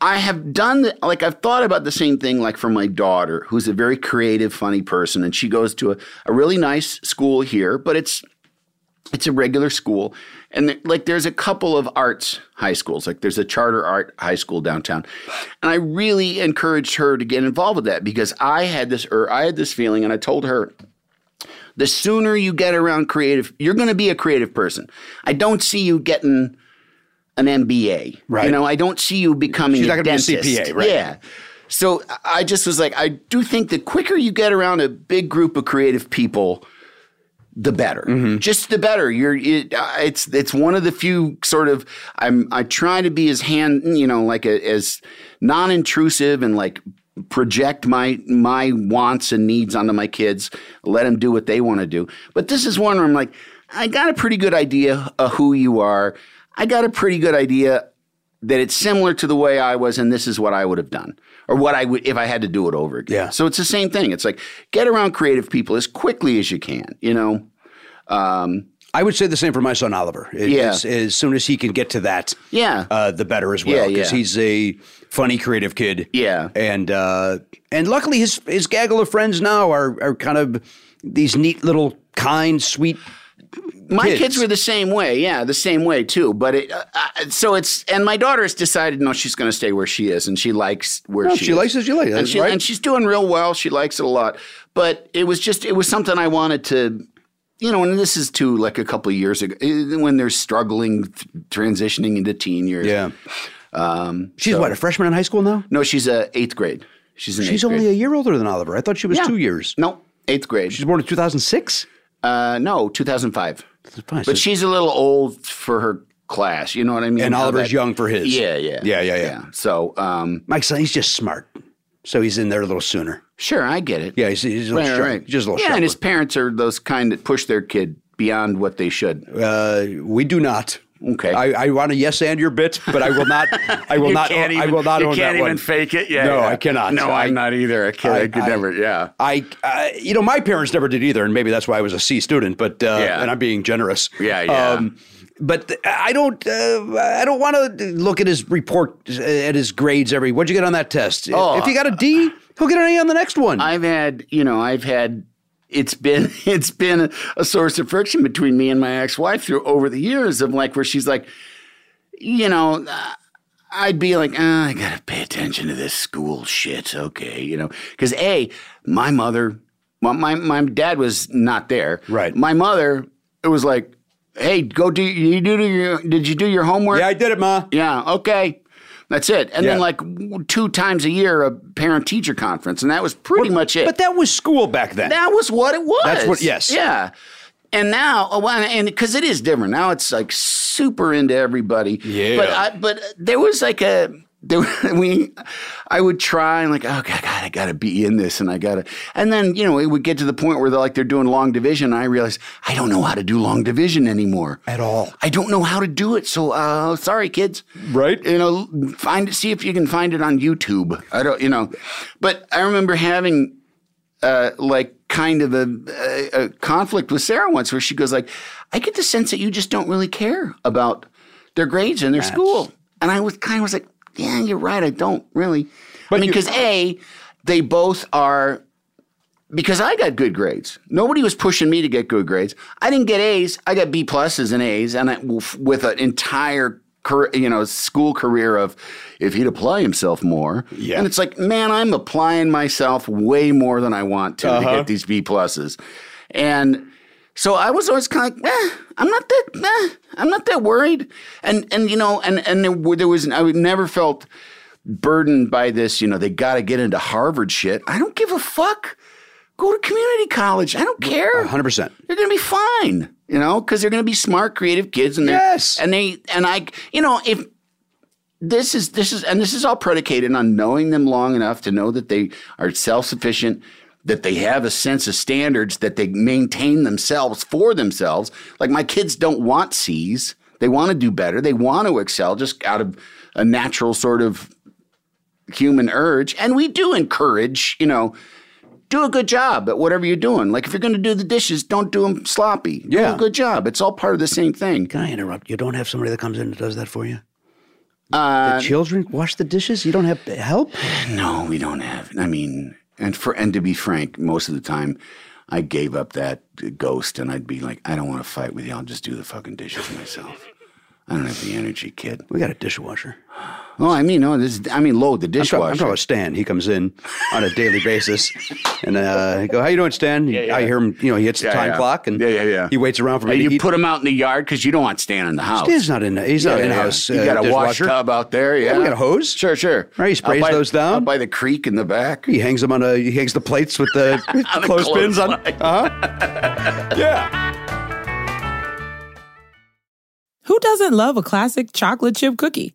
Speaker 1: I have done the, like I've thought about the same thing like for my daughter, who's a very creative, funny person, and she goes to a, a really nice school here, but it's it's a regular school and th- like there's a couple of arts high schools like there's a charter art high school downtown and i really encouraged her to get involved with that because i had this or i had this feeling and i told her the sooner you get around creative you're going to be a creative person i don't see you getting an mba
Speaker 2: Right.
Speaker 1: you know i don't see you becoming
Speaker 2: She's
Speaker 1: a
Speaker 2: not gonna be a
Speaker 1: dentist
Speaker 2: CPA, right.
Speaker 1: yeah so I- i just was like i do think the quicker you get around a big group of creative people the better.
Speaker 2: Mm-hmm.
Speaker 1: Just the better. You're it, uh, it's it's one of the few sort of I'm I try to be as hand you know like a, as non intrusive and like project my my wants and needs onto my kids. Let them do what they want to do. But this is one where I'm like I got a pretty good idea of who you are. I got a pretty good idea that it's similar to the way I was, and this is what I would have done, or what I would if I had to do it over again.
Speaker 2: Yeah.
Speaker 1: So it's the same thing. It's like get around creative people as quickly as you can. You know. Um,
Speaker 2: I would say the same for my son Oliver. It-
Speaker 1: Yeah.
Speaker 2: it's- as soon as he can get to that,
Speaker 1: yeah.
Speaker 2: uh, the better as well
Speaker 1: Yeah,
Speaker 2: because
Speaker 1: yeah.
Speaker 2: he's a funny, creative kid.
Speaker 1: Yeah.
Speaker 2: and uh, and luckily his his gaggle of friends now are are kind of these neat little kind, sweet.
Speaker 1: Oh, my kids.
Speaker 2: kids.
Speaker 1: were the same way. Yeah, the same way too. But it, uh, uh, so it's and my daughter has decided no, she's going to stay where she is, and she likes where
Speaker 2: No,
Speaker 1: she,
Speaker 2: she
Speaker 1: is.
Speaker 2: likes it, she likes it,
Speaker 1: and, she,
Speaker 2: right?
Speaker 1: and she's doing real well. She likes it a lot. But it was just it was something I wanted to. You know, and this is too like a couple of years ago eh, when they're struggling, th- transitioning into teen years. Um,
Speaker 2: she's what a freshman in high school now.
Speaker 1: no, she's a eighth grade. She's an
Speaker 2: She's
Speaker 1: eighth grade.
Speaker 2: only a year older than Oliver. I thought she was
Speaker 1: Yeah.
Speaker 2: two years.
Speaker 1: No, eighth grade.
Speaker 2: She's born in two thousand six.
Speaker 1: Uh, no, 2005.
Speaker 2: fine. So-
Speaker 1: But she's a little old for her class. You know what I mean?
Speaker 2: And
Speaker 1: How
Speaker 2: Oliver's
Speaker 1: that-
Speaker 2: young for his.
Speaker 1: Yeah, yeah,
Speaker 2: Yeah, yeah, yeah.
Speaker 1: So, um,
Speaker 2: Mike's son, he's just smart, so he's in there a little sooner.
Speaker 1: sure, I get it.
Speaker 2: Yeah, he's, he's a
Speaker 1: right,
Speaker 2: little
Speaker 1: right,
Speaker 2: sharp-
Speaker 1: right.
Speaker 2: just a little.
Speaker 1: Yeah, and his
Speaker 2: sharper.
Speaker 1: parents are those kind that push their kid beyond what they should.
Speaker 2: uh, we do not.
Speaker 1: Okay.
Speaker 2: I, I want a yes and your bit, but I will not. I will not. Own, I will not own that one.
Speaker 1: fake it. Yeah,
Speaker 2: No, yeah. I cannot.
Speaker 1: No,
Speaker 2: I-
Speaker 1: I'm not either. I can't. I,
Speaker 2: I-
Speaker 1: could
Speaker 2: I-
Speaker 1: never. Yeah.
Speaker 2: I, I, you know, my parents never did either, and maybe that's why I was a C student. But uh,
Speaker 1: Yeah.
Speaker 2: and I'm being generous. Um,
Speaker 1: Yeah, yeah.
Speaker 2: but th- I don't. Uh, I don't want to look at his report uh, at his grades every. What'd you get on that test?
Speaker 1: Oh.
Speaker 2: if you got a D, he'll get an A on the next one.
Speaker 1: I've had, you know, I've had it's been it's been a, a source of friction between me and my ex-wife through over the years of like where she's like, you know, uh, I'd be like, "Ah, I gotta pay attention to this school shit, okay, you know, because a my mother, my, my my dad was not there,
Speaker 2: Right.
Speaker 1: My mother, it was like, hey, go do you do your did you do your homework?
Speaker 2: yeah, I did it, Ma.
Speaker 1: Yeah, okay. That's it. And then
Speaker 2: Yeah.
Speaker 1: like w- two times a year a parent teacher conference and that was pretty much it.
Speaker 2: But that was school back then.
Speaker 1: that was what it was.
Speaker 2: That's what- yes.
Speaker 1: Yeah. And now oh, well, and cuz it is different. Now it's like super into everybody.
Speaker 2: Yeah.
Speaker 1: But I but there was like a there, we, I would try and like, oh God, God, I gotta be in this, and I gotta, and then you know it would get to the point where they're like they're doing long division. And I realized I don't know how to do long division anymore
Speaker 2: at all.
Speaker 1: I don't know how to do it, so uh, sorry, kids.
Speaker 2: Right.
Speaker 1: You know, find see if you can find it on YouTube. I don't, you know, but I remember having uh, like kind of a, a, a conflict with Sarah once, where she goes like, "I get the sense that you just don't really care about their grades and their school," and I was kind of was like, "Yeah, you're right. I don't really." I
Speaker 2: But
Speaker 1: mean,
Speaker 2: you-
Speaker 1: because a, they both are because I got good grades. Nobody was pushing me to get good grades. I didn't get A's. I got B pluses and A's, and I, with an entire car, you know school career of if he'd apply himself more.
Speaker 2: Yeah.
Speaker 1: And it's like, man, I'm applying myself way more than I want to to get these B pluses, and so I was always kind of like, eh, I'm not that, eh, I'm not that worried, and and you know, and and there, were- there was, I would never felt burdened by this. You know, they got to get into Harvard shit. I don't give a fuck. Go to community college. I don't care.
Speaker 2: 100%.
Speaker 1: They're going to be fine. You know, because they're going to be smart, creative kids, and they're
Speaker 2: Yes.
Speaker 1: and they and I, you know, if this is this is and this is all predicated on knowing them long enough to know that they are self sufficient. that they have a sense of standards that they maintain themselves for themselves. Like my kids don't want C's. They want to do better. They want to excel just out of a natural sort of human urge. And we do encourage, you know, do a good job at whatever you're doing. Like if you're going to do the dishes, don't do them sloppy. Do
Speaker 2: Yeah.
Speaker 1: a good job. It's all part of the same thing.
Speaker 2: Can I interrupt? You don't have somebody that comes in and does that for you?
Speaker 1: Uh,
Speaker 2: the children wash the dishes? You don't have help?
Speaker 1: No, we don't have. I mean, and for and to be frank, most of the time, I gave up that ghost, and I'd be like, I don't want to fight with you. I'll just do the fucking dishes myself. I don't have the energy, kid.
Speaker 2: We got a dishwasher.
Speaker 1: Oh, I mean, no, this. I mean, load the
Speaker 2: I'm talking, I'm
Speaker 1: dishwasher.
Speaker 2: talking about Stan. He comes in on a daily basis, and uh, I go, "How you doing, Stan?" I hear him. You know, he hits the time
Speaker 1: yeah.
Speaker 2: clock, and
Speaker 1: Yeah, yeah, yeah.
Speaker 2: He waits around for me.
Speaker 1: and
Speaker 2: to
Speaker 1: you
Speaker 2: eat.
Speaker 1: put him out in the yard because you don't want Stan in the house.
Speaker 2: Stan's not in. He's not
Speaker 1: Yeah,
Speaker 2: in
Speaker 1: yeah.
Speaker 2: house. uh,
Speaker 1: You got a wash tub out there. Yeah,
Speaker 2: we got a hose.
Speaker 1: Sure, sure.
Speaker 2: Right, he
Speaker 1: Out
Speaker 2: sprays
Speaker 1: by-
Speaker 2: those down.
Speaker 1: out by the creek in the back.
Speaker 2: He hangs them on a. He hangs the plates with the with
Speaker 1: On a
Speaker 2: clothespins on.
Speaker 1: clothesline.
Speaker 2: Uh huh. yeah.
Speaker 3: Who doesn't love a classic chocolate chip cookie?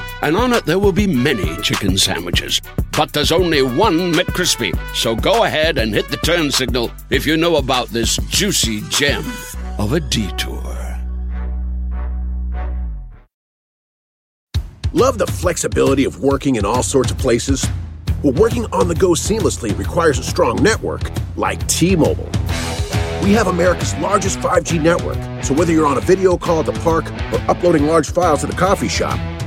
Speaker 4: and on it there will be many chicken sandwiches. But there's only one McCrispy. So go ahead and hit the turn signal if you know about this juicy gem of a detour.
Speaker 5: Love the flexibility of working in all sorts of places? Well, working on the go seamlessly requires a strong network like T Mobile. We have America's largest 5G network, so whether you're on a video call at the park or uploading large files at a coffee shop,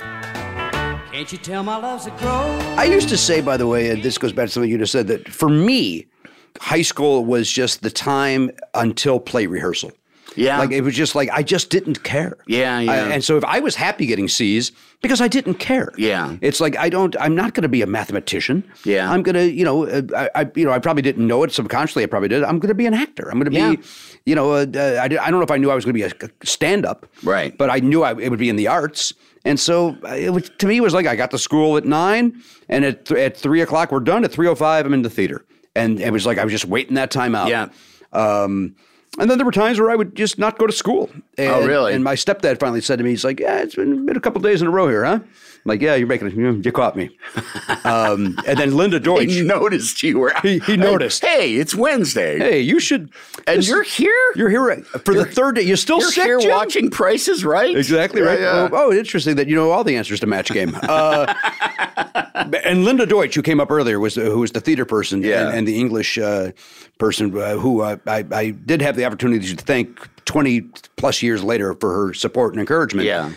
Speaker 6: Can't you tell my love's a crow?
Speaker 2: I used to say, by the way, and this goes back to something you just said, that for me, high school was just the time until play rehearsal.
Speaker 1: Yeah.
Speaker 2: Like it was just like I just didn't care.
Speaker 1: Yeah,
Speaker 2: I-
Speaker 1: yeah.
Speaker 2: and so if I was happy getting C's because I didn't care.
Speaker 1: Yeah.
Speaker 2: It's like I don't. I'm not going to be a mathematician.
Speaker 1: Yeah.
Speaker 2: I'm gonna. You know. uh, I, I. You know. I probably didn't know it subconsciously. I probably did. I'm gonna be an actor. I'm gonna
Speaker 1: Yeah.
Speaker 2: be. You know. Uh, uh, I, di- I don't know if I knew I was gonna be a stand up.
Speaker 1: Right.
Speaker 2: But I knew I, it would be in the arts. And so uh, it was, to me, it was like I got to school at nine, and at th- at three o'clock we're done. At three o five, I'm in the theater, and it was like I was just waiting that time out.
Speaker 1: Yeah.
Speaker 2: Um, and then there were times where I would just not go to school. And,
Speaker 1: Oh, really?
Speaker 2: And my stepdad finally said to me, he's like, "Yeah, it's been, been a couple days in a row here, huh?" I'm like, "Yeah, you're making it. You, you caught me." um, and then Linda Deutsch,
Speaker 1: he noticed you were.
Speaker 2: He- he noticed.
Speaker 1: Hey, it's Wednesday.
Speaker 2: hey, you should.
Speaker 1: and
Speaker 2: this-
Speaker 1: you're here.
Speaker 2: You're here for the third day. You're still
Speaker 1: You're
Speaker 2: sick,
Speaker 1: here
Speaker 2: Jim?
Speaker 1: watching prices, right?
Speaker 2: Exactly
Speaker 1: Yeah,
Speaker 2: right.
Speaker 1: yeah.
Speaker 2: Oh, oh, interesting that you know all the answers to Match Game. Uh, and Linda Deutsch, who came up earlier, was who was the theater person
Speaker 1: Yeah.
Speaker 2: and, and the English uh, person uh, who uh, I, I did have the opportunity to thank twenty plus years later for her support and encouragement.
Speaker 1: Yeah.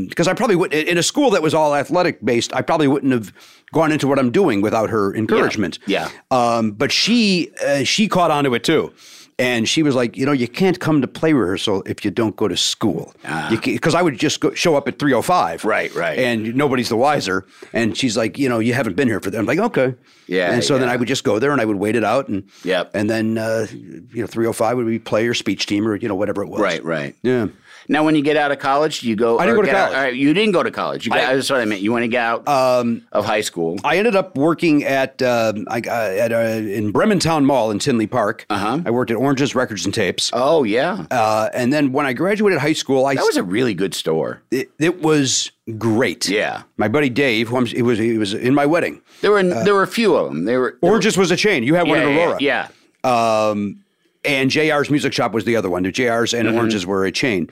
Speaker 2: because I probably would in a school that was all athletic based, I probably wouldn't have gone into what I'm doing without her encouragement.
Speaker 1: Yeah.
Speaker 2: Um, but she uh, she caught on to it too. And she was like, you know, you can't come to play rehearsal if you don't go to school. Because I would just go, show up at 305.
Speaker 1: Ah. Right, right.
Speaker 2: And nobody's the wiser. And she's like, you know, you haven't been here for that. I'm like, okay.
Speaker 1: Yeah,
Speaker 2: And so then
Speaker 1: yeah.
Speaker 2: I would just go there and I would wait it out. And
Speaker 1: Yep.
Speaker 2: and then, uh, you know, 305 would be play or speech team or, you know, whatever it was.
Speaker 1: Right, right.
Speaker 2: Yeah.
Speaker 1: Now, when you get out of college, do you go.
Speaker 2: oh. I didn't
Speaker 1: or
Speaker 2: go to
Speaker 1: get out-
Speaker 2: college.
Speaker 1: all right, you didn't go to college. You got,
Speaker 2: I- Um,
Speaker 1: that's what I meant. You want to get out of high school.
Speaker 2: I ended up working at um, I, uh, at uh, in Brementown Mall in Tinley Park. Uh-huh. I worked at Oranges Records and Tapes,
Speaker 1: oh yeah,
Speaker 2: uh, and then when I graduated high school, I
Speaker 1: that was a really good store.
Speaker 2: it, it was great.
Speaker 1: Yeah.
Speaker 2: My buddy Dave, who I'm, he was he was in my wedding.
Speaker 1: There were there were a few of them. They were there
Speaker 2: Oranges was a chain. You had
Speaker 1: were-
Speaker 2: one at
Speaker 1: yeah,
Speaker 2: Uh,
Speaker 1: Yeah.
Speaker 2: Aurora. Um, and JR's Music Shop was the other one. The JR's
Speaker 1: Mm-hmm.
Speaker 2: and Oranges were a chain.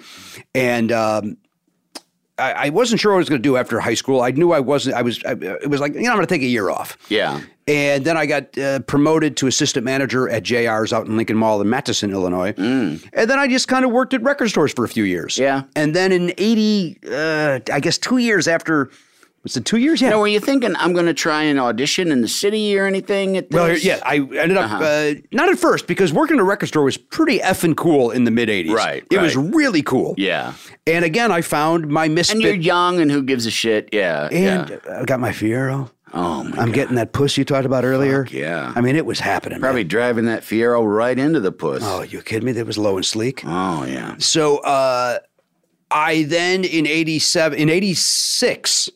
Speaker 2: And um, I, I wasn't sure what I was going to do after high school. I knew I wasn't. I was. I, it was like you know I'm going to take a year off.
Speaker 1: Yeah.
Speaker 2: And then I got uh, promoted to assistant manager at JR's out in Lincoln Mall in Matteson, Illinois. And then I just kind of worked at record stores for a few years.
Speaker 1: Mm. Yeah.
Speaker 2: And then in 80, uh, I guess two years after, was it two years? Yeah.
Speaker 1: Now, were you thinking I'm going to try and audition in the city or anything? At this?
Speaker 2: Well, yeah, I ended up
Speaker 1: Uh-huh.
Speaker 2: uh, not at first because working at a record store was pretty effing cool in the mid '80s.
Speaker 1: Right,
Speaker 2: it was
Speaker 1: right.
Speaker 2: really cool.
Speaker 1: Yeah.
Speaker 2: and again, I found my misfit.
Speaker 1: And you're young, and who gives a shit? Yeah.
Speaker 2: and uh,
Speaker 1: yeah.
Speaker 2: I got my Fiero.
Speaker 1: Oh my
Speaker 2: I'm
Speaker 1: God.
Speaker 2: getting that puss you talked about earlier.
Speaker 1: Fuck yeah.
Speaker 2: I mean, it was happening. man.
Speaker 1: Probably driving that Fiero right into the puss.
Speaker 2: Oh, you kidding me? That was low and sleek.
Speaker 1: Oh, yeah.
Speaker 2: So uh, I then in '87, in '86,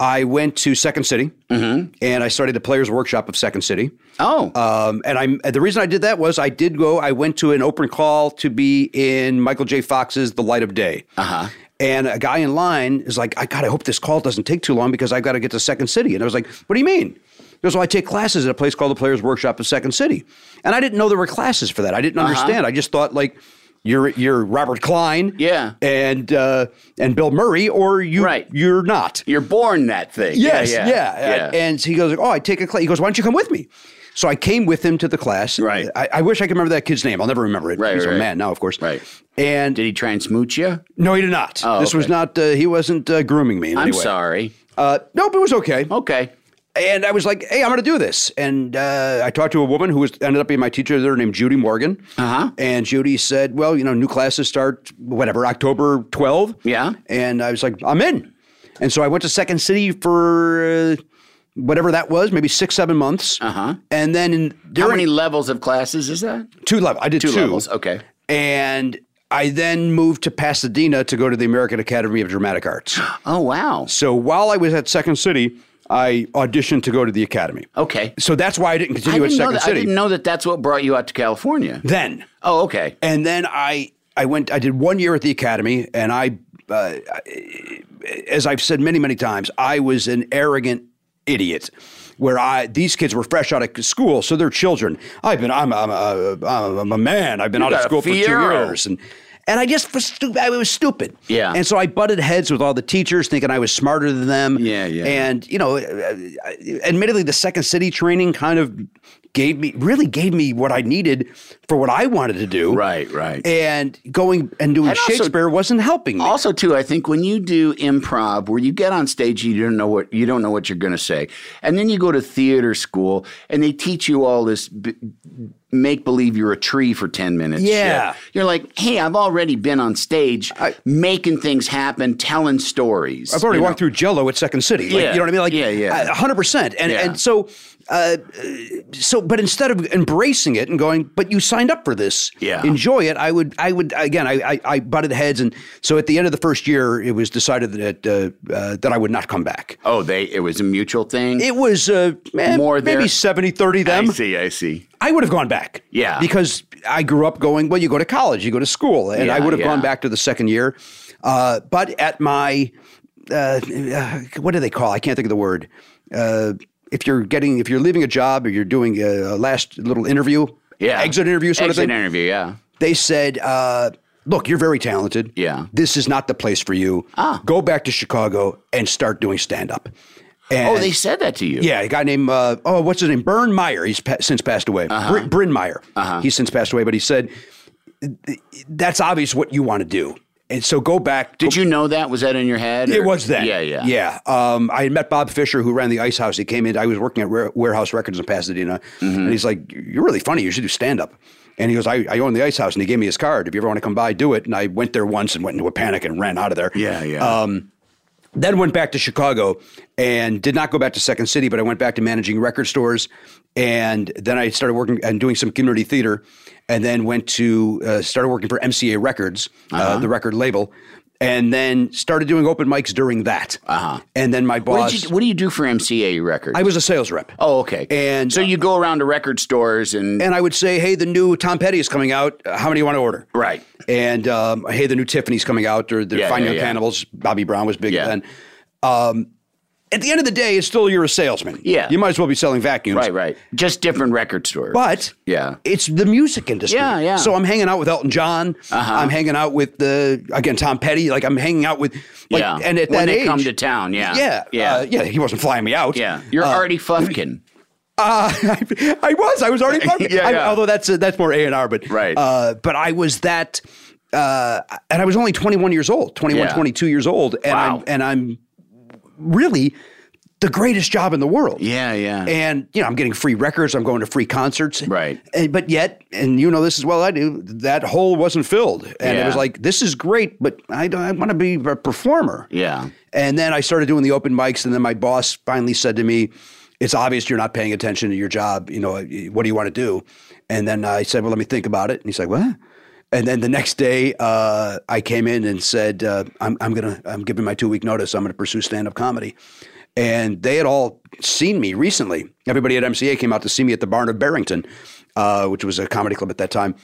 Speaker 2: I went to Second City and I started the Players Workshop of Second City.
Speaker 1: Oh.
Speaker 2: Um, and I'm and the reason I did that was I did go. I went to an open call to be in Michael J. Fox's The Light of Day. Uh
Speaker 1: Uh-huh.
Speaker 2: huh. And a guy in line is like, I God, I hope this call doesn't take too long because I've got to get to Second City. And I was like, What do you mean? He goes, Well, I take classes at a place called the Players Workshop of Second City, and I didn't know there were classes for that. I
Speaker 1: Uh-huh.
Speaker 2: didn't understand. I just thought like. You're you're Robert Klein,
Speaker 1: Yeah.
Speaker 2: and uh, and Bill Murray, or you
Speaker 1: Right.
Speaker 2: you're not.
Speaker 1: you're born that thing.
Speaker 2: Yes, yeah, uh,
Speaker 1: yeah.
Speaker 2: And- And he goes, "Oh, I take a class." He goes, "Why don't you come with me?" So I came with him to the class.
Speaker 1: Right.
Speaker 2: I, I wish I could remember that kid's name. I'll never remember it.
Speaker 1: Right,
Speaker 2: He's
Speaker 1: right,
Speaker 2: a
Speaker 1: right.
Speaker 2: man now, of course.
Speaker 1: Right.
Speaker 2: And
Speaker 1: Did he try and smooch you?
Speaker 2: no, he did not.
Speaker 1: Oh,
Speaker 2: this was
Speaker 1: okay.
Speaker 2: not. Uh, he wasn't uh, grooming me. In
Speaker 1: I'm
Speaker 2: any way.
Speaker 1: sorry.
Speaker 2: Uh, nope, it was okay.
Speaker 1: Okay.
Speaker 2: And I was like, "Hey, I'm going to do this." And uh, I talked to a woman who was ended up being my teacher there, named Judy Morgan.
Speaker 1: Uh-huh.
Speaker 2: And Judy said, "Well, you know, new classes start whatever October 12."
Speaker 1: Yeah.
Speaker 2: And I was like, "I'm in." And so I went to Second City for. Uh, Whatever that was, maybe six, seven months. Uh huh. And then in,
Speaker 1: Uh-huh. How
Speaker 2: during
Speaker 1: many levels of classes is that?
Speaker 2: two levels, I did two,
Speaker 1: levels. Okay.
Speaker 2: And I then moved to Pasadena to go to the American Academy of Dramatic Arts.
Speaker 1: Oh wow.
Speaker 2: So while I was at Second City, I auditioned to go to the Academy.
Speaker 1: Okay.
Speaker 2: So that's why I didn't
Speaker 1: I
Speaker 2: continue
Speaker 1: didn't,
Speaker 2: at
Speaker 1: know
Speaker 2: Second
Speaker 1: that, I
Speaker 2: City.
Speaker 1: didn't know that that's what brought you out to California.
Speaker 2: Then
Speaker 1: Oh, okay.
Speaker 2: and then I I went I did one year at the academy and I uh, as I've said many many times I was an arrogant idiot where I these kids were fresh out of school so they're children I've been I'm I'm a, I'm I'm a man I've been out of
Speaker 1: got a
Speaker 2: school for two
Speaker 1: Fiero.
Speaker 2: years and and I just was stupid I was stupid
Speaker 1: Yeah.
Speaker 2: and so I butted heads with all the teachers thinking I was smarter than them
Speaker 1: Yeah, yeah.
Speaker 2: and you know uh, admittedly the second city training kind of gave me really gave me what I needed for what I wanted to do
Speaker 1: Right, right.
Speaker 2: and going and doing
Speaker 1: And also-
Speaker 2: Shakespeare wasn't helping me.
Speaker 1: Also, too, I think when you do improv, where you get on stage, you don't know what you don't know what you're going to say, and then you go to theater school, and they teach you all this b- make believe you're a tree for ten minutes.
Speaker 2: Yeah.
Speaker 1: shit. you're like, hey, I've already been on stage, making things happen, telling stories.
Speaker 2: I've already
Speaker 1: you
Speaker 2: walked
Speaker 1: know?
Speaker 2: through Jello at Second City. Like,
Speaker 1: Yeah.
Speaker 2: You know what I mean? Like,
Speaker 1: Yeah, yeah.
Speaker 2: a hundred percent. And
Speaker 1: Yeah.
Speaker 2: and so, uh, so but instead of embracing it and going, but you signed up for this.
Speaker 1: Yeah.
Speaker 2: Enjoy it. I would. I would. Again, I I, I butted heads, and so at the end of the first year, it was decided that uh, uh, that I would not come back.
Speaker 1: Oh, they it was a mutual thing.
Speaker 2: It was uh, eh,
Speaker 1: More their-
Speaker 2: maybe 70, 30 them.
Speaker 1: I see, I see.
Speaker 2: I would have gone back.
Speaker 1: Yeah.
Speaker 2: Because I grew up going, well, you go to college, you go to school. And I
Speaker 1: Yeah,
Speaker 2: would have
Speaker 1: yeah.
Speaker 2: gone back to the second year. Uh, but at my, uh, uh, what do they call? I can't think of the word. Uh, if you're getting, if you're leaving a job or you're doing a, a last little interview,
Speaker 1: Yeah,
Speaker 2: exit interview
Speaker 1: Exit
Speaker 2: sort of thing,
Speaker 1: interview, yeah.
Speaker 2: they said, uh, look, you're very talented.
Speaker 1: Yeah.
Speaker 2: This is not the place for you. Ah. Go back to Chicago and start doing stand up.
Speaker 1: Oh, they said that to you.
Speaker 2: Yeah, a guy named uh, oh, what's his name? Bern Meyer. He's pa- since passed away.
Speaker 1: Uh-huh.
Speaker 2: Br- Bryn Meyer. He's since passed away, but he said that's obvious what you want to do, and so go back.
Speaker 1: Did you know that? Was that in your head?
Speaker 2: It
Speaker 1: or-
Speaker 2: was then.
Speaker 1: Yeah, yeah,
Speaker 2: yeah. Um, I had met Bob Fisher, who ran the Ice House. He came in. I was working at Rare- Warehouse Records in Pasadena,
Speaker 1: Mm-hmm.
Speaker 2: and he's like, "You're really funny. You should do stand up." And he goes, I, "I own the Ice House," and he gave me his card. If you ever want to come by, do it. And I went there once and went into a panic and ran out of there. Um,
Speaker 1: Yeah, yeah.
Speaker 2: Then went back to Chicago and did not go back to Second City, but I went back to managing record stores. And then I started working and doing some community
Speaker 1: Uh-huh.
Speaker 2: theater. And then went to uh, started working for MCA Records, uh the record label. and then started doing open mics during that.
Speaker 1: Uh-huh.
Speaker 2: And then my
Speaker 1: What,
Speaker 2: boss,
Speaker 1: did you, what do you do for MCA Records?
Speaker 2: I was a sales rep.
Speaker 1: oh, okay.
Speaker 2: and- uh,
Speaker 1: so you go around to record stores and,
Speaker 2: And I would say, hey, the new Tom Petty is coming out. Uh, How many you want to order?
Speaker 1: right.
Speaker 2: and um, hey, the new Tiffany's coming out, or the
Speaker 1: Yeah,
Speaker 2: Fine
Speaker 1: yeah,
Speaker 2: Young
Speaker 1: yeah.
Speaker 2: Cannibals. Bobby Brown was big
Speaker 1: Yeah.
Speaker 2: then. Um, at the end of the day, it's still you're a salesman.
Speaker 1: Yeah.
Speaker 2: you might as well be selling vacuums.
Speaker 1: Right, right. Just different record stores.
Speaker 2: But
Speaker 1: Yeah.
Speaker 2: it's the music industry.
Speaker 1: Yeah, yeah. Uh-huh.
Speaker 2: So I'm hanging out with Elton John. I'm hanging out with the again Tom Petty. Like I'm hanging out with like,
Speaker 1: yeah.
Speaker 2: And at
Speaker 1: when
Speaker 2: that
Speaker 1: they
Speaker 2: age,
Speaker 1: come to town, yeah.
Speaker 2: Yeah,
Speaker 1: Yeah.
Speaker 2: uh, yeah. Uh, He wasn't flying me out.
Speaker 1: yeah. You're Artie Fufkin.
Speaker 2: Uh, I, I was. I was already. part of it.
Speaker 1: Yeah,
Speaker 2: I-
Speaker 1: yeah.
Speaker 2: although that's uh, that's more A and R, but
Speaker 1: Right.
Speaker 2: Uh, but I was that, uh, and I was only 21 years old, 21,
Speaker 1: Yeah.
Speaker 2: 22 years old, and
Speaker 1: Wow.
Speaker 2: I'm and I'm really the greatest job in the world.
Speaker 1: Yeah, yeah.
Speaker 2: And you know, I'm getting free records. I'm going to free concerts.
Speaker 1: Right.
Speaker 2: And, but yet, and you know this as well. as I do that hole wasn't filled, and it
Speaker 1: Yeah.
Speaker 2: was like this is great, but I don't. I want to be a performer.
Speaker 1: yeah.
Speaker 2: And then I started doing the open mics, and then my boss finally said to me, "It's obvious you're not paying attention to your job. You know, uh, what do you want to do?" And then I said, "Well, let me think about it." And he's like, "What?" And then the next day, uh, I came in and said, uh, "I'm, I'm gonna, I'm giving my two week notice. I'm gonna pursue stand up comedy." And they had all seen me recently. Everybody at MCA came out to see me at the Barn of Barrington, uh, which was a comedy club at that time.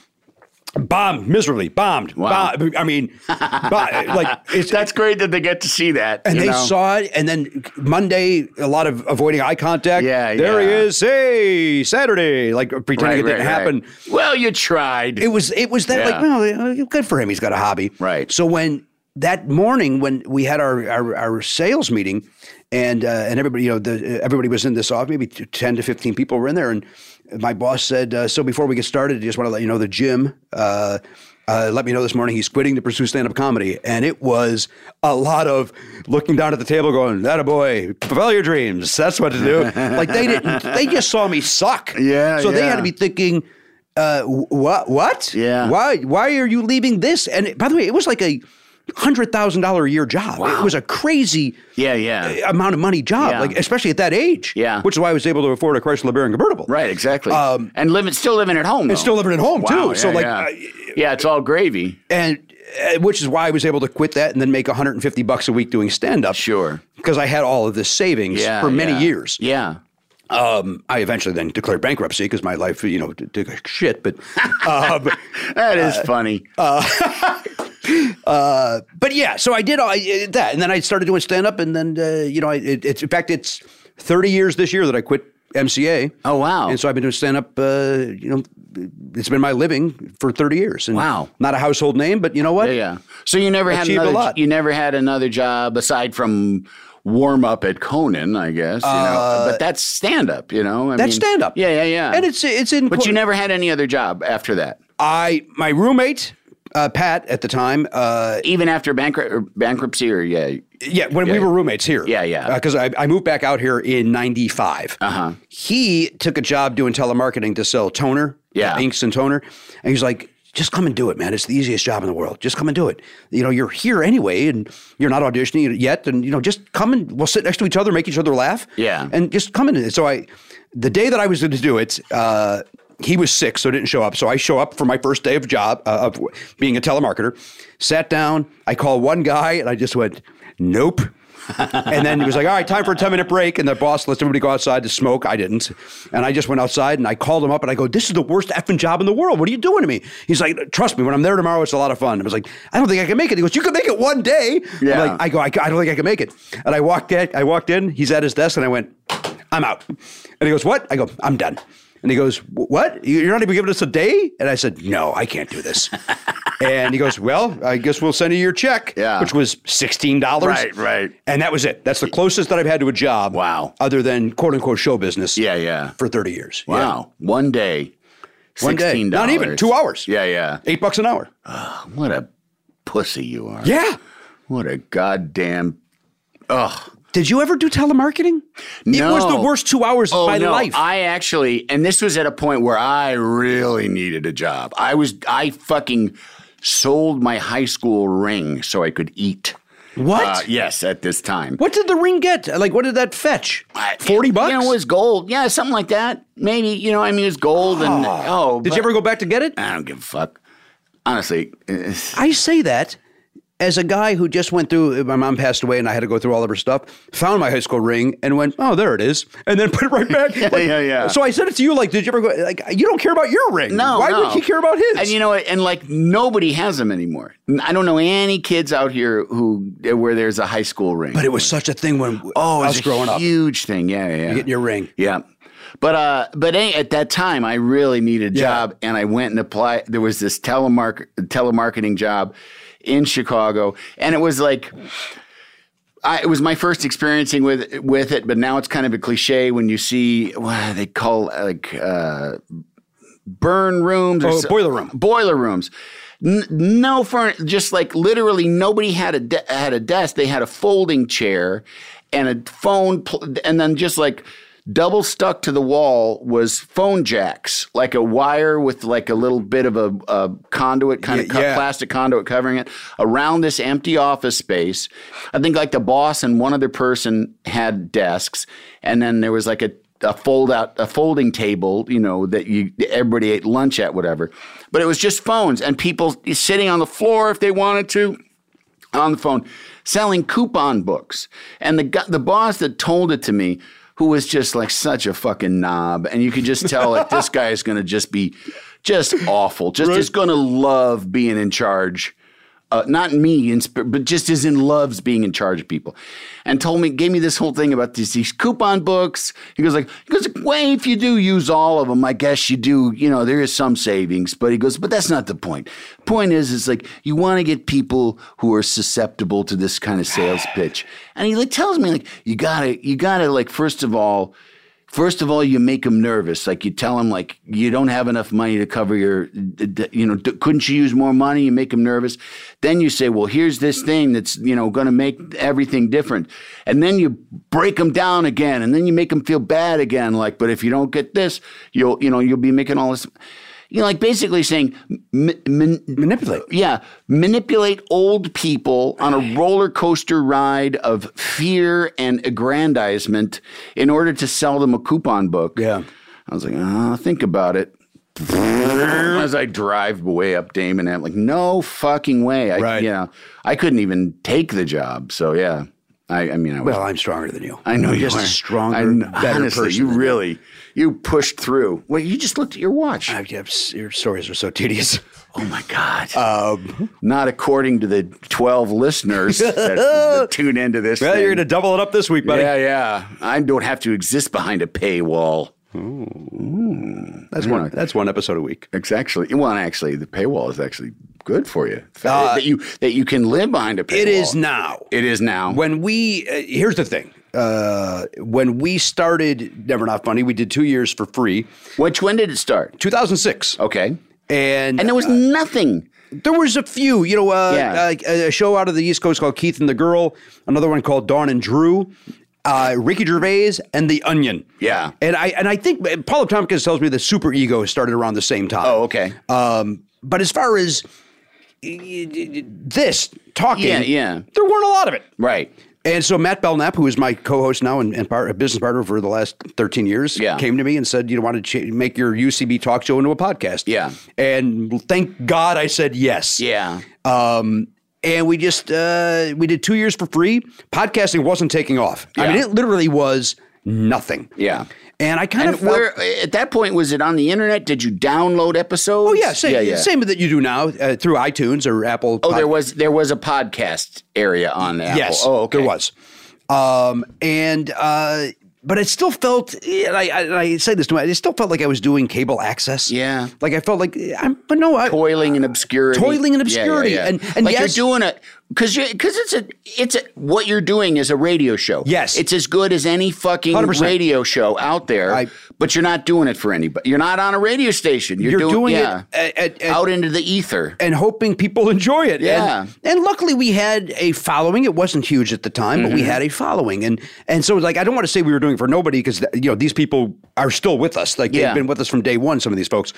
Speaker 2: Bombed miserably, bombed.
Speaker 1: Wow.
Speaker 2: Bomb- I mean, bo- like it's
Speaker 1: That's great that they get to see that.
Speaker 2: and
Speaker 1: you
Speaker 2: they
Speaker 1: know?
Speaker 2: saw it, and then Monday, a lot of avoiding eye contact.
Speaker 1: Yeah,
Speaker 2: there
Speaker 1: yeah.
Speaker 2: he is. Hey, Saturday, like pretending
Speaker 1: Right,
Speaker 2: it
Speaker 1: right,
Speaker 2: didn't
Speaker 1: right.
Speaker 2: happen.
Speaker 1: Well, you tried.
Speaker 2: It was, it was that
Speaker 1: Yeah.
Speaker 2: like, well, eh, good for him. He's got a hobby,
Speaker 1: Right.
Speaker 2: So when that morning, when we had our our, our sales meeting, and uh, and everybody, you know, the, eh, everybody was in this office. Maybe t- ten to fifteen people were in there, and my boss said, uh, "So before we get started, I just want to let you know the gym." Uh, uh, let me know this morning he's quitting to pursue stand-up comedy and it was a lot of looking down at the table going that a boy fulfill your dreams that's what to do like they didn't they just saw me suck
Speaker 1: Yeah,
Speaker 2: so they had
Speaker 1: yeah.
Speaker 2: to be thinking uh, what what
Speaker 1: Yeah.
Speaker 2: why why are you leaving this and it- by the way it was like a hundred thousand dollar a year job it was a crazy
Speaker 1: Yeah, yeah.
Speaker 2: uh, amount of money job
Speaker 1: Yeah.
Speaker 2: like especially at that age
Speaker 1: Yeah.
Speaker 2: which is why i was able to afford a chrysler LeBaron convertible
Speaker 1: Right, exactly. and living, still living at home. Though.
Speaker 2: um, still living at home, too.
Speaker 1: Yeah,
Speaker 2: So, like,
Speaker 1: yeah.
Speaker 2: I-
Speaker 1: yeah, it's all gravy.
Speaker 2: and uh, which is why I was able to quit that and then make 150 bucks a week doing stand up.
Speaker 1: Sure.
Speaker 2: Because I had all of this savings
Speaker 1: Yeah,
Speaker 2: for many
Speaker 1: yeah.
Speaker 2: years.
Speaker 1: Yeah,
Speaker 2: I eventually then declared bankruptcy because my life, you know, t- took a shit. But, um,
Speaker 1: that is funny.
Speaker 2: Uh, but yeah, so I did all I, uh, that, and then I started doing stand up, and then uh, you know, I, it, it's in fact it's 30 years this year that I quit MCA.
Speaker 1: Oh, wow.
Speaker 2: And so I've been doing stand up. Uh, you know, it's been my living for 30 years. And
Speaker 1: Wow.
Speaker 2: Not a household name, but you know what?
Speaker 1: yeah, yeah. So you never had
Speaker 2: Achieved a
Speaker 1: another.
Speaker 2: lot.
Speaker 1: You never had another job aside from warm up at Conan, I guess. You know? But that's stand up. You know, I
Speaker 2: Uh, That's
Speaker 1: mean-
Speaker 2: stand up.
Speaker 1: Yeah, yeah, yeah.
Speaker 2: And it's it's in.
Speaker 1: But
Speaker 2: quote-
Speaker 1: you never had any other job after that,
Speaker 2: I my roommate uh, Pat at the time. Uh,
Speaker 1: even after bankrupt or bankruptcy, or yeah,
Speaker 2: yeah, when we were roommates here.
Speaker 1: Yeah, yeah. Uh-huh.
Speaker 2: Because I, I moved back out here in '95. Uh huh. He took a job doing telemarketing to sell toner.
Speaker 1: Yeah.
Speaker 2: inks and toner, and he's like. Just come and do it, man. It's the easiest job in the world. Just come and do it. You know, you're here anyway, and you're not auditioning yet. And you know, just come and we'll sit next to each other, make each other laugh.
Speaker 1: Yeah.
Speaker 2: and just come in. So I, the day that I was going to do it, uh, he was sick, so didn't show up. So I show up for my first day of job uh, of being a telemarketer. Sat down. I call one guy, and I just went, "Nope." and then he was like, "All right, time for a ten minute break." And the boss lets everybody go outside to smoke. I didn't, and I just went outside and I called him up and I go, "This is the worst effing job in the world. What are you doing to me?" He's like, "Trust me, when I'm there tomorrow, it's a lot of fun." I was like, "I don't think I can make it." He goes, "You can make it one day." I'm
Speaker 1: Yeah.
Speaker 2: like, I go, I, I don't think I can make it. And I walked in, I walked in, he's at his desk, and I went, I'm out. And he goes, What? I go, I'm done. And he goes, "Wh- What? You- You're not even giving us a day? And I said, No, I can't do this. and he goes, Well, I guess we'll send you your check,
Speaker 1: Yeah.
Speaker 2: which was $16.
Speaker 1: Right, right.
Speaker 2: And that was it. That's the closest that I've had to a job.
Speaker 1: Wow.
Speaker 2: Other than quote unquote show business.
Speaker 1: yeah, yeah.
Speaker 2: For 30 years. Yeah.
Speaker 1: Wow, one day.
Speaker 2: One day.
Speaker 1: $16.
Speaker 2: Not even two hours.
Speaker 1: Yeah, yeah.
Speaker 2: Eight bucks an hour.
Speaker 1: What a pussy you are.
Speaker 2: Yeah.
Speaker 1: What a goddamn. Ugh.
Speaker 2: Did you ever do telemarketing? It was
Speaker 1: No.
Speaker 2: the worst two hours
Speaker 1: Oh
Speaker 2: of my
Speaker 1: no!
Speaker 2: life.
Speaker 1: I actually, and this was at a point where I really needed a job. I was, I fucking sold my high school ring so I could eat.
Speaker 2: what?
Speaker 1: Uh, yes, at this time.
Speaker 2: What did the ring get? Like, what did that fetch?
Speaker 1: I-
Speaker 2: Forty bucks.
Speaker 1: You know, it was gold. Yeah, something like that. Maybe you know. I mean, it was gold, and oh,
Speaker 2: did you
Speaker 1: but-
Speaker 2: ever go back to get it?
Speaker 1: I don't give a fuck. Honestly, eh,
Speaker 2: I say that as a guy who just went through, my mom passed away and I had to go through all of her stuff, found my high school ring and went, oh, there it is. And then put it right back.
Speaker 1: Yeah,
Speaker 2: Like,
Speaker 1: yeah, yeah.
Speaker 2: So I said it to you, like, did you ever go, like, you don't care about your ring.
Speaker 1: No,
Speaker 2: Why
Speaker 1: no.
Speaker 2: would he care about his?
Speaker 1: And you know, what? and like nobody has them anymore. I don't know any kids out here who where there's a high school ring.
Speaker 2: but it was such a thing when oh,
Speaker 1: it
Speaker 2: I
Speaker 1: was
Speaker 2: was growing
Speaker 1: a
Speaker 2: up.
Speaker 1: huge thing. Yeah, yeah, yeah.
Speaker 2: Getting your ring.
Speaker 1: Yeah. But uh, but a- at that time, I really needed a
Speaker 2: Yeah.
Speaker 1: job, and I went and applied. There was this telemark- telemarketing job in Chicago, and it was like. I, it was my first experiencing with with it, but now it's kind of a cliche when you see what they call uh, like uh, burn rooms, or
Speaker 2: Oh,
Speaker 1: so-
Speaker 2: boiler room.
Speaker 1: boiler rooms. N- no furniture, just like literally nobody had a de- had a desk. They had a folding chair and a phone, pl- and then just like double stuck to the wall was phone jacks, like a wire with like a little bit of a, a conduit kind of
Speaker 2: Yeah,
Speaker 1: co-
Speaker 2: yeah.
Speaker 1: plastic conduit covering it around this empty office space. I think like the boss and one other person had desks, and then there was like a a fold out a folding table, you know, that you everybody ate lunch at, whatever. But it was just phones and people sitting on the floor if they wanted to on the phone selling coupon books. And the gu- the boss that told it to me, who was just like such a fucking knob, and you could just tell like this guy is going to just be just awful. Just is going to love being in charge. Uh, not me, in sp- but just as in loves being in charge of people, and told me gave me this whole thing about these, these coupon books. He goes like, he goes like, well, if you do use all of them, I guess you do. You know, there is some savings, but he goes, but that's not the point. Point is, is like you want to get people who are susceptible to this kind of sales pitch, and he like tells me like you gotta, you gotta like first of all, First of all, you make them nervous. Like you tell them, like you don't have enough money to cover your, d- d- you know, d- couldn't you use more money? You make them nervous. Then you say, well, here's this thing that's you know going to make everything different. And then you break them down again, and then you make them feel bad again. Like, but if you don't get this, you'll you know you'll be making all this, you know, like basically saying, m- man-
Speaker 2: Manipulate.
Speaker 1: yeah, manipulate old people on a roller coaster ride of fear and aggrandizement in order to sell them a coupon book.
Speaker 2: Yeah.
Speaker 1: I was like, ah, think about it. As I drive way up Damon, I'm like, no fucking way. I,
Speaker 2: Right.
Speaker 1: You know, I couldn't even take the job. So yeah, I, I mean, I was.
Speaker 2: Well, I'm stronger than you.
Speaker 1: I know
Speaker 2: I'm
Speaker 1: you
Speaker 2: just
Speaker 1: are
Speaker 2: a stronger,
Speaker 1: I kn-
Speaker 2: better
Speaker 1: honestly,
Speaker 2: person.
Speaker 1: You
Speaker 2: than
Speaker 1: really, you pushed through. Well, you just looked at your watch.
Speaker 2: I, yeah, s- your stories are so tedious. Um,
Speaker 1: Oh my God.
Speaker 2: Uh,
Speaker 1: Not according to the 12 listeners that, that tune into this.
Speaker 2: Well,
Speaker 1: thing.
Speaker 2: you're going to double it up this week, buddy.
Speaker 1: Yeah, yeah. I don't have to exist behind a paywall.
Speaker 2: that's one. That's one episode a week.
Speaker 1: It's actually, well, actually, the paywall is actually good for you. that you that you can live behind a paywall.
Speaker 2: Uh, It is now.
Speaker 1: It is now.
Speaker 2: When we uh, here's the thing. Uh, when we started Never Not Funny, we did two years for free,
Speaker 1: Which when did it start?
Speaker 2: 2006,
Speaker 1: Okay.
Speaker 2: and
Speaker 1: And there was
Speaker 2: Uh,
Speaker 1: nothing.
Speaker 2: There was a few, you know, uh,
Speaker 1: Yeah.
Speaker 2: like, a, a show out of the East Coast called Keith and the Girl, another one called Dawn and Drew, uh, Ricky Gervais, and The Onion.
Speaker 1: Yeah.
Speaker 2: and I and I think uh, Paula Tompkins tells me the Super Ego started around the same time.
Speaker 1: Oh, okay.
Speaker 2: Um, but as far as this talking,
Speaker 1: Yeah, yeah.
Speaker 2: there weren't a lot of it.
Speaker 1: right.
Speaker 2: And so Matt Belknap, who is my co-host now and, and part, business partner for the last 13 years,
Speaker 1: Yeah.
Speaker 2: came to me and said, you want to ch- make your UCB talk show into a podcast.
Speaker 1: Yeah.
Speaker 2: And thank God I said yes.
Speaker 1: Yeah.
Speaker 2: Um, and we just, uh, we did two years for free. Podcasting wasn't taking off. I mean,
Speaker 1: Yeah.
Speaker 2: it literally was nothing.
Speaker 1: Yeah.
Speaker 2: And I kind
Speaker 1: And
Speaker 2: of felt,
Speaker 1: where at that point was it on the internet? Did you download episodes?
Speaker 2: oh yeah, same, same that you do now uh, through iTunes or Apple.
Speaker 1: Oh,
Speaker 2: Pod-
Speaker 1: there was there was a podcast area on Apple.
Speaker 2: Yes.
Speaker 1: Oh, okay.
Speaker 2: There was. Um, and, uh, but it still felt, and I, I, and I say this to my, it still felt like I was doing cable access.
Speaker 1: Yeah.
Speaker 2: Like I felt like I'm, but no, I,
Speaker 1: toiling in obscurity.
Speaker 2: Toiling in
Speaker 1: Yeah, yeah,
Speaker 2: obscurity.
Speaker 1: yeah.
Speaker 2: And- and
Speaker 1: like
Speaker 2: yes-
Speaker 1: you're doing it because you because it's a it's a what you're doing is a radio show.
Speaker 2: Yes.
Speaker 1: it's as good as any fucking
Speaker 2: 100%.
Speaker 1: radio show out there.
Speaker 2: I-
Speaker 1: but you're not doing it for anybody. You're not on a radio station. You're,
Speaker 2: you're doing, it
Speaker 1: yeah,
Speaker 2: at, at- at-
Speaker 1: out into the ether.
Speaker 2: and hoping people enjoy it. And-
Speaker 1: Yeah.
Speaker 2: And, luckily we had a following. It wasn't huge at the time, but we
Speaker 1: Mm-hmm.
Speaker 2: had a following. And and so like I don't want to say we were doing it for nobody because you know these people are still with us. Like
Speaker 1: Yeah.
Speaker 2: they've been with us from day one. Some of these folks,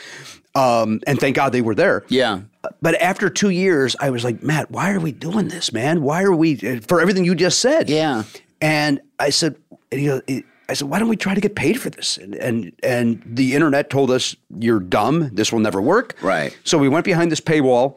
Speaker 2: um, and thank God they were there.
Speaker 1: yeah,
Speaker 2: But after two years, I was like, Matt, why are we doing this, man? Why are we uh, for everything you just said?
Speaker 1: Yeah.
Speaker 2: And I said, and he goes, I said, why don't we try to get paid for this? And and and the internet told us you're dumb. This will never work.
Speaker 1: Right.
Speaker 2: So we went behind this paywall,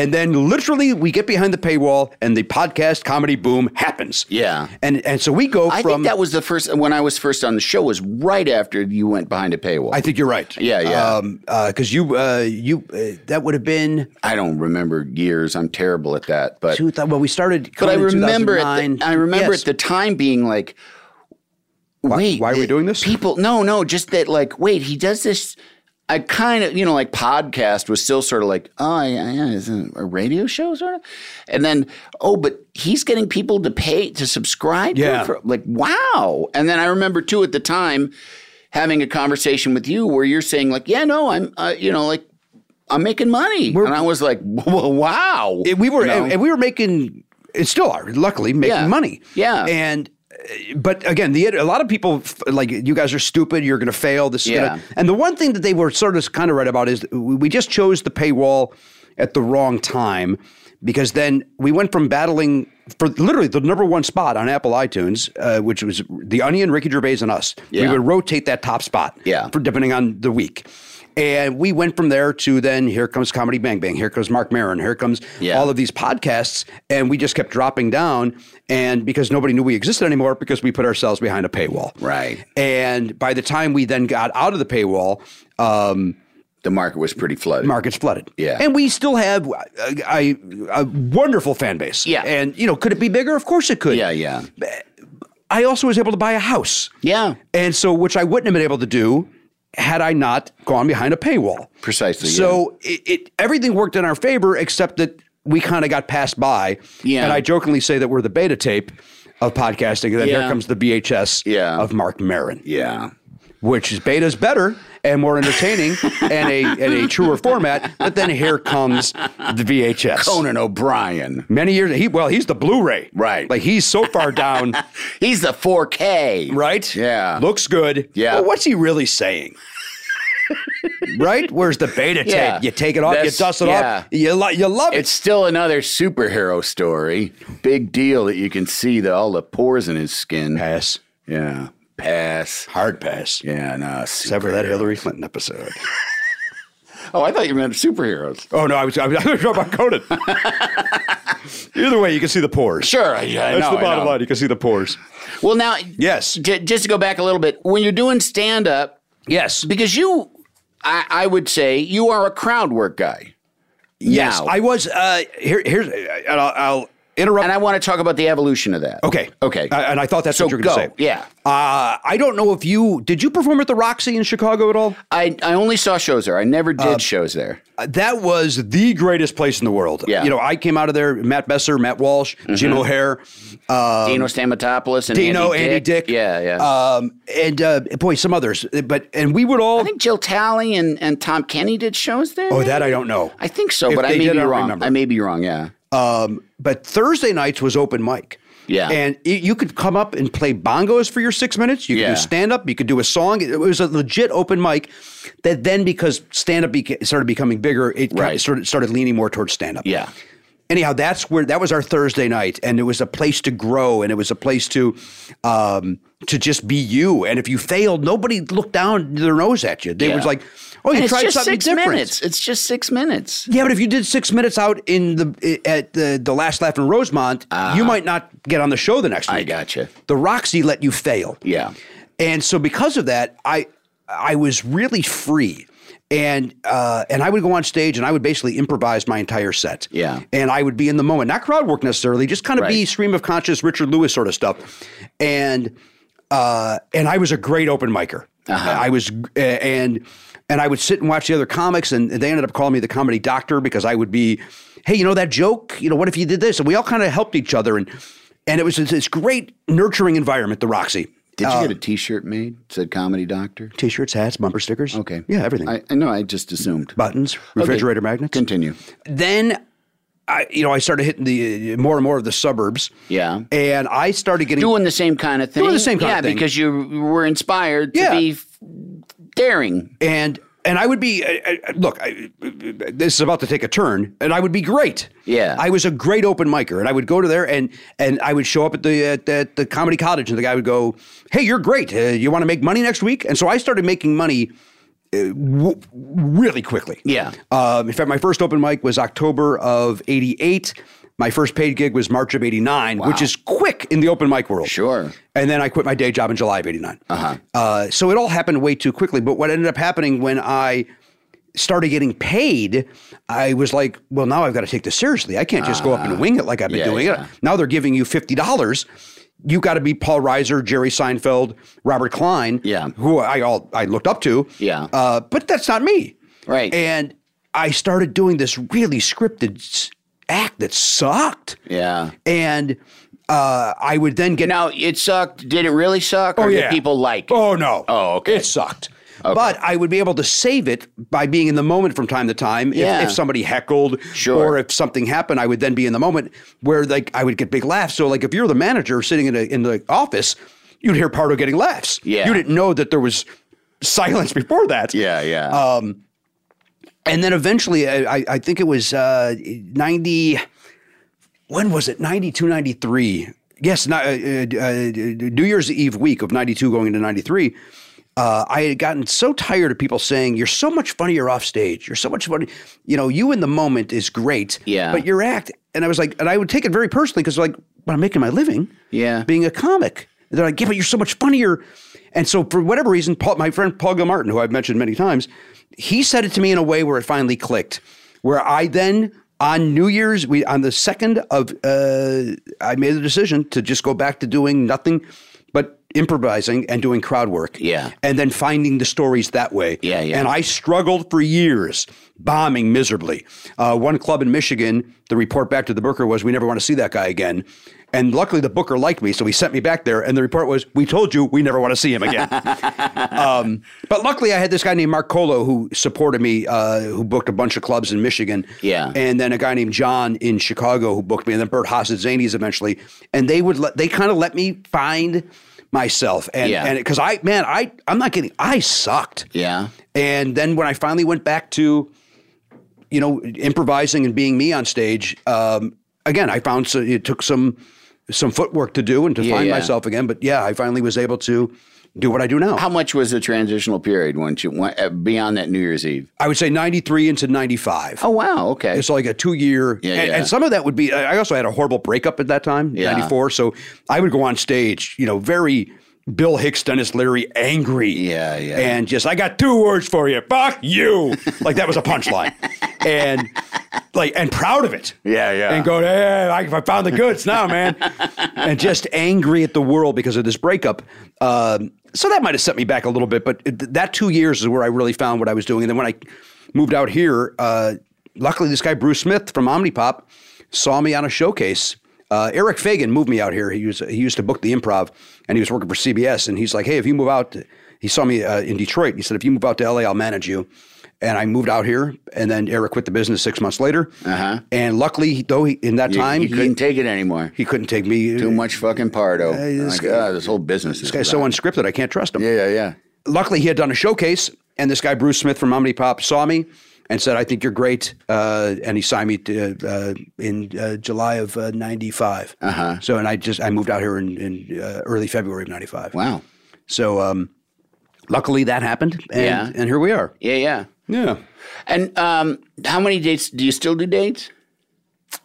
Speaker 2: And then literally we get behind the paywall and the podcast comedy boom happens.
Speaker 1: Yeah.
Speaker 2: And and so we go
Speaker 1: I
Speaker 2: from
Speaker 1: think that was the first when I was first on the show was right after you went behind a paywall.
Speaker 2: I think you're right.
Speaker 1: Yeah, yeah.
Speaker 2: Um, uh, cuz you uh, you uh, that would have been
Speaker 1: I don't remember years. I'm terrible at that, but
Speaker 2: two thou- well we started
Speaker 1: but I
Speaker 2: Conan
Speaker 1: remember at
Speaker 2: 2009.
Speaker 1: the, I remember
Speaker 2: Yes.
Speaker 1: at the time being like,
Speaker 2: Why-
Speaker 1: wait,
Speaker 2: why are we
Speaker 1: th-
Speaker 2: doing this?
Speaker 1: People, no, no, just that like, wait, he does this. I kind of, you know, like podcast was still sort of like, oh, yeah, yeah, is it a radio show sort of, and then oh, but he's getting people to pay to subscribe. to it
Speaker 2: Yeah.
Speaker 1: for- like wow. And then I remember too at the time having a conversation with you where you're saying like, yeah, no, I'm, uh, you know, like. I'm making money, and I was like, "Wow!"
Speaker 2: It- we were
Speaker 1: You know?
Speaker 2: and, and we were making and still are luckily making
Speaker 1: Yeah.
Speaker 2: money
Speaker 1: Yeah.
Speaker 2: and uh, but again the a lot of people f- like you guys are stupid you're gonna fail this is
Speaker 1: Yeah.
Speaker 2: gonna and the one thing that they were sort of kind of right about is we we just chose the paywall at the wrong time because then we went from battling for literally the number one spot on Apple iTunes, uh, which was The Onion, Ricky Gervais, and us. We
Speaker 1: Yeah.
Speaker 2: would rotate that top spot
Speaker 1: Yeah.
Speaker 2: for depending on the week. And we went from there to then here comes Comedy Bang Bang, here comes Mark Maron, here comes
Speaker 1: Yeah.
Speaker 2: all of these podcasts. And we just kept dropping down. And because nobody knew we existed anymore, because we put ourselves behind a paywall.
Speaker 1: Right.
Speaker 2: And by the time we then got out of the paywall, um,
Speaker 1: the market was pretty flooded.
Speaker 2: market's flooded.
Speaker 1: Yeah.
Speaker 2: And we still have uh, I- a wonderful fan base.
Speaker 1: Yeah.
Speaker 2: And, you know, could it be bigger? Of course it could.
Speaker 1: Yeah, yeah,
Speaker 2: I also was able to buy a house.
Speaker 1: yeah.
Speaker 2: And so, which I wouldn't have been able to do had I not gone behind a paywall.
Speaker 1: Precisely,
Speaker 2: So it, it everything worked in our favor, except that we kind of got passed by.
Speaker 1: Yeah.
Speaker 2: And I jokingly say that we're the beta tape of podcasting. And then here
Speaker 1: Yeah.
Speaker 2: comes the VHS
Speaker 1: Yeah.
Speaker 2: of Mark Marin,
Speaker 1: Yeah.
Speaker 2: which is beta's better and more entertaining and a and a truer format. But then here comes the VHS.
Speaker 1: Conan O'Brien.
Speaker 2: Many years he well, he's the Blu-ray.
Speaker 1: Right.
Speaker 2: Like he's so far down.
Speaker 1: He's the 4K.
Speaker 2: right?
Speaker 1: Yeah.
Speaker 2: Looks good.
Speaker 1: Yeah.
Speaker 2: But what's he really saying? right? Where's the beta
Speaker 1: Yeah.
Speaker 2: tape? You take it off,
Speaker 1: That's-
Speaker 2: you dust it
Speaker 1: yeah.
Speaker 2: off. You, lo- you love
Speaker 1: It's
Speaker 2: it.
Speaker 1: still another superhero story. Big deal that you can see the, all the pores in his skin.
Speaker 2: Pass.
Speaker 1: Yeah. Pass.
Speaker 2: Hard pass.
Speaker 1: Yeah, no.
Speaker 2: Except for that
Speaker 1: superhero.
Speaker 2: Hillary Clinton episode.
Speaker 1: Oh, I thought you meant superheroes.
Speaker 2: oh, no, I was, I was, I was talking about Conan. Either way, you can see the pores.
Speaker 1: Sure, yeah, I
Speaker 2: That's
Speaker 1: know,
Speaker 2: the
Speaker 1: I
Speaker 2: bottom
Speaker 1: know.
Speaker 2: line. You can see the pores.
Speaker 1: Well, now,
Speaker 2: Yes.
Speaker 1: j- just to go back a little bit, when you're doing stand up,
Speaker 2: Yes.
Speaker 1: because you, I, I would say, you are a crowd work guy.
Speaker 2: Yes.
Speaker 1: Now.
Speaker 2: I was, uh, here, here's, and I'll, I'll interrupt.
Speaker 1: And I want to talk about the evolution of that.
Speaker 2: okay.
Speaker 1: Okay.
Speaker 2: I- and I thought that's
Speaker 1: so
Speaker 2: what you were
Speaker 1: go.
Speaker 2: going to say.
Speaker 1: Yeah.
Speaker 2: Uh, I don't know if you, did you perform at the Roxy in Chicago at all?
Speaker 1: I, I only saw shows there. I never
Speaker 2: Um,
Speaker 1: did shows there.
Speaker 2: Uh, that was the greatest place in the world.
Speaker 1: Yeah. Mm-hmm.
Speaker 2: You know, I came out of there, Matt Besser, Matt Walsh, Jim O'Hare, uh,
Speaker 1: Dino Stamatopoulos and
Speaker 2: Dino,
Speaker 1: Mm-hmm. Andy,
Speaker 2: Andy Dick.
Speaker 1: Yeah, yeah.
Speaker 2: Um, and uh, boy, some others. But, and we would all.
Speaker 1: I think Jill Talley and, and Tom Kenny did shows there.
Speaker 2: oh,
Speaker 1: maybe?
Speaker 2: that I don't know.
Speaker 1: I think so,
Speaker 2: If
Speaker 1: but I
Speaker 2: they
Speaker 1: may
Speaker 2: did,
Speaker 1: be
Speaker 2: I don't
Speaker 1: wrong.
Speaker 2: remember.
Speaker 1: I may be wrong. Yeah.
Speaker 2: Um, but Thursday nights was open mic.
Speaker 1: Yeah.
Speaker 2: And it, you could come up and play bongos for your six minutes. You could
Speaker 1: Yeah.
Speaker 2: do stand up. You could do a song. It was a legit open mic that then, because stand up beca- started becoming bigger, it kind
Speaker 1: Right.
Speaker 2: of started, started leaning more towards stand up.
Speaker 1: Yeah.
Speaker 2: anyhow, that's where that was our Thursday night, and it was a place to grow, and it was a place to um, to just be you. And if you failed, nobody looked down their nose at you. They
Speaker 1: Yeah.
Speaker 2: was like, "Oh,
Speaker 1: And
Speaker 2: you
Speaker 1: it's
Speaker 2: tried
Speaker 1: just
Speaker 2: something
Speaker 1: six
Speaker 2: different."
Speaker 1: minutes. It's just six minutes.
Speaker 2: Yeah, but if you did six minutes out in the at the the last laugh in Rosemont, you might not get on the show the next week.
Speaker 1: Uh-huh. I gotcha.
Speaker 2: The Roxy let you fail.
Speaker 1: Yeah.
Speaker 2: And so because of that, I I was really free. And uh, and I would go on stage and I would basically improvise my entire set.
Speaker 1: Yeah.
Speaker 2: And I would be in the moment, not crowd work necessarily, just kind of be
Speaker 1: Right.
Speaker 2: stream of conscious Richard Lewis sort of stuff. And uh, and I was a great open micer.
Speaker 1: Uh-huh.
Speaker 2: I was uh, and and I would sit and watch the other comics, and they ended up calling me the comedy doctor because I would be, hey, you know that joke? You know what if you did this? And we all kind of helped each other, and and it was this- this great nurturing environment, the Roxy.
Speaker 1: Did you get a T-shirt made? Said comedy doctor.
Speaker 2: T-shirts, hats, bumper stickers.
Speaker 1: Okay.
Speaker 2: Yeah, everything.
Speaker 1: I, I know. I just assumed.
Speaker 2: Buttons,
Speaker 1: Okay.
Speaker 2: refrigerator magnets.
Speaker 1: Continue.
Speaker 2: Then, I you know I started hitting the uh, more and more of the suburbs.
Speaker 1: Yeah.
Speaker 2: And I started getting
Speaker 1: Doing the same kind of thing.
Speaker 2: Doing the same kind
Speaker 1: yeah,
Speaker 2: of thing.
Speaker 1: because you were inspired to
Speaker 2: Yeah.
Speaker 1: be f- daring.
Speaker 2: and and I would be I, I, look. I, this is about to take a turn, and I would be great.
Speaker 1: Yeah.
Speaker 2: I was a great open micer, and I would go to there and and I would show up at the at, at the comedy cottage, and the guy would go, "Hey, you're great. Uh, you want to make money next week?" And so I started making money uh, w- really quickly.
Speaker 1: Yeah.
Speaker 2: Um, in fact, my first open mic was October of '88. My first paid gig was March of '89, which is quick in the open mic world.
Speaker 1: Sure.
Speaker 2: And then I quit my day job in July of '89. Uh-huh. So it all happened way too quickly. But what ended up happening when I started getting paid, I was like, well, now I've got to take this seriously. I can't just go up and wing it like I've been
Speaker 1: Uh-huh. yeah,
Speaker 2: doing
Speaker 1: yeah.
Speaker 2: it. Now they're giving you fifty dollars. You got to be Paul Reiser, Jerry Seinfeld, Robert Klein,
Speaker 1: Yeah.
Speaker 2: who I all I looked up to,
Speaker 1: Yeah.
Speaker 2: Uh, but that's not me,
Speaker 1: Right.
Speaker 2: And I started doing this really scripted s- act that sucked,
Speaker 1: Yeah.
Speaker 2: and uh, I would then get
Speaker 1: Now it sucked. Did it really suck? Or did people like it?
Speaker 2: Oh no.
Speaker 1: Oh, okay.
Speaker 2: It sucked. But I would be able to save it by being in the moment from time to time. If,
Speaker 1: Yeah.
Speaker 2: if somebody heckled
Speaker 1: Sure.
Speaker 2: or if something happened, I would then be in the moment where like I would get big laughs. So like if you're the manager sitting in, a, in the office, you'd hear Pardo getting laughs.
Speaker 1: Yeah.
Speaker 2: You didn't know that there was silence before that.
Speaker 1: Yeah, yeah.
Speaker 2: Uh, And then eventually, I, I- I think it was uh, 90, when was it? 92, 93. Yes, ni- uh, uh, uh, New Year's Eve week of 92 going into 93. Uh, I had gotten so tired of people saying, You're so much funnier off stage. You're so much funny. You know, you in the moment is great.
Speaker 1: Yeah.
Speaker 2: But your act, and I was like, and I would take it very personally because, like, when I'm making my living,
Speaker 1: Yeah.
Speaker 2: being a comic. And they're like, yeah, but you're so much funnier. And so for whatever reason, Paul, my friend Paul Gilmartin, who I've mentioned many times, he said it to me in a way where it finally clicked. Where I then on New Year's, we on the second of, uh, I made the decision to just go back to doing nothing but improvising and doing crowd work.
Speaker 1: Yeah.
Speaker 2: and then finding the stories that way.
Speaker 1: Yeah, yeah.
Speaker 2: And I struggled for years, bombing miserably. Uh, one club in Michigan, the report back to the Booker was, "We never want to see that guy again." And luckily, the Booker liked me, so he sent me back there. And the report was, "We told you, we never want to see him again." um, but luckily, I had this guy named Mark Colo who supported me, uh, who booked a bunch of clubs in Michigan.
Speaker 1: Yeah.
Speaker 2: And then a guy named John in Chicago who booked me, and then Bert Haas at Zanies eventually. And they would let, they kind of let me find myself. And
Speaker 1: Yeah.
Speaker 2: and because I man, I I'm not kidding, I sucked.
Speaker 1: yeah.
Speaker 2: And then when I finally went back to, you know, improvising and being me on stage, um, again, I found so it took some some footwork to do and to
Speaker 1: Yeah,
Speaker 2: find
Speaker 1: yeah.
Speaker 2: myself again. But yeah, I finally was able to do what I do now.
Speaker 1: How much was the transitional period once you went uh, beyond that New Year's Eve?
Speaker 2: I would say 93 into 95.
Speaker 1: Oh wow. Okay.
Speaker 2: It's like a two year,
Speaker 1: Yeah,
Speaker 2: and,
Speaker 1: yeah.
Speaker 2: and some of that would be. I I also had a horrible breakup at that time,
Speaker 1: Yeah.
Speaker 2: '94. So I would go on stage, you know, very Bill Hicks, Dennis Leary, angry,
Speaker 1: Yeah, yeah.
Speaker 2: and just I got two words for you, fuck you, like that was a punchline, and like and proud of it,
Speaker 1: Yeah, yeah.
Speaker 2: and going, hey, I, I found the goods now, man, and just angry at the world because of this breakup. Um, so that might have set me back a little bit, but th- that two years is where I really found what I was doing. And then when I moved out here, uh, luckily this guy Bruce Smith from Omnipop saw me on a showcase. Uh, Eric Fagan moved me out here. He was he used to book the Improv, and he was working for CBS. And he's like, hey, if you move out, he saw me uh, in Detroit. He said, if you move out to LA, I'll manage you. And I moved out here, and then Eric quit the business six months later. Uh-huh. And luckily, though, he, in that
Speaker 1: You-
Speaker 2: time,
Speaker 1: you
Speaker 2: he-
Speaker 1: couldn't take it anymore.
Speaker 2: he couldn't take me.
Speaker 1: Too much fucking Pardo. this,
Speaker 2: this guy-
Speaker 1: this whole business.
Speaker 2: This
Speaker 1: is
Speaker 2: guy's so
Speaker 1: about-
Speaker 2: unscripted, I can't trust him.
Speaker 1: Yeah, yeah, yeah.
Speaker 2: Luckily, he had done a showcase, and this guy Bruce Smith from Omnipop saw me and said, "I think you're great," uh, and he signed me to, uh, in uh, July of uh, '95. Uh-huh. So, and I just I moved out here in, in uh, early February of '95.
Speaker 1: Wow.
Speaker 2: So, um, luckily that happened, and,
Speaker 1: Yeah.
Speaker 2: and here we are.
Speaker 1: Yeah, yeah.
Speaker 2: Yeah.
Speaker 1: And um, how many dates do you still do dates?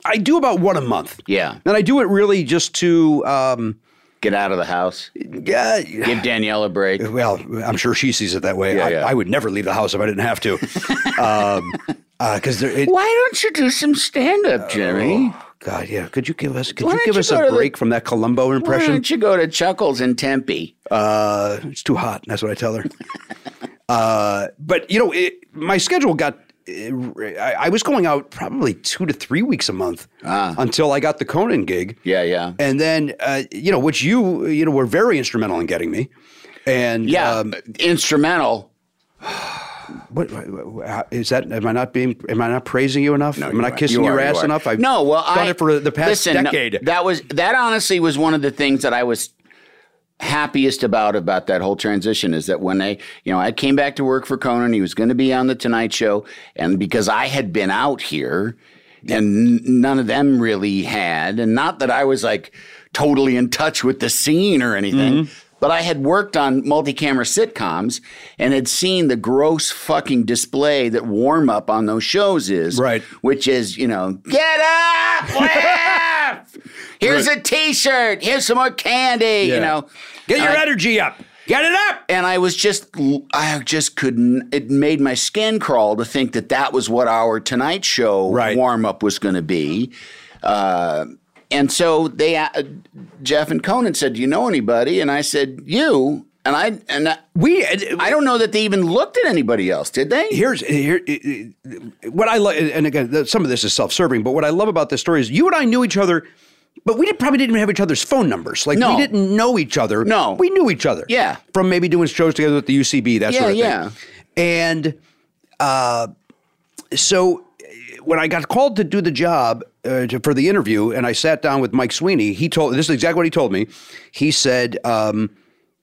Speaker 2: I do about one a month.
Speaker 1: Yeah.
Speaker 2: And I do it really just to, um,
Speaker 1: Get out of the house.
Speaker 2: yeah,
Speaker 1: Give Danielle a break.
Speaker 2: well, I'm sure she sees it that way.
Speaker 1: Yeah,
Speaker 2: I,
Speaker 1: yeah.
Speaker 2: I would never leave the house if I didn't have to. um, uh 'cause there, it,
Speaker 1: Why don't you do some stand
Speaker 2: Oh,
Speaker 1: up, Jerry?
Speaker 2: God, yeah. Could you give us? Could
Speaker 1: Why
Speaker 2: you
Speaker 1: don't
Speaker 2: give
Speaker 1: you
Speaker 2: us
Speaker 1: go
Speaker 2: a
Speaker 1: to the-
Speaker 2: break from that Columbo
Speaker 1: Why
Speaker 2: impression?
Speaker 1: don't you go to Chuckles in Tempe?
Speaker 2: Uh, it's too hot. That's what I tell her. uh, but you know, it, my schedule got. I, I was going out probably two to three weeks a month until I got the Conan gig.
Speaker 1: Ah. Yeah, yeah.
Speaker 2: And then, uh, you know, which you, you know, were very instrumental in getting me. And
Speaker 1: Yeah.
Speaker 2: um,
Speaker 1: instrumental.
Speaker 2: what, what- how- is that? Am I not being? Am I not praising you enough? am I
Speaker 1: You
Speaker 2: not
Speaker 1: are-
Speaker 2: kissing
Speaker 1: you
Speaker 2: your
Speaker 1: are, you
Speaker 2: ass
Speaker 1: are.
Speaker 2: enough? I've
Speaker 1: no, well,
Speaker 2: done
Speaker 1: I
Speaker 2: it for the past
Speaker 1: listen, no,
Speaker 2: decade.
Speaker 1: that was that honestly was one of the things that I was happiest about about that whole transition is that when they, you know, I came back to work for Conan, he was going to be on the Tonight Show, and because I had been out here, and n- none of them
Speaker 2: Mm-hmm.
Speaker 1: really had, and not that I was like totally in touch with the scene or anything. But I had worked on multi camera sitcoms and had seen the gross fucking display that warm up on those shows is.
Speaker 2: Right.
Speaker 1: Which is, you know, get up, laugh! Here's a t shirt, here's some more candy,
Speaker 2: Yeah.
Speaker 1: you know.
Speaker 2: Get your
Speaker 1: I-
Speaker 2: energy up. Get it up.
Speaker 1: and I was just, I just couldn't. It made my skin crawl to think that that was what our Tonight Show
Speaker 2: Right.
Speaker 1: warm up was going to be. Uh, and so they, uh, Jeff and Conan said, "Do you know anybody?" And I said, "You." And I and I,
Speaker 2: We.
Speaker 1: I don't know that they even looked at anybody else, did they?
Speaker 2: here's here what I like, and again, th- some of this is self-serving, but what I love about this story is you and I knew each other, but we did, probably didn't even have each other's phone numbers. Like
Speaker 1: No.
Speaker 2: we didn't know each other.
Speaker 1: No.
Speaker 2: we knew each other.
Speaker 1: Yeah.
Speaker 2: from maybe doing shows together at the UCB, that
Speaker 1: Yeah,
Speaker 2: sort of
Speaker 1: yeah.
Speaker 2: thing. And uh, so uh, when I got called to do the job uh, to, for the interview, and I sat down with Mike Sweeney, he told this is exactly what he told me. He said. Um,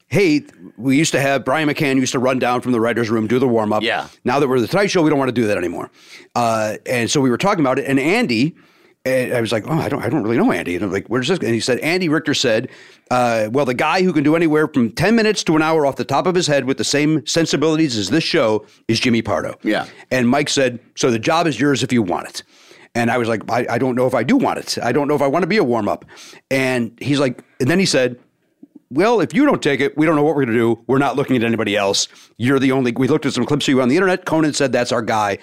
Speaker 2: Hey, we used to have Brian McCann used to run down from the writers' room, do the warm up.
Speaker 1: Yeah.
Speaker 2: Now that we're the Tonight Show, we don't want to do that anymore. Uh, and so we were talking about it, and Andy, and I was like, oh, I don't, I don't really know Andy. And I'm like, where's this? And he said, Andy Richter said, uh, well, the guy who can do anywhere from ten minutes to an hour off the top of his head with the same sensibilities as this show is Jimmy Pardo.
Speaker 1: Yeah.
Speaker 2: And Mike said, so the job is yours if you want it. And I was like, I, I don't know if I do want it. I don't know if I want to be a warm up. And he's like, and then he said, well, if you don't take it, we don't know what we're going to do. We're not looking at anybody else. You're the only. We looked at some clips of you on the internet. Conan said that's our guy.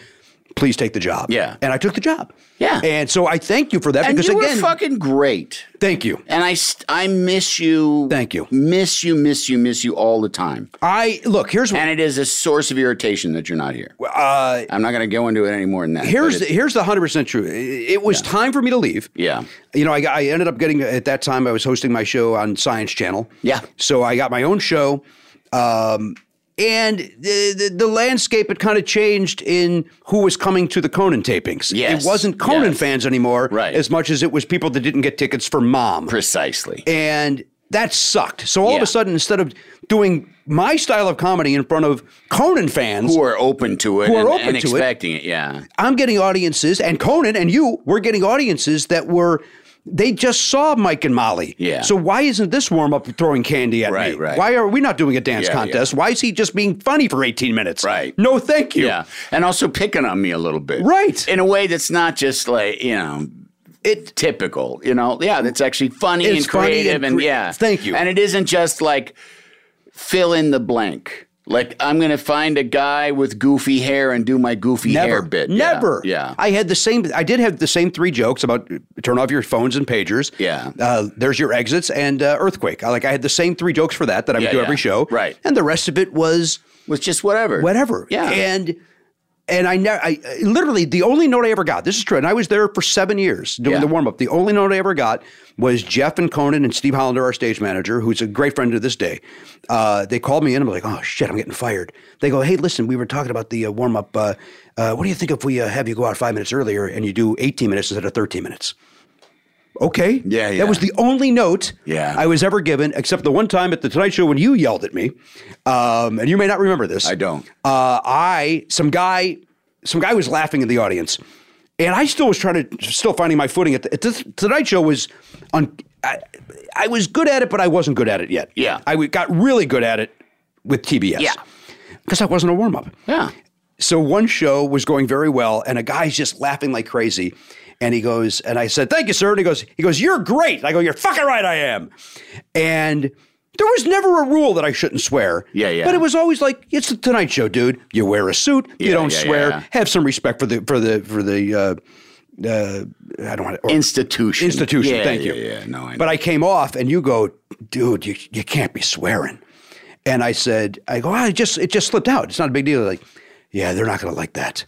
Speaker 2: Please take the job.
Speaker 1: Yeah.
Speaker 2: and I took the job.
Speaker 1: Yeah.
Speaker 2: and so I thank you for that
Speaker 1: and
Speaker 2: because
Speaker 1: you
Speaker 2: again,
Speaker 1: were fucking great.
Speaker 2: thank you.
Speaker 1: And I, st- I miss you.
Speaker 2: Thank you.
Speaker 1: Miss you, miss you, miss you all the time.
Speaker 2: I look here's what
Speaker 1: And it is a source of irritation that you're not here.
Speaker 2: uh,
Speaker 1: I'm not going to go into it any more than that.
Speaker 2: here's
Speaker 1: but
Speaker 2: the,
Speaker 1: it-
Speaker 2: here's the hundred percent true. It, it was time for me to leave.
Speaker 1: yeah.
Speaker 2: You know, I, I ended up getting at that time I was hosting my show on Science Channel.
Speaker 1: Yeah.
Speaker 2: So I got my own show, um, and the, the the landscape had kind of changed in who was coming to the Conan tapings.
Speaker 1: Yes.
Speaker 2: It wasn't Conan
Speaker 1: Yes.
Speaker 2: fans anymore,
Speaker 1: Right.
Speaker 2: As much as it was people that didn't get tickets for Mom,
Speaker 1: Precisely.
Speaker 2: and that sucked. So all of
Speaker 1: Yeah.
Speaker 2: a sudden, instead of doing my style of comedy in front of Conan fans,
Speaker 1: who are open to it
Speaker 2: Who are
Speaker 1: and,
Speaker 2: open
Speaker 1: and
Speaker 2: to it.
Speaker 1: expecting it. Yeah.
Speaker 2: I'm getting audiences, and Conan and you were getting audiences that were they just saw Mike and Molly.
Speaker 1: Yeah.
Speaker 2: So why isn't this warm up throwing candy at me?
Speaker 1: Right, right.
Speaker 2: Why are we not doing a dance
Speaker 1: Yeah,
Speaker 2: contest? Why is he just being funny for 18 minutes?
Speaker 1: Right.
Speaker 2: No, thank you.
Speaker 1: Yeah. And also picking on me a little bit.
Speaker 2: Right.
Speaker 1: In a way that's not just like, you know, it typical, you know. Yeah, that's actually funny
Speaker 2: It's
Speaker 1: and
Speaker 2: funny and
Speaker 1: creative and,
Speaker 2: cre-
Speaker 1: yeah.
Speaker 2: Thank you.
Speaker 1: And it isn't just like fill in the blank. Like I'm going to find a guy with goofy hair and do my goofy hair
Speaker 2: Never,
Speaker 1: bit. Yeah,
Speaker 2: never.
Speaker 1: Yeah.
Speaker 2: I had the same. I did have the same three jokes about turn off your phones and pagers.
Speaker 1: Yeah.
Speaker 2: uh, there's your exits and uh, earthquake. I, like I had the same three jokes for that that I would
Speaker 1: Yeah,
Speaker 2: do
Speaker 1: yeah.
Speaker 2: every show.
Speaker 1: Right.
Speaker 2: and the rest of it was
Speaker 1: was just whatever.
Speaker 2: whatever.
Speaker 1: Yeah.
Speaker 2: And and I never, I I- literally the only note I ever got. This is true, and I was there for seven years doing
Speaker 1: Yeah.
Speaker 2: the warm up. The only note I ever got was Jeff and Conan and Steve Hollander, our stage manager, who's a great friend to this day. Uh, they called me in. I'm like, oh shit, I'm getting fired. They go, hey, listen, we were talking about the uh, warm up. Uh, uh, what do you think if we uh, have you go out five minutes earlier and you do 18 minutes instead of 13 minutes? Okay.
Speaker 1: Yeah, yeah.
Speaker 2: That was the only note
Speaker 1: Yeah.
Speaker 2: I was ever given, except the one time at the Tonight Show when you yelled at me. Um, and you may not remember this.
Speaker 1: I don't.
Speaker 2: Uh, I some guy some guy was laughing in the audience, and I still was trying to still finding my footing. At the, at the Tonight Show was on. I, I was good at it, but I wasn't good at it yet.
Speaker 1: Yeah.
Speaker 2: I w- got really good at it with TBS.
Speaker 1: Yeah.
Speaker 2: because I wasn't a warm up.
Speaker 1: Yeah.
Speaker 2: So one show was going very well, and a guy's just laughing like crazy. And he goes, and I said, "Thank you, sir." And he goes, "He goes, you're great." And I go, "You're fucking right, I am." And there was never a rule that I shouldn't swear.
Speaker 1: Yeah, yeah.
Speaker 2: But it was always like, "It's the Tonight Show, dude. You wear a suit. you
Speaker 1: Yeah,
Speaker 2: don't
Speaker 1: yeah,
Speaker 2: swear.
Speaker 1: yeah.
Speaker 2: Have some respect for the for the for the." Uh, uh, I don't want to.
Speaker 1: Institution.
Speaker 2: Institution.
Speaker 1: Yeah,
Speaker 2: thank
Speaker 1: yeah,
Speaker 2: you.
Speaker 1: yeah. No, I know.
Speaker 2: But I came off, and you go, dude, you, you can't be swearing. And I said, I go, I just it just slipped out. It's not a big deal. They're like, yeah, they're not going to like that.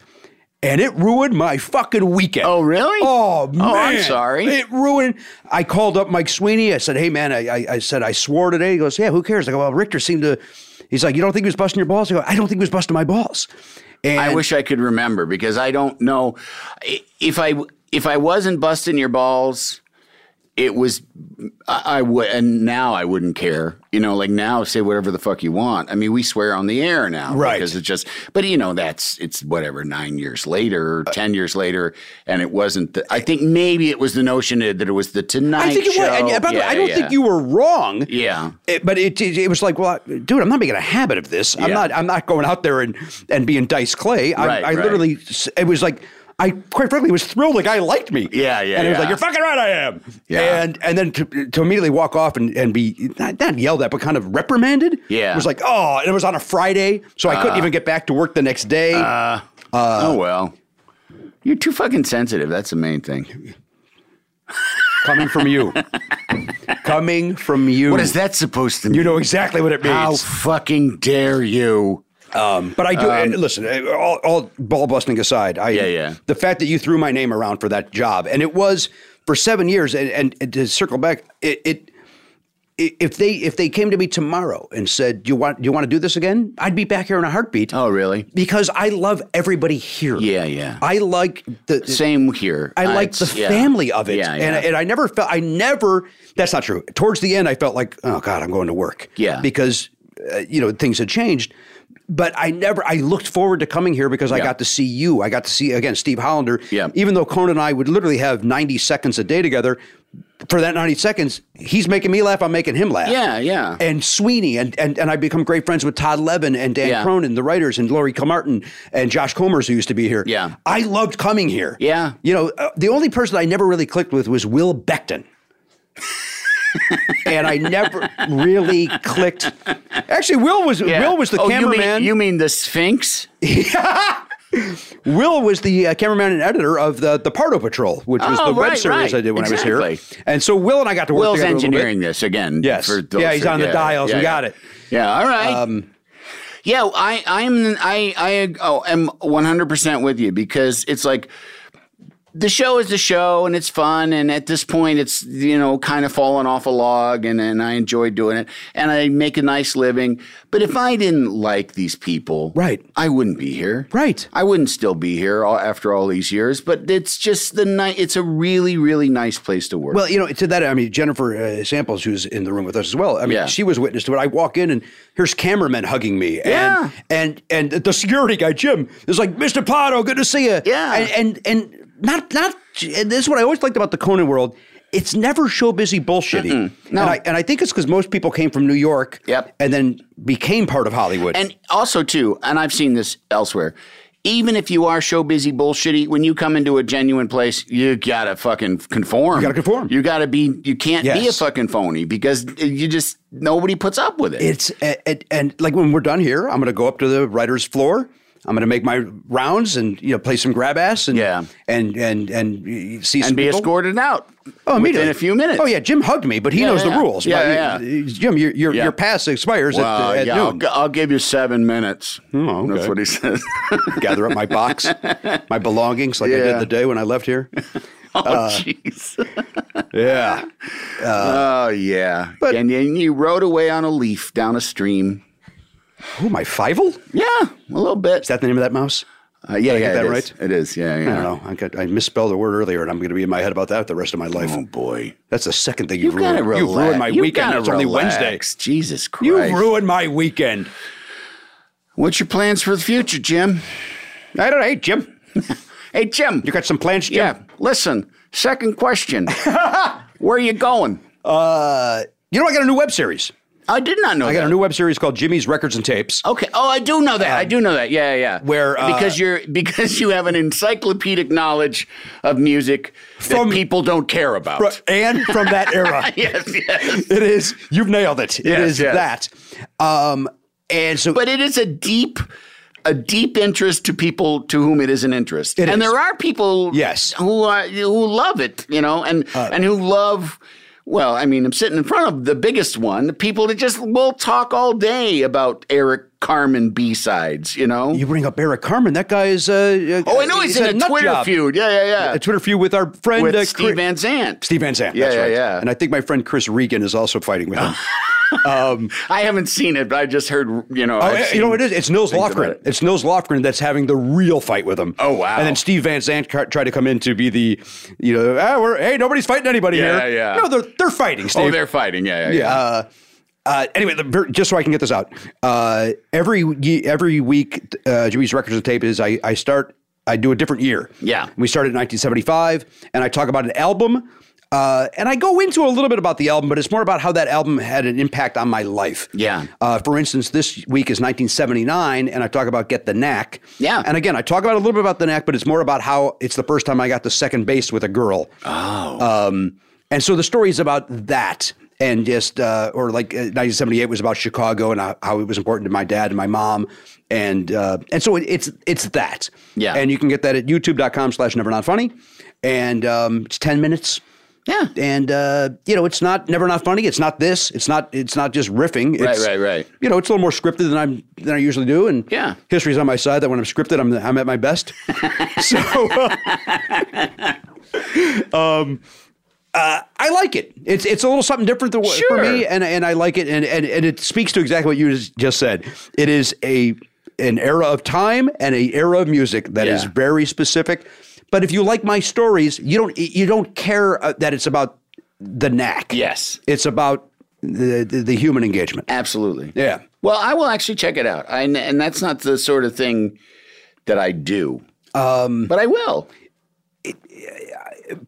Speaker 2: And it ruined my fucking weekend.
Speaker 1: Oh, really?
Speaker 2: Oh man!
Speaker 1: I'm sorry.
Speaker 2: It ruined. I called up Mike Sweeney. I said, "Hey man, I, I, I said I swore today." He goes, "Yeah, who cares?" I go, "Well, Richter seemed to." He's like, "You don't think he was busting your balls?" I go, "I don't think he was busting my balls." And
Speaker 1: I wish I could remember because I don't know I- if I if I wasn't busting your balls. it was I, I would and now I wouldn't care. You know, like now say whatever the fuck you want. I mean, we swear on the air now,
Speaker 2: Right.
Speaker 1: Because it's just, but you know, that's it's whatever. Nine years later,
Speaker 2: Uh,
Speaker 1: or ten years later, and it wasn't. The, I think maybe it was the notion that it was the Tonight
Speaker 2: I think it
Speaker 1: Show.
Speaker 2: was. And, and by the way,
Speaker 1: Yeah,
Speaker 2: I don't
Speaker 1: yeah.
Speaker 2: think you were wrong.
Speaker 1: Yeah.
Speaker 2: It- but it, it it was like, well, I- dude, I'm not making a habit of this. I'm
Speaker 1: Yeah.
Speaker 2: not. I'm not going out there and and being Dice Clay. I,
Speaker 1: Right,
Speaker 2: I
Speaker 1: right.
Speaker 2: literally. s- It was like. I quite frankly was thrilled. The guy liked me.
Speaker 1: Yeah, yeah,
Speaker 2: And he was like,
Speaker 1: yeah.
Speaker 2: "You're fucking right, I am."
Speaker 1: Yeah.
Speaker 2: And and then to, to immediately walk off and, and be not, not yelled at, but kind of reprimanded.
Speaker 1: Yeah. Uh.
Speaker 2: was like, oh, and it was on a Friday, so I couldn't even get back to work the next day.
Speaker 1: oh well, you're too fucking sensitive. That's the main thing.
Speaker 2: coming from you, coming from you.
Speaker 1: What is that supposed to mean?
Speaker 2: You know exactly what it means.
Speaker 1: How fucking dare you?
Speaker 2: But I do and listen. uh, All, all ball busting aside, I
Speaker 1: Um, Yeah, yeah.
Speaker 2: The fact that you threw my name around for that job, and it was for seven years, and, and, and to circle back, it, it i- if they if they came to me tomorrow and said, "Do you want do you want to do this again?" I'd be back here in a heartbeat.
Speaker 1: Oh really?
Speaker 2: because I love everybody here.
Speaker 1: Yeah, yeah.
Speaker 2: I like the
Speaker 1: Same here.
Speaker 2: I
Speaker 1: Uh,
Speaker 2: like the
Speaker 1: it's- yeah.
Speaker 2: family of it,
Speaker 1: Yeah,
Speaker 2: and
Speaker 1: yeah.
Speaker 2: and I never felt I never. That's not true. Towards the end, I felt like, oh God, I'm going to work.
Speaker 1: Yeah.
Speaker 2: because uh, you know things had changed. But I never. I looked forward to coming here because I
Speaker 1: Yeah.
Speaker 2: got to see you. I got to see again Steve Hollander.
Speaker 1: Yeah.
Speaker 2: Even though Conan and I would literally have 90 seconds a day together, for that 90 seconds, he's making me laugh. I'm making him laugh
Speaker 1: yeah, yeah.
Speaker 2: and Sweeney, and and and I become great friends with Todd Levin and Dan
Speaker 1: Yeah.
Speaker 2: Cronin, the writers, and Laurie Kilmartin and Josh Comers, who used to be here.
Speaker 1: Yeah.
Speaker 2: I loved coming here.
Speaker 1: Yeah.
Speaker 2: you know, uh, the only person I never really clicked with was Will Beckton. and I never really clicked. Actually, Will was
Speaker 1: Yeah.
Speaker 2: Will was the
Speaker 1: Oh, you mean-
Speaker 2: cameraman.
Speaker 1: You mean, the Sphinx?
Speaker 2: Will was the uh, cameraman and editor of the the Pardo Patrol, which was
Speaker 1: Oh,
Speaker 2: the web
Speaker 1: right,
Speaker 2: series
Speaker 1: right.
Speaker 2: I did when I was
Speaker 1: Exactly.
Speaker 2: here. And so Will and I got to work
Speaker 1: Will's
Speaker 2: together a little bit.
Speaker 1: engineering this again.
Speaker 2: Yes. Yeah, he's on the dials. We got it.
Speaker 1: Yeah. All right. Um, yeah, I I'm I I oh, am 100 percent with you because it's like the show is the show and it's fun and at this point it's you know kind of fallen off a log and, and I enjoy doing it and I make a nice living. But if I didn't like these people,
Speaker 2: Right.
Speaker 1: I wouldn't be here.
Speaker 2: Right.
Speaker 1: I wouldn't still be here all, after all these years. But it's just the night. It's a really really nice place to work.
Speaker 2: Well, you know, to that, I mean, Jennifer uh, Samples, who's in the room with us as well. I mean,
Speaker 1: Yeah.
Speaker 2: she was witness to it. I walk in and here's cameramen hugging me, and
Speaker 1: Yeah.
Speaker 2: and and the security guy Jim is like, "Mr. Pado, good to see you."
Speaker 1: Yeah.
Speaker 2: and and, and not not. And this is what I always liked about the Conan world. It's never show busy bullshitty. No, and I, and I think it's because most people came from New York.
Speaker 1: Yep.
Speaker 2: and then became part of Hollywood.
Speaker 1: And also too, and I've seen this elsewhere. Even if you are show busy bullshitty, when you come into a genuine place, you gotta fucking conform. You
Speaker 2: gotta conform.
Speaker 1: You gotta be. You can't be a
Speaker 2: Yes.
Speaker 1: fucking phony because you just nobody puts up with it.
Speaker 2: It's and, and like when we're done here, I'm going to go up to the writer's floor. I'm going to make my rounds and you know play some grab ass and
Speaker 1: Yeah.
Speaker 2: and and and y- see some
Speaker 1: and be
Speaker 2: people.
Speaker 1: escorted out.
Speaker 2: Oh,
Speaker 1: within
Speaker 2: immediately.
Speaker 1: a few minutes.
Speaker 2: Oh yeah, Jim hugged me, but he
Speaker 1: Yeah,
Speaker 2: knows
Speaker 1: yeah.
Speaker 2: the rules.
Speaker 1: Yeah,
Speaker 2: But,
Speaker 1: yeah.
Speaker 2: uh, Jim, your your,
Speaker 1: Yeah.
Speaker 2: your pass expires
Speaker 1: Well,
Speaker 2: at, at
Speaker 1: yeah, I'll,
Speaker 2: noon. Oh,
Speaker 1: g- I'll give you seven minutes. That's
Speaker 2: okay.
Speaker 1: what he says. Oh,
Speaker 2: Gather up my box, my belongings, like I
Speaker 1: Yeah.
Speaker 2: did the day when I left here.
Speaker 1: oh,
Speaker 2: Uh,
Speaker 1: jeez.
Speaker 2: Yeah,
Speaker 1: oh, yeah.
Speaker 2: but-
Speaker 1: and then you rode away on a leaf down a stream.
Speaker 2: who my Fivel? Is
Speaker 1: Yeah, a little bit.
Speaker 2: that the name of that mouse?
Speaker 1: Uh, yeah, yeah,
Speaker 2: get that
Speaker 1: it is.
Speaker 2: right?
Speaker 1: It is. Yeah, yeah.
Speaker 2: I don't know. I, got, I misspelled the word earlier, and I'm going to be in my head about that the rest of my life.
Speaker 1: Oh boy.
Speaker 2: That's the second thing
Speaker 1: You
Speaker 2: you've
Speaker 1: gotta relax.
Speaker 2: ruined. You've ruined my
Speaker 1: You
Speaker 2: weekend.
Speaker 1: gotta
Speaker 2: It's only
Speaker 1: relax.
Speaker 2: Wednesday.
Speaker 1: Jesus Christ.
Speaker 2: You ruined my weekend.
Speaker 1: What's your plans for the future, Jim?
Speaker 2: I don't hate Jim.
Speaker 1: Hey, Jim.
Speaker 2: You got some plans, Jim?
Speaker 1: yeah. Listen. Second question. Where are you going?
Speaker 2: Uh, you know, I got a new web series.
Speaker 1: I did not know.
Speaker 2: I got
Speaker 1: that.
Speaker 2: a new web series called Jimmy's Records and Tapes.
Speaker 1: Okay. Oh, I do know that. I do know that. Yeah, yeah. yeah.
Speaker 2: where, uh,
Speaker 1: because you're because you have an encyclopedic knowledge of music
Speaker 2: From-
Speaker 1: that people don't care about.
Speaker 2: Fro- Uh, And from that era.
Speaker 1: Yes, yes.
Speaker 2: It is. You've nailed it.
Speaker 1: Yes,
Speaker 2: it is
Speaker 1: yes.
Speaker 2: that. Um, and so
Speaker 1: But it is a deep, a deep interest to people to whom it is an interest. and
Speaker 2: is.
Speaker 1: there are people,
Speaker 2: Yes. Uh.
Speaker 1: who are, who love it, you know, and and who love. Well, I mean, I'm sitting in front of the biggest one. The people that just will talk all day about Eric Carmen B sides, you know.
Speaker 2: you bring up Eric Carmen. That guy is. Uh, uh,
Speaker 1: oh, I know he's,
Speaker 2: had
Speaker 1: in a
Speaker 2: nut
Speaker 1: Twitter
Speaker 2: job.
Speaker 1: feud. Yeah, yeah, yeah.
Speaker 2: A Twitter feud with our friend
Speaker 1: with
Speaker 2: uh,
Speaker 1: Steve
Speaker 2: Chris-
Speaker 1: Van Zandt.
Speaker 2: Steve Van Zandt.
Speaker 1: Yeah,
Speaker 2: that's
Speaker 1: yeah,
Speaker 2: right.
Speaker 1: yeah.
Speaker 2: And I think my friend Chris Regan is also fighting with him. Um,
Speaker 1: I haven't seen it, but I just heard, you know.
Speaker 2: Oh,
Speaker 1: I've
Speaker 2: you know
Speaker 1: seen
Speaker 2: what it is? It's Nils
Speaker 1: things about
Speaker 2: Lofgren.
Speaker 1: it.
Speaker 2: It's Nils Lofgren that's having the real fight with him.
Speaker 1: Oh, wow.
Speaker 2: And then Steve Van Zandt ca- tried to come in to be the, you know, ah, we're hey, nobody's fighting anybody
Speaker 1: Yeah,
Speaker 2: here.
Speaker 1: yeah.
Speaker 2: No, they're they're fighting. Steve.
Speaker 1: Oh, they're fighting. Yeah, yeah, yeah.
Speaker 2: Yeah. Uh, uh, anyway, the, ver- just so I can get this out, uh, every ye- every week, uh, Jimmy's records and tape is I, I start I do a different year.
Speaker 1: Yeah.
Speaker 2: we started in 1975, and I talk about an album, uh, and I go into a little bit about the album, but it's more about how that album had an impact on my life.
Speaker 1: Yeah.
Speaker 2: Uh, for instance, this week is 1979, and I talk about Get the Knack.
Speaker 1: Yeah.
Speaker 2: And again, I talk about a little bit about the Knack, but it's more about how it's the first time I got to second base with a girl.
Speaker 1: Oh,
Speaker 2: Um, and so the story is about that. And just, uh, or like uh, 1978 was about Chicago and uh, how, how it was important to my dad and my mom. And uh, and so it, it's it's that.
Speaker 1: Yeah.
Speaker 2: And you can get that at youtube.com slash never not funny. And um, it's 10 minutes.
Speaker 1: Yeah.
Speaker 2: And, uh, you know, it's not never not funny. It's not this. It's not it's not just riffing.
Speaker 1: Right,
Speaker 2: It's,
Speaker 1: right, right.
Speaker 2: You know, it's a little more scripted than I'm than I usually do. And
Speaker 1: Yeah.
Speaker 2: history's on my side that when I'm scripted, I'm, I'm at my best. so. uh, um, uh, I like it. It's it's a little something different than, what- for me,
Speaker 1: Sure.
Speaker 2: and and I like it, and, and and it speaks to exactly what you just- just said. It is a an era of time and a era of music that is
Speaker 1: Yeah.
Speaker 2: very specific. But if you like my stories, you don't you don't care uh, that it's about the knack.
Speaker 1: Yes.
Speaker 2: it's about the the, the human engagement.
Speaker 1: Absolutely.
Speaker 2: Yeah.
Speaker 1: Well, I will actually check it out. I, and that's not the sort of thing that I do. Um, but I will.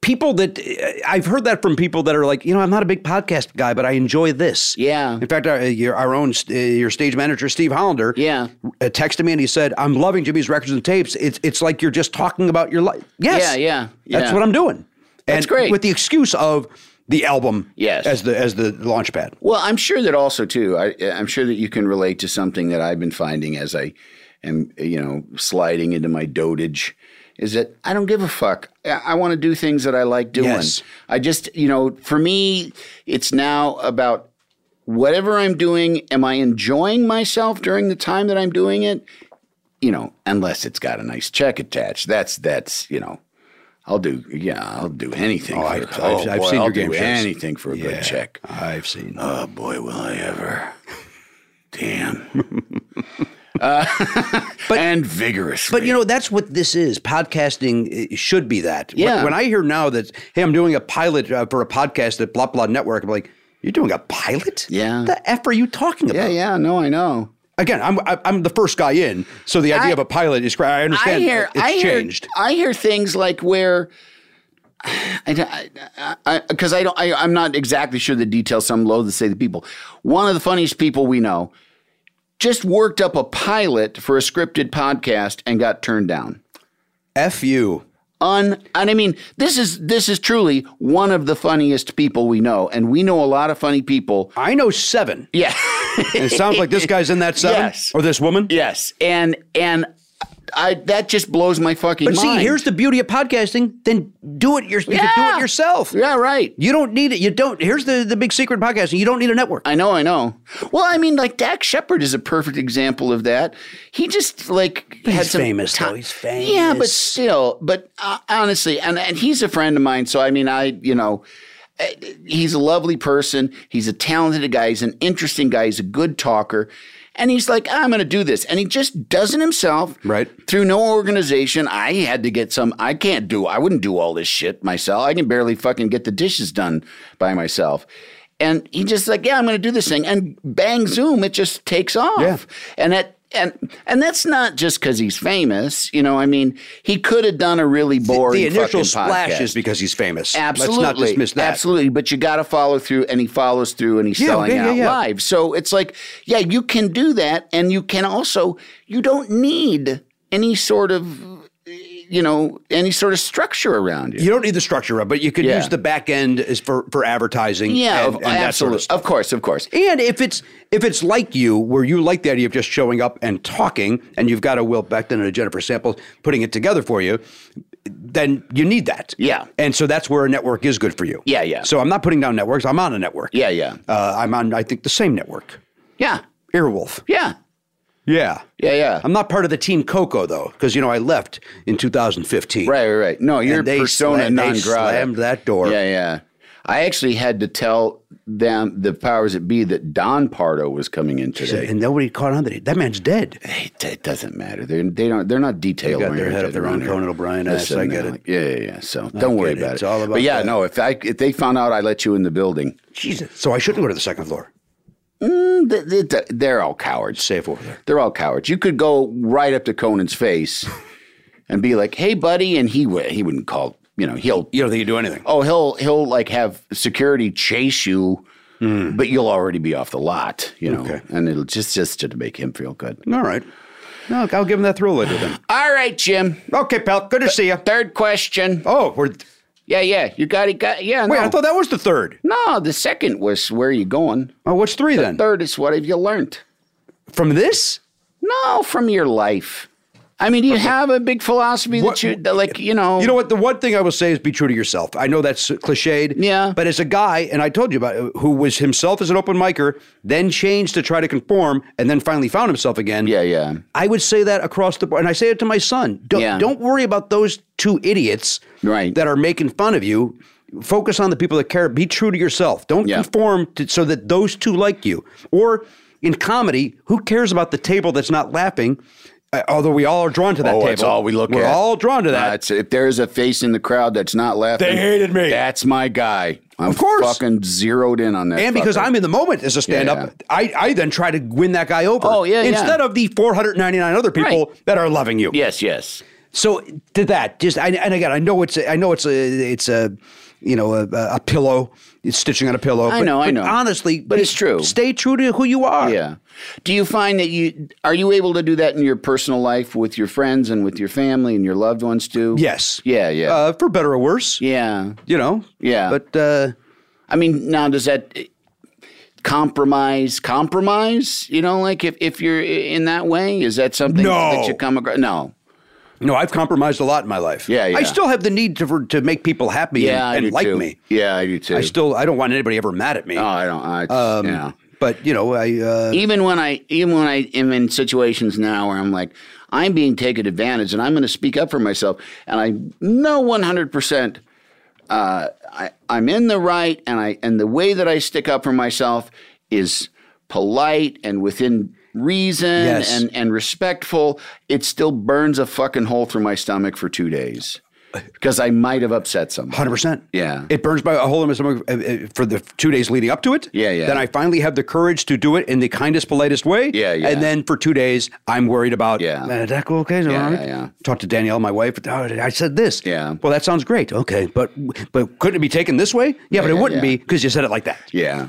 Speaker 2: People that eh, I've heard that from people that are like, you know, I'm not a big podcast guy, but I enjoy this.
Speaker 1: Yeah.
Speaker 2: In fact, our, your, our own uh, your stage manager Steve Hollander,
Speaker 1: Yeah.
Speaker 2: uh, texted me and he said, "I'm loving Jimmy's records and tapes. It's it's like you're just talking about your life." Yes,
Speaker 1: Yeah, yeah,
Speaker 2: That's
Speaker 1: yeah.
Speaker 2: what I'm doing. And
Speaker 1: That's great.
Speaker 2: With the excuse of the album,
Speaker 1: Yes.
Speaker 2: as the as the launch pad.
Speaker 1: Well, I'm sure that also too. I, I'm sure that you can relate to something that I've been finding as I am, you know, sliding into my dotage. Is that I don't give a fuck. I, I want to do things that I like doing.
Speaker 2: Yes.
Speaker 1: I just, you know, for me, it's now about whatever I'm doing. Am I enjoying myself during the time that I'm doing it? You know, unless it's got a nice check attached. That's that's you know. I'll do, yeah, I'll do anything. for,
Speaker 2: I've- I've-
Speaker 1: oh,
Speaker 2: I've
Speaker 1: boy,
Speaker 2: seen your
Speaker 1: I'll
Speaker 2: game
Speaker 1: do
Speaker 2: shows.
Speaker 1: anything for a good check.
Speaker 2: I've seen.
Speaker 1: Oh boy, will I ever! Damn. but, and vigorous.
Speaker 2: But you know, that's what this is. Podcasting uh, should be that. When-
Speaker 1: Yeah.
Speaker 2: When, I hear now that, hey, I'm doing a pilot uh, for a podcast at Blah Blah Network, I'm like, you're doing a pilot?
Speaker 1: Yeah.
Speaker 2: The F are you talking about?
Speaker 1: yeah, yeah. No, I know.
Speaker 2: Again, I'm I- I'm the first guy in, so the idea
Speaker 1: I-
Speaker 2: of a pilot is. cra- I understand.
Speaker 1: I hear.
Speaker 2: it's
Speaker 1: I hear.
Speaker 2: changed.
Speaker 1: I hear things like where. Because I, I, I, 'cause I don't, I, I'm not exactly sure the details. So I'm loath to say the people. One of the funniest people we know just worked up a pilot for a scripted podcast and got turned down.
Speaker 2: F you.
Speaker 1: un and I mean this is this is truly one of the funniest people we know and we know a lot of funny people.
Speaker 2: I know seven.
Speaker 1: Yeah.
Speaker 2: And it sounds like this guy's in that seven
Speaker 1: Yes.
Speaker 2: or this woman.
Speaker 1: yes. And and I that just blows my fucking
Speaker 2: But
Speaker 1: mind.
Speaker 2: see, here's the beauty of podcasting. Then do it your, you can do
Speaker 1: Yeah.
Speaker 2: it yourself.
Speaker 1: Yeah, right.
Speaker 2: You don't need it. You don't. Here's the, the big secret of podcasting. You don't need a network.
Speaker 1: I know, I know. Well, I mean, like Dak Shepard is a perfect example of that. He just like had
Speaker 2: He's
Speaker 1: some
Speaker 2: famous,
Speaker 1: ti-
Speaker 2: though. He's famous.
Speaker 1: Yeah, but still, but uh, honestly, and and he's a friend of mine. So I mean, I you know, eh, he's a lovely person. He's a talented guy. He's an interesting guy. He's a good talker. And he's like, I'm going to do this, and he just does it himself.
Speaker 2: Right.
Speaker 1: through no organization. I had to get some. I can't do. I wouldn't do all this shit myself. I can barely fucking get the dishes done by myself. And he just like, yeah, I'm going to do this thing, and bang, zoom, it just takes off.
Speaker 2: Yeah.
Speaker 1: And that and and that's not just because he's famous. You know, I mean, he could have done a really boring
Speaker 2: the initial
Speaker 1: fucking
Speaker 2: splash
Speaker 1: podcast.
Speaker 2: is because he's famous.
Speaker 1: Absolutely.
Speaker 2: Let's not dismiss that.
Speaker 1: Absolutely. But you got to follow through, and he follows through, and he's
Speaker 2: Yeah,
Speaker 1: selling
Speaker 2: yeah, yeah,
Speaker 1: out
Speaker 2: yeah.
Speaker 1: live. So it's like, yeah, you can do that, and you can also, you don't need any sort of, you know, any sort of structure around you.
Speaker 2: You don't need the structure of, it, but you could
Speaker 1: Yeah.
Speaker 2: use the back end as for for advertising.
Speaker 1: yeah, of,
Speaker 2: and, and that sort
Speaker 1: absolutely.
Speaker 2: of stuff.
Speaker 1: of course, of course.
Speaker 2: And if it's if it's like you, where you like the idea of just showing up and talking, and you've got a Will Beckton and a Jennifer Samples putting it together for you, then you need that.
Speaker 1: Yeah.
Speaker 2: And so that's where a network is good for you.
Speaker 1: Yeah, yeah.
Speaker 2: So I'm not putting down networks. I'm on a network.
Speaker 1: Yeah, yeah.
Speaker 2: Uh, I'm on. I think the same network,
Speaker 1: Yeah,
Speaker 2: Earwolf.
Speaker 1: yeah,
Speaker 2: Yeah.
Speaker 1: yeah, yeah.
Speaker 2: I'm not part of the team Coco though, because you know I left in 2015.
Speaker 1: Right, right, right. No, you're
Speaker 2: And they
Speaker 1: persona
Speaker 2: slam-
Speaker 1: non
Speaker 2: they
Speaker 1: grata.
Speaker 2: slammed that door.
Speaker 1: Yeah, yeah. I actually had to tell them, the powers that be, that Don Pardo was coming in today.
Speaker 2: And nobody caught on that. he- That man's dead.
Speaker 1: It, it doesn't matter. They're they don't they're not detailed.
Speaker 2: They got their
Speaker 1: oriented
Speaker 2: head up their
Speaker 1: around
Speaker 2: own
Speaker 1: here.
Speaker 2: Conan O'Brien ass,
Speaker 1: Listen,
Speaker 2: I get
Speaker 1: uh,
Speaker 2: it.
Speaker 1: Yeah, yeah, yeah. So don't worry
Speaker 2: get it.
Speaker 1: about it.
Speaker 2: It's all about
Speaker 1: But yeah,
Speaker 2: that.
Speaker 1: no. If I if they found out I let you in the building, mm,
Speaker 2: Jesus. So I shouldn't go to the second floor.
Speaker 1: th- th- th- they're all cowards.
Speaker 2: Safe over there.
Speaker 1: They're all cowards. You could go right up to Conan's face and be like, "Hey, buddy," and he would he wouldn't call. You know, he'll
Speaker 2: You don't think you do anything.
Speaker 1: oh he'll he'll like have security chase you, but you'll already be off the lot. You know,
Speaker 2: Hmm. Okay.
Speaker 1: and it'll just just to make him feel good.
Speaker 2: Oh, All right. No, I'll give him that thrill later then.
Speaker 1: All right, Jim.
Speaker 2: Okay, pal. Good to see you.
Speaker 1: Third question.
Speaker 2: Oh, we're.
Speaker 1: Yeah, yeah. You got it. Got yeah.
Speaker 2: Wait,
Speaker 1: no.
Speaker 2: I thought that was the third.
Speaker 1: No, the second was where are you going?
Speaker 2: Oh, what's three then?
Speaker 1: Third is what have you learned?
Speaker 2: From this?
Speaker 1: No, from your life. I mean, do you have a big philosophy
Speaker 2: What-
Speaker 1: that you that, like? You know,
Speaker 2: You know what? The one thing I will say is be true to yourself. I know that's cliched.
Speaker 1: Yeah.
Speaker 2: But as a guy, and I told you about it, who was himself as an open micer, then changed to try to conform, and then finally found himself again.
Speaker 1: Yeah, yeah.
Speaker 2: I would say that across the board. And I say it to my son. Don't,
Speaker 1: Yeah.
Speaker 2: don't worry about those two idiots
Speaker 1: Right.
Speaker 2: that are making fun of you. Focus on the people that care. Be true to yourself. Don't
Speaker 1: Yeah.
Speaker 2: conform to, so that those two like you. Or in comedy, who cares about the table that's not laughing? Uh, although we all are drawn to that table.
Speaker 1: Oh, that's all we look
Speaker 2: We're
Speaker 1: at.
Speaker 2: all drawn to that.
Speaker 1: That's if there is a face in the crowd that's not laughing.
Speaker 2: They hated me.
Speaker 1: That's my guy. I'm
Speaker 2: Of course.
Speaker 1: fucking zeroed in on that.
Speaker 2: and because
Speaker 1: fucker.
Speaker 2: I'm in the moment as a stand-up,
Speaker 1: yeah.
Speaker 2: I, I then try to win that guy over.
Speaker 1: Oh, yeah, yeah.
Speaker 2: Instead of the 499 other people
Speaker 1: Right.
Speaker 2: that are loving you.
Speaker 1: yes, yes.
Speaker 2: So to that, just I, and again, I know it's a, I know it's a it's a you know a, a pillow, it's stitching on a pillow.
Speaker 1: I
Speaker 2: but,
Speaker 1: know, I
Speaker 2: but
Speaker 1: know.
Speaker 2: Honestly,
Speaker 1: But it's true.
Speaker 2: Stay true to who you are.
Speaker 1: Yeah. Do you find that you are you able to do that in your personal life with your friends and with your family and your loved ones too?
Speaker 2: Yes.
Speaker 1: Yeah, yeah.
Speaker 2: Uh, for better or worse,
Speaker 1: yeah.
Speaker 2: you know.
Speaker 1: Yeah.
Speaker 2: But uh,
Speaker 1: I mean, now does that eh, compromise compromise? You know, like if, if you're in that way, is that something
Speaker 2: No.
Speaker 1: that you come across? No.
Speaker 2: no, I've compromised a lot in my life.
Speaker 1: Yeah, yeah.
Speaker 2: I still have the need to for, to make people happy
Speaker 1: Yeah, I
Speaker 2: and,
Speaker 1: do
Speaker 2: and like
Speaker 1: too.
Speaker 2: me.
Speaker 1: Yeah, I do too.
Speaker 2: I still I don't want anybody ever mad at me.
Speaker 1: Oh, I don't. I, yeah.
Speaker 2: Um, But you know, I uh,
Speaker 1: Even when I even when I am in situations now where I'm like I'm being taken advantage and I'm going to speak up for myself and I know 100 percent uh, I, I'm in the right, and I and the way that I stick up for myself is polite and within reason
Speaker 2: Yes.
Speaker 1: and and respectful. It still burns a fucking hole through my stomach for two days because I might have upset someone.
Speaker 2: Hundred percent.
Speaker 1: Yeah.
Speaker 2: it burns my a hole in my stomach uh, uh, for the two days leading up to it.
Speaker 1: Yeah, yeah.
Speaker 2: Then I finally have the courage to do it in the kindest, politest way.
Speaker 1: Yeah, yeah.
Speaker 2: And then for two days, I'm worried about.
Speaker 1: Yeah.
Speaker 2: "Man, Is that cool? Okay, is it
Speaker 1: Yeah,
Speaker 2: all right?"
Speaker 1: yeah, yeah.
Speaker 2: Talked to Danielle, my wife. "Oh, I said this.
Speaker 1: Yeah.
Speaker 2: Well, that sounds great. Okay, but but couldn't it be taken this way? Yeah, but it
Speaker 1: yeah,
Speaker 2: wouldn't
Speaker 1: yeah.
Speaker 2: be because you said it like that.
Speaker 1: Yeah,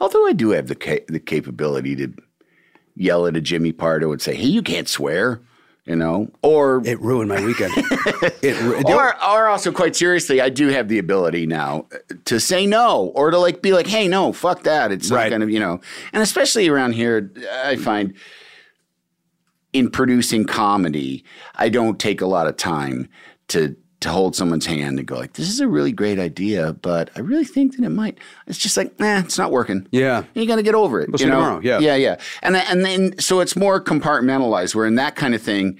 Speaker 1: although I do have the ca- the capability to yell at a Jimmy Pardo and say, "Hey, you can't swear," you know, or
Speaker 2: It ruined my weekend. it ru-
Speaker 1: or, or also quite seriously, I do have the ability now uh, to say no or to like be like, hey, no, fuck that. It's
Speaker 2: Right.
Speaker 1: not gonna, you know. And especially around here, I find in producing comedy, I don't take a lot of time to to hold someone's hand and go like, this is a really great idea, but I really think that it might. It's just like, nah, it's not working.
Speaker 2: Yeah.
Speaker 1: you gotta get over it.
Speaker 2: We'll
Speaker 1: you
Speaker 2: see
Speaker 1: know?
Speaker 2: tomorrow. Yeah.
Speaker 1: yeah, yeah. And then- and then so it's more compartmentalized. Where in that kind of thing.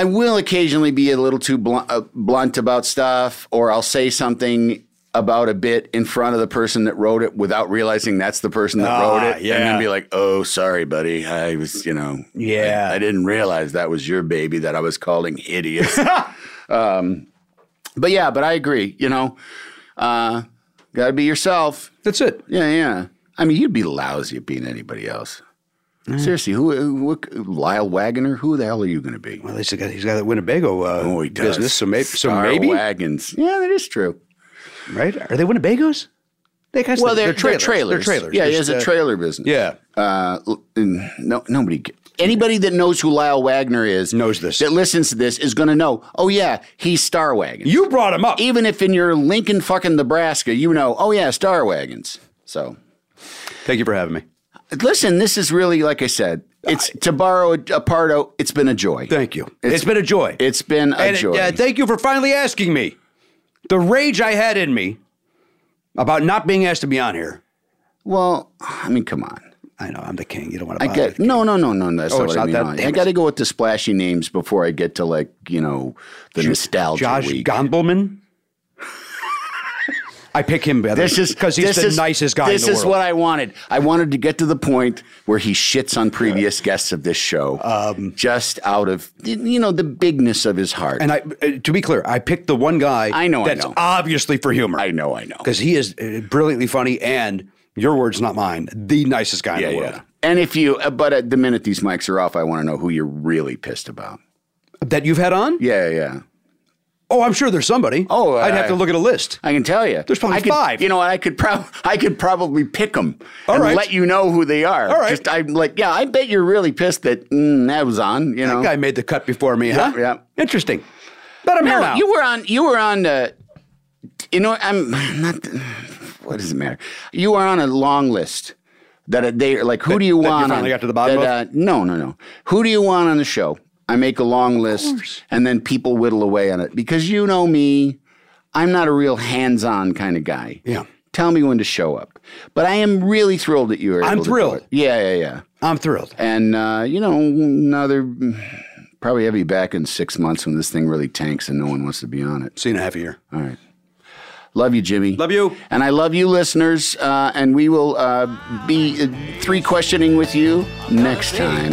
Speaker 1: I will occasionally be a little too blunt, uh, blunt about stuff, or I'll say something about a bit in front of the person that wrote it without realizing that's the person that
Speaker 2: Ah,
Speaker 1: wrote it, and
Speaker 2: yeah.
Speaker 1: then be like, "Oh, sorry, buddy. I was, you know,
Speaker 2: Yeah.
Speaker 1: I, I didn't realize that was your baby that I was calling hideous." um, but yeah, but I agree. You know, uh, got to be yourself.
Speaker 2: That's it.
Speaker 1: Yeah, yeah. I mean, you'd be lousy at being anybody else. Seriously, who, who, what- Lyle Wagoner? Who the hell are you going to be?
Speaker 2: Well, at least he got, he's got that Winnebago uh,
Speaker 1: Oh, he does.
Speaker 2: business. So, may, so
Speaker 1: Star
Speaker 2: maybe,
Speaker 1: wagons. Yeah, that is true.
Speaker 2: right? Are they Winnebagos? They guys,
Speaker 1: Well, they're, they're trailers.
Speaker 2: They're trailers.
Speaker 1: Yeah, he
Speaker 2: Just,
Speaker 1: has a
Speaker 2: uh,
Speaker 1: trailer business.
Speaker 2: Yeah.
Speaker 1: Uh, l- n- no, nobody. g- Anybody that knows who Lyle Wagner is
Speaker 2: Knows this.
Speaker 1: That listens to this is going to know. Oh yeah, he's Star Wagons.
Speaker 2: You brought him up.
Speaker 1: Even if in your Lincoln fucking Nebraska, you know. Oh yeah, Star Wagons. So
Speaker 2: Thank you for having me.
Speaker 1: listen, this is really like I said. It's to borrow a, a Pardo. It's been a joy.
Speaker 2: Thank you. it's
Speaker 1: It's-
Speaker 2: been a joy.
Speaker 1: It's been a
Speaker 2: and,
Speaker 1: joy.
Speaker 2: uh, thank you for finally asking me. The rage I had in me about not being asked to be on here.
Speaker 1: well, I mean, come on.
Speaker 2: I know I'm the king. You don't want to.
Speaker 1: I
Speaker 2: bother
Speaker 1: get
Speaker 2: the king.
Speaker 1: no, no, no, no. That's
Speaker 2: Oh,
Speaker 1: not what I
Speaker 2: it's not
Speaker 1: mean.
Speaker 2: that-
Speaker 1: on it.
Speaker 2: damn
Speaker 1: I
Speaker 2: it.
Speaker 1: got to go with the splashy names before I get to like you know the nostalgia
Speaker 2: Josh
Speaker 1: week.
Speaker 2: Gondelman. I pick him better
Speaker 1: This is
Speaker 2: because he's
Speaker 1: this
Speaker 2: the
Speaker 1: is-
Speaker 2: nicest guy
Speaker 1: This
Speaker 2: in the
Speaker 1: is
Speaker 2: world.
Speaker 1: what I wanted. I wanted to get to the point where he shits on previous guests of this show,
Speaker 2: Um,
Speaker 1: just out of you know the bigness of his heart.
Speaker 2: and I, uh, to be clear, I picked the one guy
Speaker 1: I know, I
Speaker 2: that's
Speaker 1: know.
Speaker 2: obviously for humor.
Speaker 1: I know, I know.
Speaker 2: because he is uh, brilliantly funny and your words, not mine. The nicest guy
Speaker 1: yeah,
Speaker 2: in the
Speaker 1: yeah.
Speaker 2: world.
Speaker 1: And if you, uh, but at the minute these mics are off, I want to know who you're really pissed about.
Speaker 2: That you've had on?
Speaker 1: Yeah, yeah.
Speaker 2: Oh, I'm sure there's somebody.
Speaker 1: Oh,
Speaker 2: I'd
Speaker 1: I-
Speaker 2: have to look at a list.
Speaker 1: I can tell you.
Speaker 2: There's probably
Speaker 1: I could-
Speaker 2: five.
Speaker 1: You know, I could prob- I could probably pick them
Speaker 2: All
Speaker 1: and
Speaker 2: right.
Speaker 1: let you know who they are.
Speaker 2: All right.
Speaker 1: Just, I'm like, yeah, I bet you're really pissed that mm, that was on. You know,
Speaker 2: That guy made the cut before me, huh?
Speaker 1: yeah.
Speaker 2: Interesting. But I'm here
Speaker 1: No,
Speaker 2: now.
Speaker 1: you were on. You were on. Uh, you know, I'm not. What does it matter? You are on a long list. That they are like. Who do you
Speaker 2: that you
Speaker 1: want?
Speaker 2: finally
Speaker 1: on,
Speaker 2: got to the bottom
Speaker 1: that, uh, no, no, no. Who do you want on the show? I make a long list, and then people whittle away on it because you know me. I'm not a real hands-on kind of guy.
Speaker 2: Yeah.
Speaker 1: Tell me when to show up. But I am really thrilled that you are.
Speaker 2: I'm
Speaker 1: able to do
Speaker 2: thrilled.
Speaker 1: it. Yeah, yeah, yeah.
Speaker 2: I'm thrilled.
Speaker 1: And uh, you know, another probably have you back in six months when this thing really tanks and no one wants to be on it.
Speaker 2: See you in a half a year.
Speaker 1: All right. Love you, Jimmy.
Speaker 2: Love you.
Speaker 1: And I love you, listeners. Uh, and we will uh, be uh, three questioning with you next time.